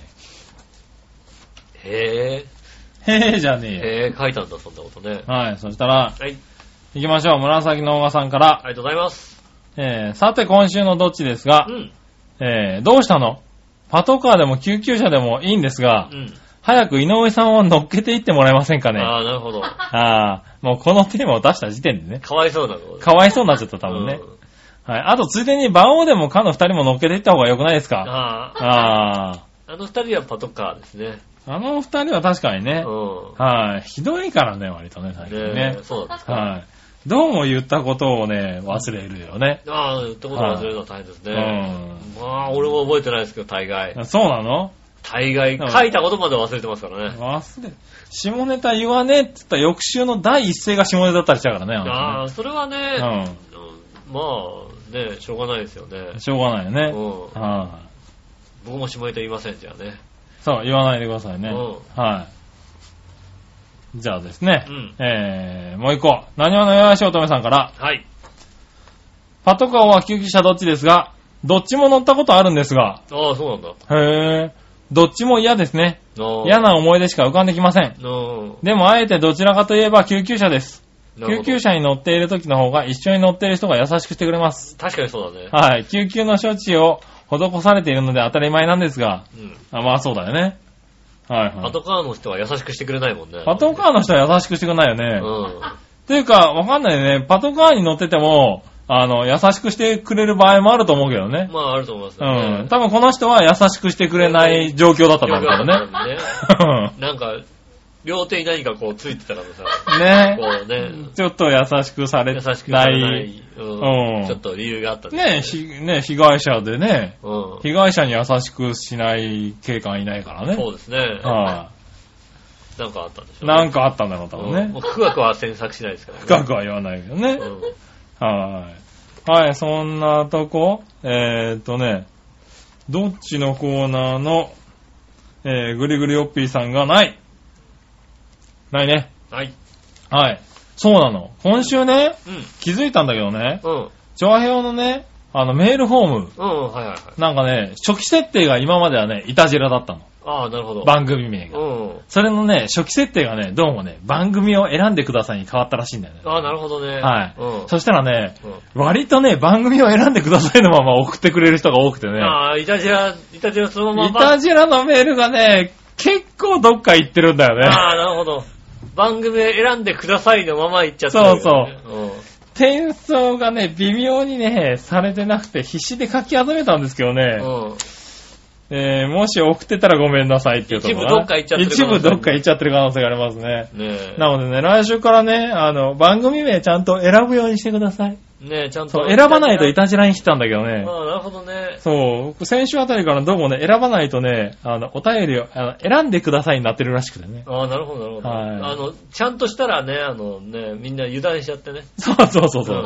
[SPEAKER 2] へ
[SPEAKER 3] へえじゃ
[SPEAKER 2] え、
[SPEAKER 3] ねえよ。
[SPEAKER 2] へえ、書いたんだ、そんなことね。
[SPEAKER 3] はい、そしたら、
[SPEAKER 2] はい、
[SPEAKER 3] 行きましょう。紫のおばさんから。
[SPEAKER 2] ありがとうございます。
[SPEAKER 3] えー、さて今週のどっちですが
[SPEAKER 2] う、ん、
[SPEAKER 3] えー、どうしたのパトカーでも救急車でもいいんですが
[SPEAKER 2] う、ん。
[SPEAKER 3] 早く井上さんを乗っけていってもらえませんかね。
[SPEAKER 2] ああ、なる ほど。
[SPEAKER 3] ああ、もうこのテーマを出した時点でね、
[SPEAKER 2] かわいそうなの。
[SPEAKER 3] かわいそうになっちゃった、多分ね。
[SPEAKER 2] うん
[SPEAKER 3] はい。あと、ついでに、馬王でもかの二人も乗っけていった方が良くないですか
[SPEAKER 2] ああ、
[SPEAKER 3] ああ。
[SPEAKER 2] あの二人はパトカーですね。
[SPEAKER 3] あの二人は確かに
[SPEAKER 2] う
[SPEAKER 3] ね、
[SPEAKER 2] ん。
[SPEAKER 3] はい。ひどいからね、割とね、最近
[SPEAKER 2] ね
[SPEAKER 3] ね
[SPEAKER 2] え。そうなんですか。
[SPEAKER 3] はい。どうも言ったことをね、忘れるよね。
[SPEAKER 2] ああ、ってことを忘れるのは大変です
[SPEAKER 3] う
[SPEAKER 2] ね。まあ、俺も覚えてないですけど、大概。
[SPEAKER 3] ん。そうなの
[SPEAKER 2] 大概、
[SPEAKER 3] うん
[SPEAKER 2] 書いたことまで忘れてますからね。
[SPEAKER 3] 忘れ、下ネタ言わねえって言った翌週の第一声が下ネタだったりしたからね、
[SPEAKER 2] あ
[SPEAKER 3] あ
[SPEAKER 2] あ、それはね、
[SPEAKER 3] のね
[SPEAKER 2] うんまあ、ね、しょうがないですよね
[SPEAKER 3] うん。。しょうがないよね。
[SPEAKER 2] うん
[SPEAKER 3] はい。
[SPEAKER 2] 僕も下ネタ言いませんじゃあね。
[SPEAKER 3] そう、言わないでくださいね。
[SPEAKER 2] う
[SPEAKER 3] はい。じゃあですね、
[SPEAKER 2] うん
[SPEAKER 3] えー、もう一個。何話のよやしおとめさんから、
[SPEAKER 2] はい。
[SPEAKER 3] パトカーは救急車どっちですが、どっちも乗ったことあるんですが、
[SPEAKER 2] ああ、そうなんだ。
[SPEAKER 3] へー、どっちも嫌ですね。
[SPEAKER 2] ああ
[SPEAKER 3] 嫌。な思い出しか浮かんできません。
[SPEAKER 2] うん
[SPEAKER 3] でもあえてどちらかといえば救急車です。
[SPEAKER 2] なる
[SPEAKER 3] 救
[SPEAKER 2] ほど
[SPEAKER 3] 急車に乗っている時の方が一緒に乗っている人が優しくしてくれます。
[SPEAKER 2] 確かにそうだね。
[SPEAKER 3] はい。救急の処置を施されているので当たり前なんですが、
[SPEAKER 2] うん。
[SPEAKER 3] あまあそうだよね。はいは
[SPEAKER 2] パ
[SPEAKER 3] い。
[SPEAKER 2] トカーの人は優しくしてくれないもんね。
[SPEAKER 3] パトカーの人は優しくしてくれないよね。
[SPEAKER 2] うん。
[SPEAKER 3] っていうか、わかんないね。パトカーに乗ってても、あの、優しくしてくれる場合もあると思うけどね。
[SPEAKER 2] まあ、あると思います
[SPEAKER 3] う
[SPEAKER 2] よね。
[SPEAKER 3] ん。多分この人は優しくしてくれない状況だったと思うから
[SPEAKER 2] よくあるね
[SPEAKER 3] ね。
[SPEAKER 2] なんか、両手に何かこうついてたからさ、
[SPEAKER 3] ね
[SPEAKER 2] こうね、
[SPEAKER 3] ちょっと優しくされ
[SPEAKER 2] 優しく
[SPEAKER 3] な
[SPEAKER 2] され
[SPEAKER 3] い。
[SPEAKER 2] うん
[SPEAKER 3] うん
[SPEAKER 2] ちょっと理由があったんだ
[SPEAKER 3] ねひ、ね、被害者でね、
[SPEAKER 2] うん。
[SPEAKER 3] 被害者に優しくしない警官いないからね。
[SPEAKER 2] そうですね。
[SPEAKER 3] は
[SPEAKER 2] なんかあったんでし
[SPEAKER 3] い。
[SPEAKER 2] ょ
[SPEAKER 3] なん
[SPEAKER 2] か
[SPEAKER 3] かあったんだろう、多分ね
[SPEAKER 2] もう。深くは詮索しないですからね。
[SPEAKER 3] 深くは言わないけどね。
[SPEAKER 2] うん
[SPEAKER 3] はい。はい、そんなとこ、えー、っとね、どっちのコーナーの、えー、ぐりぐりおっぴーさんがない。ないね。
[SPEAKER 2] はい。
[SPEAKER 3] はい。そうなの。今週ね、
[SPEAKER 2] うん。
[SPEAKER 3] 気づいたんだけどね、
[SPEAKER 2] うん。
[SPEAKER 3] 調和表のね、あの、メールフォーム、
[SPEAKER 2] うん。はいはいはい。
[SPEAKER 3] なんかね、初期設定が今まではね、イタジラだったの。
[SPEAKER 2] ああ、なるほど。
[SPEAKER 3] 番組名
[SPEAKER 2] う
[SPEAKER 3] が。
[SPEAKER 2] ん。
[SPEAKER 3] それのね、初期設定がね、どうもね、番組を選んでくださいに変わったらしいんだよね。
[SPEAKER 2] ああ、なるほどね。
[SPEAKER 3] はい
[SPEAKER 2] うん
[SPEAKER 3] そしたらね、
[SPEAKER 2] うん。
[SPEAKER 3] 割とね、番組を選んでくださいのまま送ってくれる人が多くてね。
[SPEAKER 2] ああ、イタジラ、イタジラそのま
[SPEAKER 3] イ
[SPEAKER 2] ま。
[SPEAKER 3] タジラのメールがね、結構どっか行ってるんだよね。
[SPEAKER 2] ああ、なるほど。番組選んでくださいのまま行っちゃった、そう。うん。
[SPEAKER 3] 転送がね、微妙にね、されてなくて必死で書き集めたんですけどね、
[SPEAKER 2] うん。
[SPEAKER 3] えーもし送ってたらごめんなさいっていうとこ
[SPEAKER 2] 一部ど
[SPEAKER 3] ろが
[SPEAKER 2] っか行っちゃってる可能性
[SPEAKER 3] 一部どっか行っちゃってる可能性がありますね。
[SPEAKER 2] ねえ。
[SPEAKER 3] なのでね、来週からね、あの、番組名ちゃんと選ぶようにしてください。
[SPEAKER 2] ねえ、ちゃんと。
[SPEAKER 3] そう、選ばないとイタジラに来たんだけどね。
[SPEAKER 2] ああ、なるほどね。
[SPEAKER 3] そう、先週あたりからどうもね、選ばないとね、あの、お便りを、あの、選んでくださいになってるらしくてね。
[SPEAKER 2] ああ、なるほど、なるほど。
[SPEAKER 3] はい
[SPEAKER 2] あの、ちゃんとしたらね、あのね、みんな油断しちゃってね。
[SPEAKER 3] そうそうそうそう。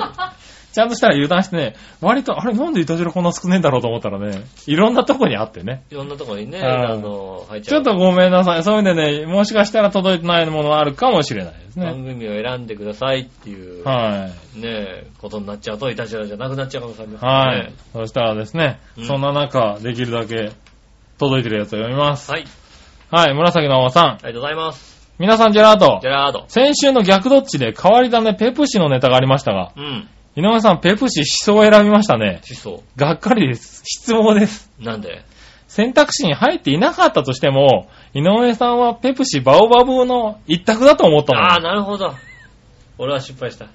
[SPEAKER 3] ちゃんとしたら油断してね、割と、あれなんでイタジラこんな少ねえんだろうと思ったらね、いろんなとこにあってね。
[SPEAKER 2] いろんなとこにね、
[SPEAKER 3] はい
[SPEAKER 2] あの、入っち
[SPEAKER 3] ち
[SPEAKER 2] ゃ
[SPEAKER 3] ょ
[SPEAKER 2] う。
[SPEAKER 3] っとごめんなさい。そういうんでね、もしかしたら届いてないものはあるかもしれないです
[SPEAKER 2] 番
[SPEAKER 3] ね。
[SPEAKER 2] 組を選んでくださいっていう、
[SPEAKER 3] は
[SPEAKER 2] ねえ、ことになっちゃうと、いたちらじゃなくなっちゃう可能性ありま
[SPEAKER 3] い。
[SPEAKER 2] すから
[SPEAKER 3] は
[SPEAKER 2] ね
[SPEAKER 3] い。。そしたらですね、
[SPEAKER 2] うん
[SPEAKER 3] そんな中、できるだけ届いてるやつを読みます。
[SPEAKER 2] はい。
[SPEAKER 3] はい、紫のおばさん。
[SPEAKER 2] ありがとうございます。
[SPEAKER 3] 皆さん、ジェラート
[SPEAKER 2] ジェ。ラード。
[SPEAKER 3] 先週の逆どっちで変わり種ペプシのネタがありましたが、
[SPEAKER 2] うん。
[SPEAKER 3] 井上さん、ペプシ思想を選びましたね。
[SPEAKER 2] 思想。
[SPEAKER 3] がっかりです。失望です。
[SPEAKER 2] なんで
[SPEAKER 3] 選択肢に入っていなかったとしても、井上さんはペプシバオバブの一択だと思った
[SPEAKER 2] ああ、
[SPEAKER 3] もん。
[SPEAKER 2] なるほど。俺は失敗した。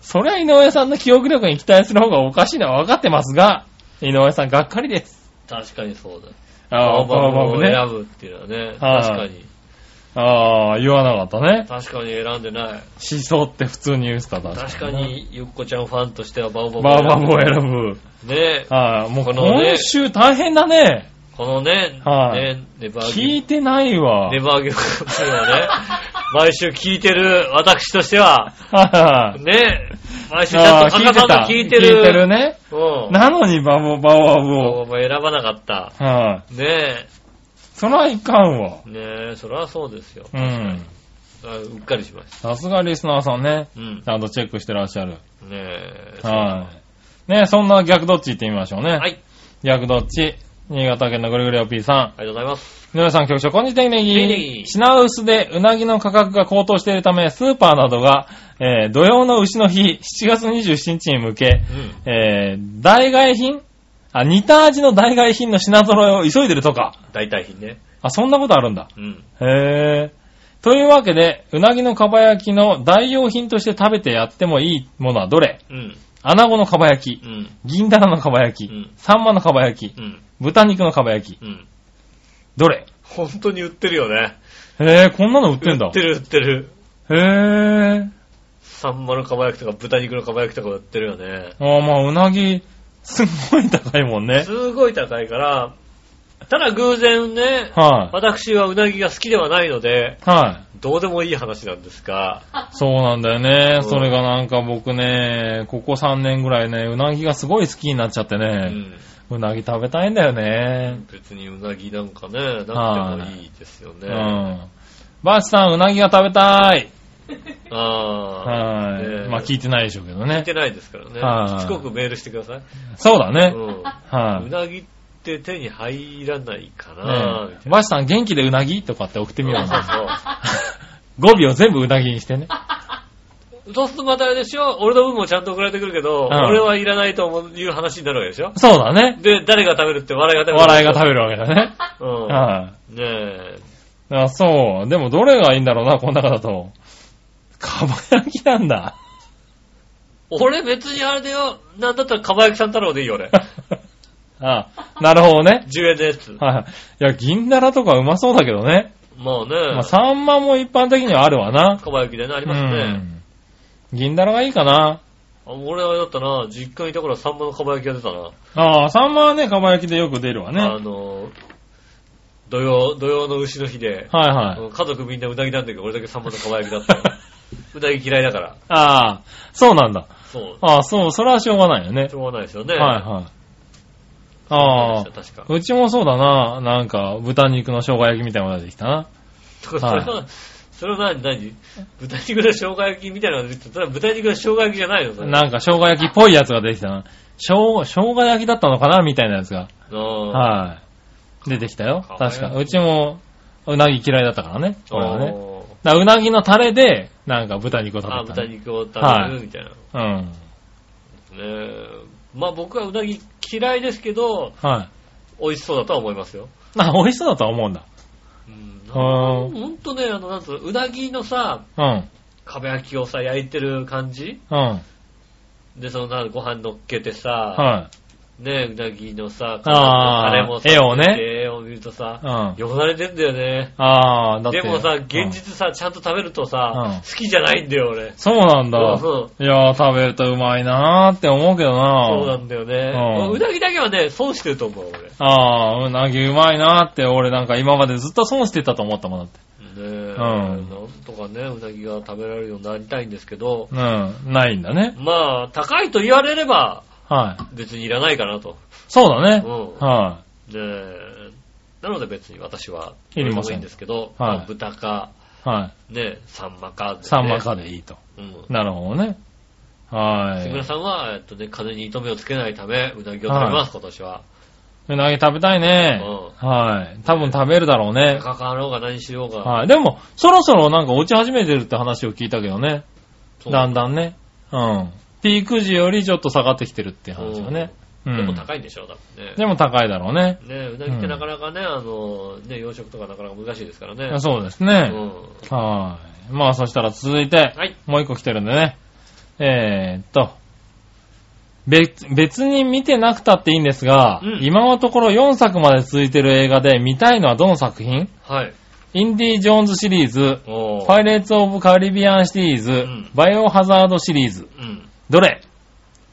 [SPEAKER 3] そりゃ井上さんの記憶力に期待する方がおかしいのは分かってますが、井上さんがっかりです。
[SPEAKER 2] 確かにそうだ。
[SPEAKER 3] ああ、バオバ
[SPEAKER 2] を
[SPEAKER 3] ブ
[SPEAKER 2] 選
[SPEAKER 3] ね。
[SPEAKER 2] ぶっていうのはね、
[SPEAKER 3] はい
[SPEAKER 2] 確かに。
[SPEAKER 3] ああ、言わなかったね。
[SPEAKER 2] 確かに選んでない。
[SPEAKER 3] 思想って普通に言うんすか、確かに。
[SPEAKER 2] 確かに、ゆっこちゃんファンとしてはバオバブ。
[SPEAKER 3] バオバブを選ぶ。
[SPEAKER 2] ねえ、
[SPEAKER 3] ああ、もう
[SPEAKER 2] このね
[SPEAKER 3] 今週大変だね。
[SPEAKER 2] このね、
[SPEAKER 3] はい
[SPEAKER 2] ね、ネバーギ
[SPEAKER 3] 聞いてないわ。
[SPEAKER 2] ブ、ネバーギブアップはね、 毎週聞いてる私としては、
[SPEAKER 3] はいはい
[SPEAKER 2] ね、毎週ちゃ
[SPEAKER 3] あ
[SPEAKER 2] ん
[SPEAKER 3] ー
[SPEAKER 2] と赤さんと聞いて
[SPEAKER 3] 聞
[SPEAKER 2] る。
[SPEAKER 3] いてるね。
[SPEAKER 2] うん。
[SPEAKER 3] なのにバボバボバボ。
[SPEAKER 2] もう選ばなかった。
[SPEAKER 3] はい。
[SPEAKER 2] ね
[SPEAKER 3] そらいかんわ。
[SPEAKER 2] え、ねえ、それはそうですよ。
[SPEAKER 3] うん。
[SPEAKER 2] あうっかりしまし
[SPEAKER 3] さすがリスナーさんね。
[SPEAKER 2] た。うん
[SPEAKER 3] ち。ゃんとチェックしてらっしゃる。
[SPEAKER 2] ねえ。
[SPEAKER 3] はい。ねそんな逆どっち行ってみましょうね。
[SPEAKER 2] はい。
[SPEAKER 3] 逆どっち。新潟県のぐるぐるおぴーさん。
[SPEAKER 2] ありがとうございます。
[SPEAKER 3] 井上さん、局長、こんにちは、ネギ
[SPEAKER 2] ネギ
[SPEAKER 3] 品薄でうなぎの価格が高騰しているため、スーパーなどが、えー土曜の牛の日、7月27日に向け、
[SPEAKER 2] うん。
[SPEAKER 3] えー代替品あ、似た味の代替品の品揃えを急いでるとか。
[SPEAKER 2] 代替品ね。
[SPEAKER 3] あ、そんなことあるんだ。
[SPEAKER 2] うん。
[SPEAKER 3] へえ。というわけで、うなぎのかば焼きの代用品として食べてやってもいいものはどれ
[SPEAKER 2] うん。
[SPEAKER 3] 穴子のかば焼き
[SPEAKER 2] う、ん。
[SPEAKER 3] 銀だらのかば焼
[SPEAKER 2] うん
[SPEAKER 3] き、サンマのかば焼き、
[SPEAKER 2] うん。
[SPEAKER 3] 豚肉のかば焼き、
[SPEAKER 2] うん。
[SPEAKER 3] どれ
[SPEAKER 2] 本当に売ってるよね。
[SPEAKER 3] へえ、こんなの売ってん
[SPEAKER 2] 売
[SPEAKER 3] だ
[SPEAKER 2] っ。てる売ってる。
[SPEAKER 3] へえ。
[SPEAKER 2] サンマのかば焼きとか豚肉のかば焼きとか売ってるよね。
[SPEAKER 3] ああ、まあ、うなぎ、すごい高いもんね。
[SPEAKER 2] すごい高いから、ただ偶然ね、
[SPEAKER 3] はい、
[SPEAKER 2] 私はうなぎが好きではないので、
[SPEAKER 3] はい、
[SPEAKER 2] どうでもいい話なんですが、
[SPEAKER 3] そうなんだよね。
[SPEAKER 2] うん
[SPEAKER 3] それがなんか僕ね、ここ3年ぐらいね、うなぎがすごい好きになっちゃって
[SPEAKER 2] う
[SPEAKER 3] ね、
[SPEAKER 2] ん、
[SPEAKER 3] うなぎ食べたいんだよね。
[SPEAKER 2] 別にうなぎなんかね、なくてもいいですよ
[SPEAKER 3] う
[SPEAKER 2] ね。
[SPEAKER 3] ん。バーチさん、うなぎが食べたい。
[SPEAKER 2] あ
[SPEAKER 3] は
[SPEAKER 2] ーね
[SPEAKER 3] い。
[SPEAKER 2] え
[SPEAKER 3] まあ、聞いてないでしょうけど
[SPEAKER 2] 聞い
[SPEAKER 3] ね
[SPEAKER 2] て。ないですからね。
[SPEAKER 3] はい
[SPEAKER 2] しつこくメールしてください。
[SPEAKER 3] そうだね。
[SPEAKER 2] う
[SPEAKER 3] は
[SPEAKER 2] ん、う
[SPEAKER 3] い。
[SPEAKER 2] なぎって手に入らないかな、
[SPEAKER 3] ね
[SPEAKER 2] みた
[SPEAKER 3] え
[SPEAKER 2] い
[SPEAKER 3] バーチさん、元気でうなぎとかって送ってみよう
[SPEAKER 2] な。
[SPEAKER 3] な。
[SPEAKER 2] そうそう
[SPEAKER 3] 語尾を全部うなぎにしてね。
[SPEAKER 2] そうするとまたあれでしょ俺の分もちゃんと送られてくるけど、
[SPEAKER 3] うん
[SPEAKER 2] 俺はいらないと思ういう話になるわけでしょ
[SPEAKER 3] そうだね。
[SPEAKER 2] で、誰が食べるって笑いが食べる。
[SPEAKER 3] 笑いが食べるわけだね。
[SPEAKER 2] うん。
[SPEAKER 3] はい。
[SPEAKER 2] ねえ。
[SPEAKER 3] あ、そう。でもどれがいいんだろうな、この中だと。かば焼きなんだ。
[SPEAKER 2] 俺別にあれだよ。なんだったらかば焼きさん太郎でいいよ 俺。
[SPEAKER 3] あなるほどね。
[SPEAKER 2] 10円のやつ。
[SPEAKER 3] はい。いや、銀だらとかうまそうだけどね。
[SPEAKER 2] まあね。
[SPEAKER 3] まあ、サンマも一般的にはあるわな。
[SPEAKER 2] かば焼きでね、あり
[SPEAKER 3] う
[SPEAKER 2] ますね。
[SPEAKER 3] ん。銀だらがいいかな。
[SPEAKER 2] あ俺あれだったな、実家にいた頃はサンマのかば焼きが出たな。
[SPEAKER 3] ああ、サンマはね、かば焼きでよく出るわね。
[SPEAKER 2] あの、土曜、土曜の牛の日で、
[SPEAKER 3] はいはい。
[SPEAKER 2] 家族みんなうなぎなんだけど、俺だけサンマのかば焼きだ ったの。うなぎ嫌いだから。
[SPEAKER 3] ああ、そうなんだ。
[SPEAKER 2] そう。
[SPEAKER 3] ああ、そう、それはしょうがないよね
[SPEAKER 2] し。ょうがないですよね。
[SPEAKER 3] はいはい。ああ、
[SPEAKER 2] 確か。
[SPEAKER 3] うちもそうだな。なんか、豚肉の生姜焼きみたいなのが出てきたな。
[SPEAKER 2] それは、それは何何豚肉の生姜焼きみたいなの出てたら豚肉の生姜焼きじゃないのそれ
[SPEAKER 3] なんか生姜焼きっぽいやつができたな。生姜、生姜焼きだったのかなみたいなやつが。
[SPEAKER 2] うんは
[SPEAKER 3] はい。出てきたよ。
[SPEAKER 2] かわいい
[SPEAKER 3] 確か。うちも、うなぎ嫌いだったからね。
[SPEAKER 2] い。
[SPEAKER 3] 俺はね。だからうなぎのタレで、なんか豚肉を食べ
[SPEAKER 2] あ、
[SPEAKER 3] た
[SPEAKER 2] 豚
[SPEAKER 3] ね、
[SPEAKER 2] 肉を食べ
[SPEAKER 3] は
[SPEAKER 2] る
[SPEAKER 3] い
[SPEAKER 2] みたいな。ね
[SPEAKER 3] うん。
[SPEAKER 2] えまあ僕はうなぎ嫌いですけど、
[SPEAKER 3] はい。
[SPEAKER 2] 美味しそうだとは思いますよ。
[SPEAKER 3] あ、美味しそうだとは思うんだ。
[SPEAKER 2] うん。
[SPEAKER 3] は
[SPEAKER 2] ほ
[SPEAKER 3] ー
[SPEAKER 2] んとね、あの、なんつうの、うなぎのさ、
[SPEAKER 3] うん。
[SPEAKER 2] 壁焼きをさ、焼いてる感じ
[SPEAKER 3] うん。
[SPEAKER 2] で、そのな、ご飯乗っけてさ、
[SPEAKER 3] は
[SPEAKER 2] ねえうなぎのさ、
[SPEAKER 3] あー
[SPEAKER 2] タレもさ、
[SPEAKER 3] 絵をね
[SPEAKER 2] 絵を見るとさ
[SPEAKER 3] い。う、ん。
[SPEAKER 2] 汚れてんだよね。
[SPEAKER 3] あー、だって。
[SPEAKER 2] でもさ、
[SPEAKER 3] うん
[SPEAKER 2] 現実さ、ちゃんと食べると
[SPEAKER 3] う
[SPEAKER 2] さ
[SPEAKER 3] ん、
[SPEAKER 2] 好きじゃないんだよ、俺。
[SPEAKER 3] そうなんだ。
[SPEAKER 2] そう
[SPEAKER 3] いやー、食べるとうまいなーって思うけどな
[SPEAKER 2] そうなんだよね。
[SPEAKER 3] うん
[SPEAKER 2] うなぎだけはね、損してると思う、俺。ね
[SPEAKER 3] あー、うなぎうまいなーって、俺なんか今までずっと損してたと思ったもんだって。
[SPEAKER 2] え、
[SPEAKER 3] ん
[SPEAKER 2] なんとかね、うなぎが食べられるようになりたいんですけど、
[SPEAKER 3] うん。ないんだね。
[SPEAKER 2] まあ、高いと言われれば、
[SPEAKER 3] はい。
[SPEAKER 2] 別にいらないかなと。
[SPEAKER 3] そうだね。
[SPEAKER 2] うん
[SPEAKER 3] は
[SPEAKER 2] ねえなので別に私は、
[SPEAKER 3] いり
[SPEAKER 2] どれでも
[SPEAKER 3] ま
[SPEAKER 2] い
[SPEAKER 3] せん
[SPEAKER 2] いんですけど、
[SPEAKER 3] はい
[SPEAKER 2] まあ豚か、
[SPEAKER 3] い。はい。
[SPEAKER 2] ね、サンマか、ね。
[SPEAKER 3] サンマかでいいと。
[SPEAKER 2] うん。
[SPEAKER 3] なるほどね。は
[SPEAKER 2] 杉村
[SPEAKER 3] い。
[SPEAKER 2] さんは、えっとね、金に糸目をつけないため、うなぎを食べます、今年は。
[SPEAKER 3] うなぎ食べたいね。
[SPEAKER 2] う
[SPEAKER 3] はい。多分食べるだろうね。
[SPEAKER 2] 高かろうが何しようが。
[SPEAKER 3] はい。でも、そろそろなんか落ち始めてるって話を聞いたけどね。
[SPEAKER 2] そう
[SPEAKER 3] だんだんね。うん。ピーク時よりちょっと下がってきてるっていう話だね。うん。
[SPEAKER 2] でも高いんでしょ、多分ね。
[SPEAKER 3] でも高いだろうね。
[SPEAKER 2] ねうなぎってなかなかね、あの、ね、養殖とかなかなか難しいですからね。
[SPEAKER 3] そうです
[SPEAKER 2] う
[SPEAKER 3] ね。
[SPEAKER 2] ん。
[SPEAKER 3] はい。まあそしたら続いて、
[SPEAKER 2] はい。
[SPEAKER 3] もう一個来てるんでね。えーっと。別、別に見てなくたっていいんですが、
[SPEAKER 2] うん
[SPEAKER 3] 今のところ4作まで続いてる映画で見たいのはどの作品
[SPEAKER 2] はい。
[SPEAKER 3] インディ・ジョーンズシリーズ、
[SPEAKER 2] お
[SPEAKER 3] パイレーツ・オブ・カリビアンシリーズ、
[SPEAKER 2] ん
[SPEAKER 3] バイオハザードシリーズ、
[SPEAKER 2] うん。
[SPEAKER 3] どれ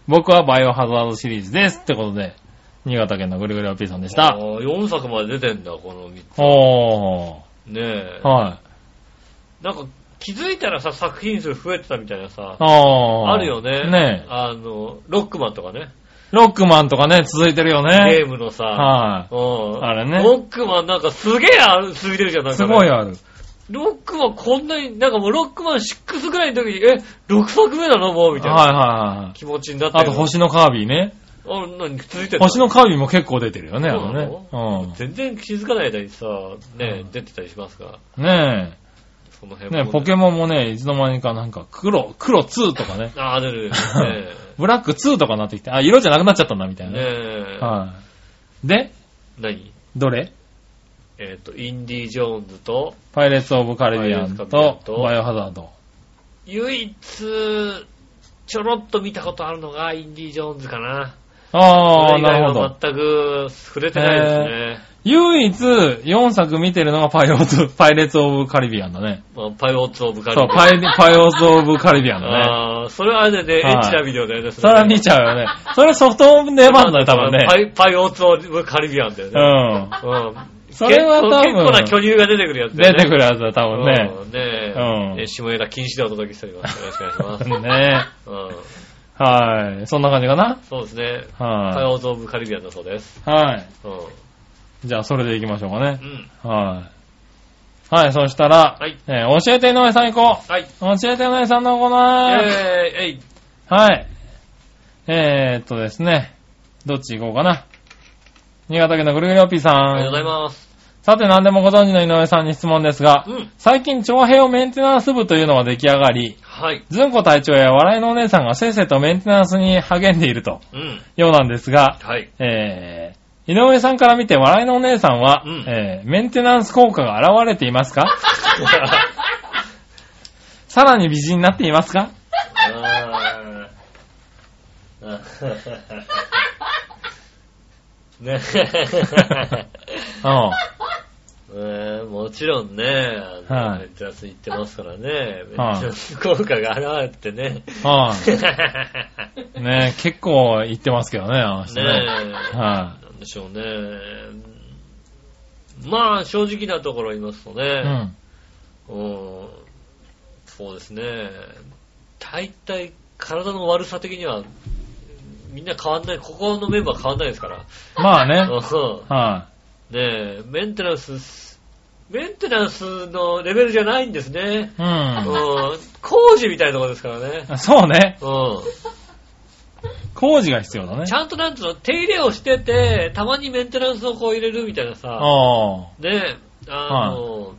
[SPEAKER 3] 僕はバイオハザードシリーズですってことで、新潟県のぐるぐるおぴーさんでした。
[SPEAKER 2] おー4作まで出てんだ、この3つ。
[SPEAKER 3] おー。
[SPEAKER 2] ねえ。
[SPEAKER 3] は
[SPEAKER 2] なんか、気づいたらさ、作品数増えてたみたいなさ、
[SPEAKER 3] ああ。
[SPEAKER 2] あるよね。
[SPEAKER 3] ねえ。
[SPEAKER 2] あの、ロックマンとかね。
[SPEAKER 3] ロックマンとかね、続いてるよ
[SPEAKER 2] ゲ
[SPEAKER 3] ね。
[SPEAKER 2] ームのさ、
[SPEAKER 3] は
[SPEAKER 2] うん。
[SPEAKER 3] あれね。
[SPEAKER 2] ロックマンなんかすげえある続いてるじゃん、ないん
[SPEAKER 3] す
[SPEAKER 2] かね、
[SPEAKER 3] ごいある。
[SPEAKER 2] ロックマンこんなに、なんかもうロックマン6ぐらいの時に、え、6作目なのもうみ
[SPEAKER 3] はい
[SPEAKER 2] たいな
[SPEAKER 3] はいはい。
[SPEAKER 2] 気持ちになって
[SPEAKER 3] あと、星のカービィね。
[SPEAKER 2] あ、何続いてんの
[SPEAKER 3] 星のカービィも結構出てるよね、あの
[SPEAKER 2] そうな
[SPEAKER 3] ね。
[SPEAKER 2] 全然気づかない間にさ、ね、
[SPEAKER 3] うん
[SPEAKER 2] 出てたりしますから、
[SPEAKER 3] うん。ね
[SPEAKER 2] その
[SPEAKER 3] え。
[SPEAKER 2] 辺も
[SPEAKER 3] ねえポケモンもね、いつの間にかなんか、黒、黒2とかね。
[SPEAKER 2] ああ、出 る。ね
[SPEAKER 3] ブラック2とかなってきて、あ、色じゃなくなっちゃったんだ、みた
[SPEAKER 2] え。
[SPEAKER 3] い
[SPEAKER 2] ね
[SPEAKER 3] な。
[SPEAKER 2] え。
[SPEAKER 3] はい。で、
[SPEAKER 2] 何
[SPEAKER 3] どれ
[SPEAKER 2] えっ、と、インディ・ジョーンズと、
[SPEAKER 3] パイレーツ・オブ・カリビ
[SPEAKER 2] パイレ
[SPEAKER 3] アン
[SPEAKER 2] ーツオブカリビアン
[SPEAKER 3] と
[SPEAKER 2] と、
[SPEAKER 3] バイオハザード。
[SPEAKER 2] 唯一、ちょろっと見たことあるのがインディ・ジョーンズかな。
[SPEAKER 3] あ
[SPEAKER 2] そ
[SPEAKER 3] あ、
[SPEAKER 2] れ以
[SPEAKER 3] な
[SPEAKER 2] 外
[SPEAKER 3] る
[SPEAKER 2] は
[SPEAKER 3] ほど。
[SPEAKER 2] 全く触れてないですね。
[SPEAKER 3] 唯一4作見てるのがパイオツ、パイレーツ・オブ・カリビアンだね。
[SPEAKER 2] まあ、パイオーツ・オブ・カリ
[SPEAKER 3] そう、
[SPEAKER 2] ビアン
[SPEAKER 3] パイ、パイオツ・オブ・カリビアンだね。
[SPEAKER 2] ああ、それはあれでね、エ
[SPEAKER 3] はい
[SPEAKER 2] ッチなビデオだよね。
[SPEAKER 3] それは見ちゃうよね。それソフトオンデマンドだよ、多分ね。
[SPEAKER 2] パイ、パイオーツオブカリビアンだよ
[SPEAKER 3] う
[SPEAKER 2] ね。
[SPEAKER 3] ん。
[SPEAKER 2] うん。
[SPEAKER 3] それは多分
[SPEAKER 2] 結構な巨乳が出てくるやつだ
[SPEAKER 3] 出
[SPEAKER 2] よね。
[SPEAKER 3] てくるやつだ、多分ね。
[SPEAKER 2] うん。ねえ
[SPEAKER 3] う、ん
[SPEAKER 2] え下枝禁止でお届けしており ます。よろしくお願いします。
[SPEAKER 3] ね
[SPEAKER 2] うん。
[SPEAKER 3] はい。そんな感じかな
[SPEAKER 2] そうですね。パイ
[SPEAKER 3] は
[SPEAKER 2] オーツオブカリビアンだそうです。
[SPEAKER 3] い。はい。
[SPEAKER 2] うん。
[SPEAKER 3] じゃあ、それで行きましょうかね
[SPEAKER 2] う。ん。
[SPEAKER 3] はい。はい、そしたら、
[SPEAKER 2] はい
[SPEAKER 3] えー教えて井上さん行こ
[SPEAKER 2] はい。
[SPEAKER 3] う。教えて井上さんのコーナー。
[SPEAKER 2] えー、えい。
[SPEAKER 3] はい。えー、っとですね。どっち行こうかな。新潟県のぐるぐるおっぴーさん。
[SPEAKER 2] ありがとうございます。
[SPEAKER 3] さて何でもご存知の井上さんに質問ですが、
[SPEAKER 2] うん。
[SPEAKER 3] 最近長編をメンテナンス部というのが出来上がり、
[SPEAKER 2] はい。
[SPEAKER 3] ずんこ隊長や笑いのお姉さんがせっせとメンテナンスに励んでいると、
[SPEAKER 2] うん。
[SPEAKER 3] ようなんですが、
[SPEAKER 2] はい。
[SPEAKER 3] えー、井上さんから見て笑いのお姉さんは、
[SPEAKER 2] うん
[SPEAKER 3] えーメンテナンス効果が現れてい ますかさらに美人になっていますか
[SPEAKER 2] あ ーねえ。
[SPEAKER 3] うん。
[SPEAKER 2] えーもちろんね、あの、
[SPEAKER 3] はい
[SPEAKER 2] メンテナンス行ってますからね、メンテ
[SPEAKER 3] はい
[SPEAKER 2] ナンス効果が現れてね。
[SPEAKER 3] は
[SPEAKER 2] ね
[SPEAKER 3] い。ね結構言ってますけどね、あの
[SPEAKER 2] え、
[SPEAKER 3] 人ね。
[SPEAKER 2] な
[SPEAKER 3] は
[SPEAKER 2] んでしょうね。まあ、正直なところ言いますと
[SPEAKER 3] い。う
[SPEAKER 2] ね、
[SPEAKER 3] ん。
[SPEAKER 2] うんそうですね、大体体の悪さ的には、みんな変わんない、ここのメンバー変わんないですから。
[SPEAKER 3] まあね。
[SPEAKER 2] うん
[SPEAKER 3] は
[SPEAKER 2] ねえ、メンテナンス、メンテナンスのレベルじゃないんですね。
[SPEAKER 3] い。う
[SPEAKER 2] うん、工事みたいなところですからね。
[SPEAKER 3] ん。そうね。
[SPEAKER 2] う
[SPEAKER 3] 工事が必要だね
[SPEAKER 2] ん。。ちゃんとなんつうの、手入れをしてて、たまにメンテナンスをこう入れるみたいなさ、
[SPEAKER 3] あ
[SPEAKER 2] ね、あの、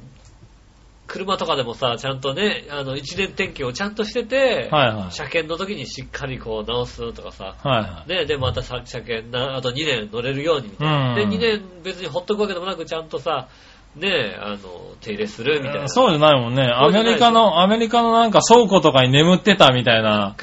[SPEAKER 2] 車とかでもさ、ちゃんとね、あの、一年点検をちゃんとしてて、
[SPEAKER 3] あ。はいはい。
[SPEAKER 2] 車検の時にしっかりこう直すとかさ、
[SPEAKER 3] はいは
[SPEAKER 2] ね、で、またさ車検な、あと2年乗れるようにみたい
[SPEAKER 3] うん
[SPEAKER 2] な。で、2年別にほっとくわけでもなく、ちゃんとさ、ね、あの、手入れするみたいな。
[SPEAKER 3] い。そうじゃないもんね。ア
[SPEAKER 2] うじゃ
[SPEAKER 3] メ
[SPEAKER 2] ない
[SPEAKER 3] リカの、アメリカのなんか倉庫とかに眠ってたみたいな、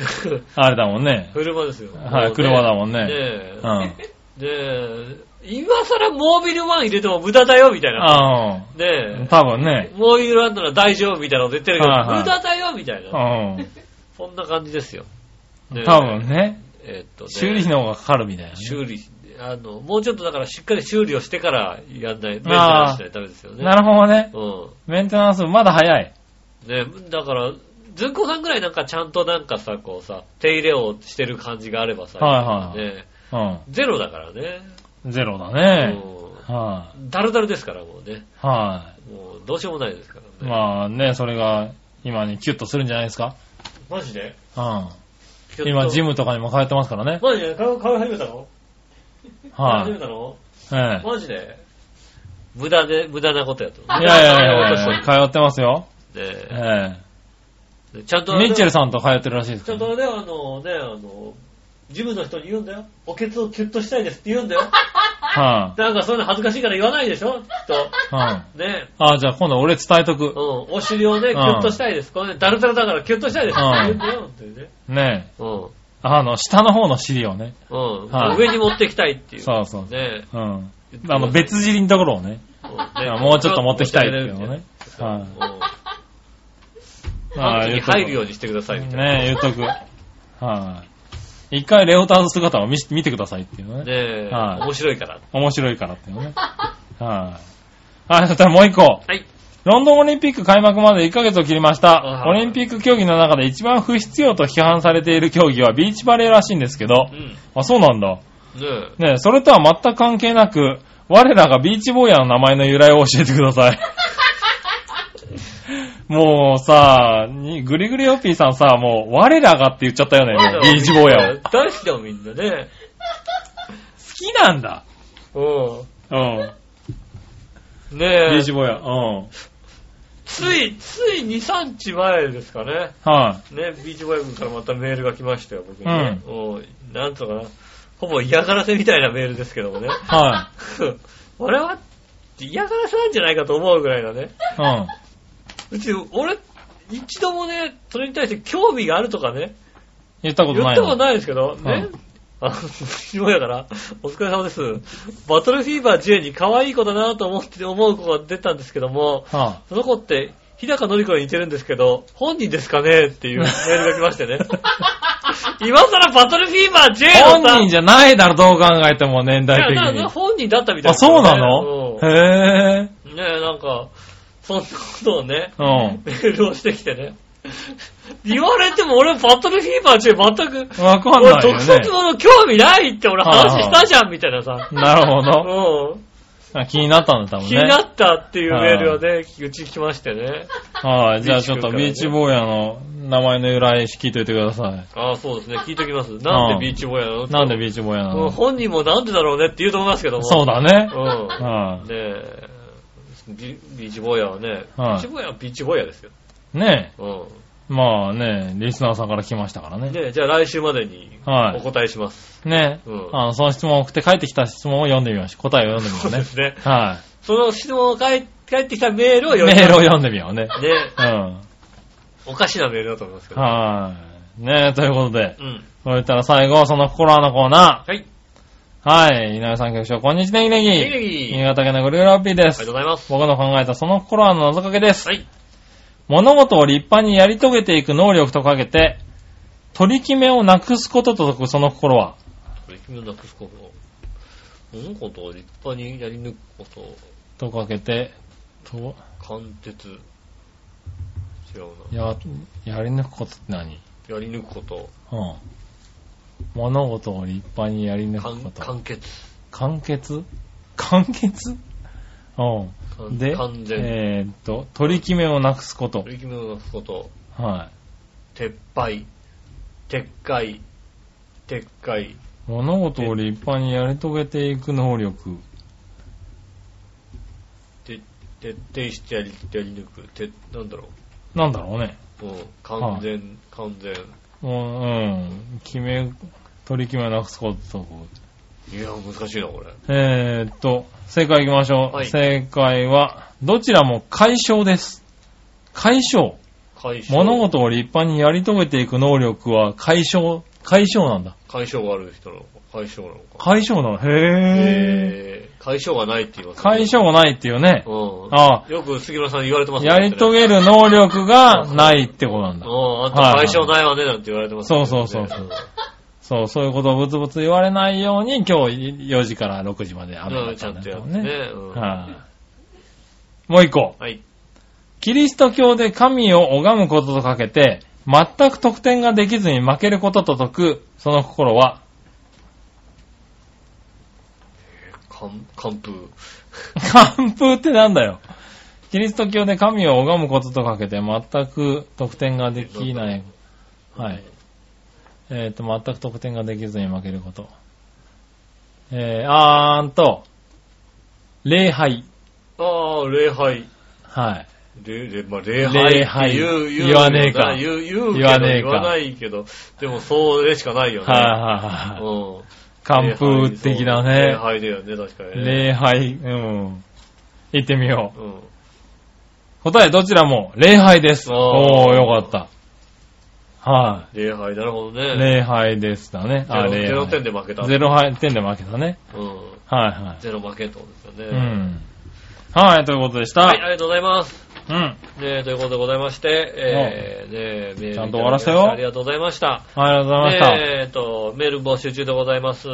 [SPEAKER 3] あれだもん ね。
[SPEAKER 2] 車ですよ。
[SPEAKER 3] はい
[SPEAKER 2] もうね
[SPEAKER 3] 車だもんね
[SPEAKER 2] え
[SPEAKER 3] うん。
[SPEAKER 2] で、今更モービル1入れても無駄だよ、みたいな。
[SPEAKER 3] ああ。
[SPEAKER 2] ね
[SPEAKER 3] 多分ね
[SPEAKER 2] え。。モービル1なら大丈夫みたいなこと言ってるけど、
[SPEAKER 3] はいはい
[SPEAKER 2] 無駄だよ、みたいうな。そんな感じですよ。ね
[SPEAKER 3] ん。多分ね。
[SPEAKER 2] えっとね
[SPEAKER 3] 修理費の方がかかるみたいなね。
[SPEAKER 2] 修理、あの、もうちょっとだからしっかり修理をしてからやんない、メンテナンス
[SPEAKER 3] あー
[SPEAKER 2] しないとダメですよね。
[SPEAKER 3] なるほどね。
[SPEAKER 2] ほ
[SPEAKER 3] メンテナンスまだ早い。
[SPEAKER 2] うん。ねだから、ずんこさんぐらいなんかちゃんとなんかさ、こうさ、手入れをしてる感じがあればさ、
[SPEAKER 3] はいはい
[SPEAKER 2] ね
[SPEAKER 3] う
[SPEAKER 2] ゼロだからね。
[SPEAKER 3] ん。ゼロだね。
[SPEAKER 2] うん
[SPEAKER 3] は
[SPEAKER 2] ダルダルですから、もうね。
[SPEAKER 3] い。は
[SPEAKER 2] もう、どうしようもないですからね。
[SPEAKER 3] い。まあね、それが今にキュッとするんじゃないですか。
[SPEAKER 2] マジで
[SPEAKER 3] うん。今ジ。ムとかにも通ってますからね。
[SPEAKER 2] マジで顔顔始めたの
[SPEAKER 3] は
[SPEAKER 2] 始め
[SPEAKER 3] い。
[SPEAKER 2] たの
[SPEAKER 3] え
[SPEAKER 2] マジで無駄で、無駄なことやと。
[SPEAKER 3] え。いやいやいやいや、通ってますよ。
[SPEAKER 2] で
[SPEAKER 3] ええ。
[SPEAKER 2] でちゃんと、
[SPEAKER 3] ミッチェルさんと通ってるらしいです
[SPEAKER 2] ち
[SPEAKER 3] か
[SPEAKER 2] ゃん
[SPEAKER 3] ら。
[SPEAKER 2] とね、あのね、あの、ジムの人に言うんだよ。おケツをキュッとしたいですって言うんだよ。
[SPEAKER 3] は
[SPEAKER 2] なんかそういうの恥ずかしいから言わないでしょきっと。
[SPEAKER 3] い。うん。
[SPEAKER 2] ね。
[SPEAKER 3] あ、じゃあ今度俺伝えと
[SPEAKER 2] うん
[SPEAKER 3] く。、
[SPEAKER 2] お尻をね、キュッとしたいです。これね、ダルダルだからキュッとしたいですって言うんだよ。本当にね。
[SPEAKER 3] ねえ。
[SPEAKER 2] うん。
[SPEAKER 3] あの、下の方の尻をね。
[SPEAKER 2] うん、
[SPEAKER 3] はい
[SPEAKER 2] 上に持ってきたいっていう。
[SPEAKER 3] そうそう。
[SPEAKER 2] ね
[SPEAKER 3] うん。あの、別尻のところをね。もうちょっと持ってきたいっていうのね。はい
[SPEAKER 2] うん
[SPEAKER 3] あ
[SPEAKER 2] あ
[SPEAKER 3] あ
[SPEAKER 2] の時
[SPEAKER 3] 言
[SPEAKER 2] に
[SPEAKER 3] っとく
[SPEAKER 2] 入るようにしてくださいみたいな。
[SPEAKER 3] ねえ、言っとく。はい。一回レオタード姿を見し見てくださいっていうの
[SPEAKER 2] ね
[SPEAKER 3] ね。
[SPEAKER 2] え、
[SPEAKER 3] はい
[SPEAKER 2] 面白いから。
[SPEAKER 3] 面白いからっていうのね。はい。あ、そしたらもう一個。
[SPEAKER 2] はい。
[SPEAKER 3] ロンドンオリンピック開幕まで1ヶ月を切りました。
[SPEAKER 2] あ
[SPEAKER 3] オリンピック競技の中で一番不必要と批判されている競技はビーチバレーらしいんですけど
[SPEAKER 2] う、ん。ね
[SPEAKER 3] あ、そうなんだ。
[SPEAKER 2] え。
[SPEAKER 3] ねえそれとは全く関係なく、我らがビーチ坊やの名前の由来を教えてください。 もうさ、にグリグリオッピーさんさ、もう、我らがって言っちゃったよね、 もうビーチ坊やを。好
[SPEAKER 2] 大好きだもん、みんなね。
[SPEAKER 3] きなんだ。
[SPEAKER 2] う
[SPEAKER 3] うん。
[SPEAKER 2] ん。ね
[SPEAKER 3] ビ
[SPEAKER 2] え
[SPEAKER 3] ーチ。坊や。うん。
[SPEAKER 2] つい、つい2、3日前ですかね。
[SPEAKER 3] は
[SPEAKER 2] ね、ビーチボーイ君からまたメールが来ましたよ、僕にね。もうなんとかな。ほぼ嫌がらせみたいなメールですけどもね。
[SPEAKER 3] い。 は
[SPEAKER 2] 俺は嫌がらせなんじゃないかと思うぐらいのね。
[SPEAKER 3] い。うん。
[SPEAKER 2] うち、俺、一度もね、それに対して興味があるとかね、
[SPEAKER 3] 言ったこと
[SPEAKER 2] 言っ
[SPEAKER 3] ない
[SPEAKER 2] たこ
[SPEAKER 3] の
[SPEAKER 2] とないですけど、ね
[SPEAKER 3] う。
[SPEAKER 2] あの、今やから、お疲れ様です。バトルフィーバー J に可愛い子だなと思って、思う子が出たんですけども、
[SPEAKER 3] は
[SPEAKER 2] その子って、日高のり子に似てるんですけど、本人ですかねっていうメールが来まして ね。今更バトルフィーバー J
[SPEAKER 3] い
[SPEAKER 2] のさ
[SPEAKER 3] 本人じゃないだろ、どう考えても、年代
[SPEAKER 2] いや
[SPEAKER 3] 的
[SPEAKER 2] だから
[SPEAKER 3] に。
[SPEAKER 2] 本人だったみたい
[SPEAKER 3] あ、
[SPEAKER 2] ですよ
[SPEAKER 3] そう
[SPEAKER 2] ね
[SPEAKER 3] なの
[SPEAKER 2] うん
[SPEAKER 3] へぇ
[SPEAKER 2] ねえ、なんか、そんなことをね、
[SPEAKER 3] ー。うん。
[SPEAKER 2] メールをしてきてね。言われても俺バトルフィーバー J 全く、
[SPEAKER 3] わかん
[SPEAKER 2] 俺
[SPEAKER 3] ない
[SPEAKER 2] 特
[SPEAKER 3] よね
[SPEAKER 2] 撮。もの興味ないって俺話したじゃんみたいなさ。
[SPEAKER 3] なるほど。
[SPEAKER 2] うん。
[SPEAKER 3] あ気になったんだ、多分ね。
[SPEAKER 2] 気になったっていうメールをね、うちに来ましてね。
[SPEAKER 3] はい、じゃあちょっと
[SPEAKER 2] ビ
[SPEAKER 3] ビ
[SPEAKER 2] ー
[SPEAKER 3] ー
[SPEAKER 2] チ
[SPEAKER 3] チ坊やの名前の由来聞いといてください。
[SPEAKER 2] ああ、そうですね。聞いてきます。なんでビーチボーイなのって
[SPEAKER 3] なんでビーチ坊やな
[SPEAKER 2] うん
[SPEAKER 3] の
[SPEAKER 2] 本人もなんでだろうねって言うと思いますけども。
[SPEAKER 3] そうだね。
[SPEAKER 2] う
[SPEAKER 3] は
[SPEAKER 2] ん。ねえ。ビビーチボーイヤーはね、ビ
[SPEAKER 3] はい
[SPEAKER 2] ーチボーイヤーはビーチボーイヤーですよ。
[SPEAKER 3] い。ね
[SPEAKER 2] う
[SPEAKER 3] え。まあね、リスナーさんから来ましたから
[SPEAKER 2] ん。
[SPEAKER 3] ね。
[SPEAKER 2] ねえじゃあ来週までに
[SPEAKER 3] はい
[SPEAKER 2] お答えします。
[SPEAKER 3] ねえ
[SPEAKER 2] うん。
[SPEAKER 3] あの、その質問を送って帰ってきた質問を読んでみましょう。答えを読んでみ
[SPEAKER 2] そう
[SPEAKER 3] よ
[SPEAKER 2] で
[SPEAKER 3] うね。
[SPEAKER 2] す ね。
[SPEAKER 3] は
[SPEAKER 2] その質問を返返ってきたメールを
[SPEAKER 3] い。
[SPEAKER 2] 読
[SPEAKER 3] メ
[SPEAKER 2] み
[SPEAKER 3] ールを
[SPEAKER 2] ます
[SPEAKER 3] 読んでみようね。
[SPEAKER 2] ねえ
[SPEAKER 3] うん。
[SPEAKER 2] おかしなメールだと思いますけど。
[SPEAKER 3] はい。ねえ、ということで。
[SPEAKER 2] うん。
[SPEAKER 3] そういったら最後、その心のコーナ
[SPEAKER 2] はい。
[SPEAKER 3] ー。はい。井上さん局長、こんにちは、ネギネギ。
[SPEAKER 2] ネギネギ
[SPEAKER 3] 新潟県のグルーラッピーで
[SPEAKER 2] ありがとう
[SPEAKER 3] す
[SPEAKER 2] ご。ざいます。
[SPEAKER 3] 僕の考えたその心はの謎かけです。
[SPEAKER 2] はい。
[SPEAKER 3] 物事を立派にやり遂げていく能力とかけて、取り決めをなくすことと解くその心は、
[SPEAKER 2] 取り決めをなくすこと。物事を立派にやり抜くこと。
[SPEAKER 3] とかけて、と、
[SPEAKER 2] 貫徹。違うな。
[SPEAKER 3] や、やり抜くことって何
[SPEAKER 2] やり抜くこと。
[SPEAKER 3] うん。物事を立派にやり抜く
[SPEAKER 2] 貫
[SPEAKER 3] こと。
[SPEAKER 2] 完結。
[SPEAKER 3] 完結完結う
[SPEAKER 2] 完
[SPEAKER 3] ん。で、
[SPEAKER 2] 完全。
[SPEAKER 3] えーっと、取り決めをなくすこと
[SPEAKER 2] 取。り決めをなくすこと。
[SPEAKER 3] は
[SPEAKER 2] 撤廃。撤回。撤回。
[SPEAKER 3] い。物事を立派にやり遂げていく能力。
[SPEAKER 2] て徹底してやりやり抜く。てなんだろ
[SPEAKER 3] なんだろうね。
[SPEAKER 2] う。もう完全、完全。
[SPEAKER 3] もう、うん。決め、取り決めをなくすことと解く。
[SPEAKER 2] いや、難しいな、これ。
[SPEAKER 3] えーっと、正解行きましょう。
[SPEAKER 2] はい
[SPEAKER 3] 正解は、どちらも解消です。解消。
[SPEAKER 2] 解消。
[SPEAKER 3] 物事を立派にやり遂げていく能力は解消、解消なんだ。
[SPEAKER 2] 解消がある人なのか。解消なのか。
[SPEAKER 3] 解消なの。へぇー。
[SPEAKER 2] えー、解消がないって言います、
[SPEAKER 3] 解。消がないっていうね。
[SPEAKER 2] うん。
[SPEAKER 3] あ
[SPEAKER 2] よく杉村さん言われてます
[SPEAKER 3] やり遂
[SPEAKER 2] げ。
[SPEAKER 3] げる能力がないってことなんだ。
[SPEAKER 2] うん、あん
[SPEAKER 3] はい
[SPEAKER 2] た
[SPEAKER 3] はい
[SPEAKER 2] 解消ないわね、なんて言われてます、
[SPEAKER 3] そうそうそうそうそう、そういうことをぶつぶつ言われないように、今日4時から6時まで雨
[SPEAKER 2] う
[SPEAKER 3] だ
[SPEAKER 2] ん、
[SPEAKER 3] っ
[SPEAKER 2] ちゃ
[SPEAKER 3] た
[SPEAKER 2] ん
[SPEAKER 3] んだ
[SPEAKER 2] と
[SPEAKER 3] け
[SPEAKER 2] や
[SPEAKER 3] ど
[SPEAKER 2] ってね。
[SPEAKER 3] ね。
[SPEAKER 2] うん
[SPEAKER 3] はい。もう一個。
[SPEAKER 2] はい。
[SPEAKER 3] キリスト教で神を拝むこととかけて、全く得点ができずに負けることと解く、その心は、
[SPEAKER 2] 完完封。
[SPEAKER 3] 完封ってなんだよ。キリスト教で神を拝むこととかけて、全く得点ができない。はい。えっ、と、全く得点ができずに負けること。えー、あーんと、礼拝。
[SPEAKER 2] ああ、礼拝。
[SPEAKER 3] はい。
[SPEAKER 2] 礼礼まあ、礼拝
[SPEAKER 3] 礼
[SPEAKER 2] って
[SPEAKER 3] 拝
[SPEAKER 2] 言う、言う
[SPEAKER 3] 言わねえか
[SPEAKER 2] 言う、言うけど
[SPEAKER 3] 言わねえ
[SPEAKER 2] 言
[SPEAKER 3] か
[SPEAKER 2] わないけど、でもそうでしかないよね。
[SPEAKER 3] はいはいはいはい。
[SPEAKER 2] うん。
[SPEAKER 3] 完封的だ
[SPEAKER 2] 礼
[SPEAKER 3] ね。
[SPEAKER 2] 拝だよね、確かにね。
[SPEAKER 3] 礼拝、うん。行ってみよう。
[SPEAKER 2] うん。
[SPEAKER 3] 答えどちらも礼拝です。
[SPEAKER 2] あー
[SPEAKER 3] おー、よかった。は
[SPEAKER 2] 礼拝、なるほど
[SPEAKER 3] い、
[SPEAKER 2] ね。
[SPEAKER 3] 礼拝でしたね。あ、
[SPEAKER 2] ゼ
[SPEAKER 3] 礼
[SPEAKER 2] ロゼロ
[SPEAKER 3] 拝
[SPEAKER 2] 点。で負けた。
[SPEAKER 3] ゼロ敗点で負けたね。
[SPEAKER 2] うん。
[SPEAKER 3] はいは
[SPEAKER 2] ゼロ負けってことですよ
[SPEAKER 3] い。
[SPEAKER 2] ね。
[SPEAKER 3] うん。はい、ということでした。
[SPEAKER 2] はい、ありがとうございます。
[SPEAKER 3] うん。
[SPEAKER 2] ねえということでございまして、えー、ねえメールいただきまして
[SPEAKER 3] ちゃんと終わらせよう
[SPEAKER 2] ありがとうございました。
[SPEAKER 3] ありがとうございました。
[SPEAKER 2] ねええーと、メール募集中でございます。ね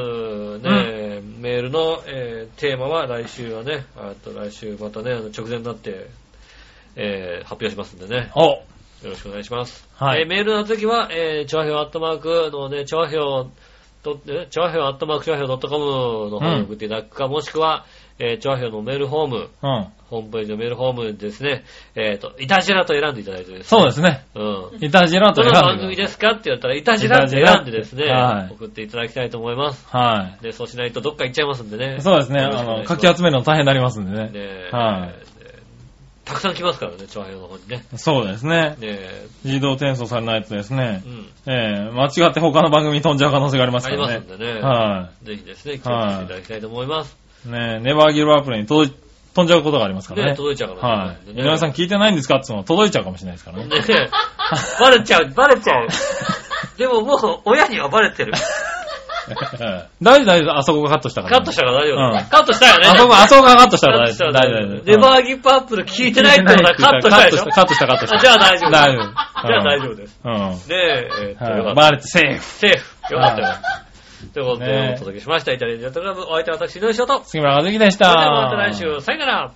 [SPEAKER 2] え、メールの、えーテーマは来週はね、あと来週またね、あの直前になって、えー、発表しますんでね。
[SPEAKER 3] お
[SPEAKER 2] よろしくお願いします。
[SPEAKER 3] はい
[SPEAKER 2] えーメールの時は、えー、調和表アットマークのね、調和表、と、え調和表アットマーク調和表 .com の方に送っていただくか、もしくは、えー、調和表のメールフォーム、
[SPEAKER 3] うん。
[SPEAKER 2] ホームページのメールフォームにですね、えっ、と、いたじらと選んでいただいてですね。
[SPEAKER 3] そうですね。
[SPEAKER 2] うん。
[SPEAKER 3] イタジラと
[SPEAKER 2] どの
[SPEAKER 3] 選んでください
[SPEAKER 2] 番組ですかって言ったら、いたじらって選んでですね、
[SPEAKER 3] いたじらはい
[SPEAKER 2] 送っていただきたいと思います。
[SPEAKER 3] は
[SPEAKER 2] で、そうしないとどっか行っちゃいますんでね。
[SPEAKER 3] い。そうですね。
[SPEAKER 2] よろし
[SPEAKER 3] あ
[SPEAKER 2] くお願
[SPEAKER 3] の、
[SPEAKER 2] いしま
[SPEAKER 3] か
[SPEAKER 2] す
[SPEAKER 3] き集めるの大変になりますんでね。
[SPEAKER 2] ねえ、
[SPEAKER 3] はい
[SPEAKER 2] たくさん来ますからね、調和表の方にね。ね
[SPEAKER 3] そうですね。
[SPEAKER 2] え、
[SPEAKER 3] 自動転送されないやつですね
[SPEAKER 2] う。ん。
[SPEAKER 3] ええ、間違って他の番組に飛んじゃう可能性があります
[SPEAKER 2] あ
[SPEAKER 3] か
[SPEAKER 2] りま
[SPEAKER 3] ら
[SPEAKER 2] す
[SPEAKER 3] ね
[SPEAKER 2] ん。でね。
[SPEAKER 3] は
[SPEAKER 2] ぜひですね、気をつけていただきたいと思います。
[SPEAKER 3] い。ねえ、ネバーギルアプリに届い飛んじゃうことがありますから
[SPEAKER 2] ね、
[SPEAKER 3] ね。
[SPEAKER 2] 届いちゃうから
[SPEAKER 3] は
[SPEAKER 2] ね。
[SPEAKER 3] い。
[SPEAKER 2] ね
[SPEAKER 3] 井上さん聞いてないんですかって言うの届いちゃうかもしれないで すからね。
[SPEAKER 2] ねえ、バレちゃう、バレち ゃう。でももう、親にはバレてる。
[SPEAKER 3] 大丈夫大丈夫。あそこがカットしたから
[SPEAKER 2] カ
[SPEAKER 3] ね。
[SPEAKER 2] ットしたから大丈夫。
[SPEAKER 3] うん
[SPEAKER 2] カットしたよね。
[SPEAKER 3] あそこ、あそこがカットした
[SPEAKER 2] カッ
[SPEAKER 3] ら大
[SPEAKER 2] トした
[SPEAKER 3] 丈
[SPEAKER 2] ら
[SPEAKER 3] 夫。大
[SPEAKER 2] 大
[SPEAKER 3] 丈
[SPEAKER 2] 丈
[SPEAKER 3] 夫
[SPEAKER 2] 夫。レバーギップアップル聞いてないってことはカットしたでしょ
[SPEAKER 3] カットした、カットした。
[SPEAKER 2] じゃあ大丈夫。
[SPEAKER 3] 大丈夫。
[SPEAKER 2] じゃあ大丈夫です。
[SPEAKER 3] うん。
[SPEAKER 2] ねえ、えーっと、よ
[SPEAKER 3] は
[SPEAKER 2] か
[SPEAKER 3] い
[SPEAKER 2] っ
[SPEAKER 3] バレてセーフ。
[SPEAKER 2] た。セーフ。よかったよ
[SPEAKER 3] は。
[SPEAKER 2] ということで、
[SPEAKER 3] ねえ
[SPEAKER 2] お届けしました。イタリアンジャトラム、お相手は私、井上翔と。
[SPEAKER 3] 杉村和樹でし
[SPEAKER 2] そ
[SPEAKER 3] た。
[SPEAKER 2] れではまた来週、さよなら。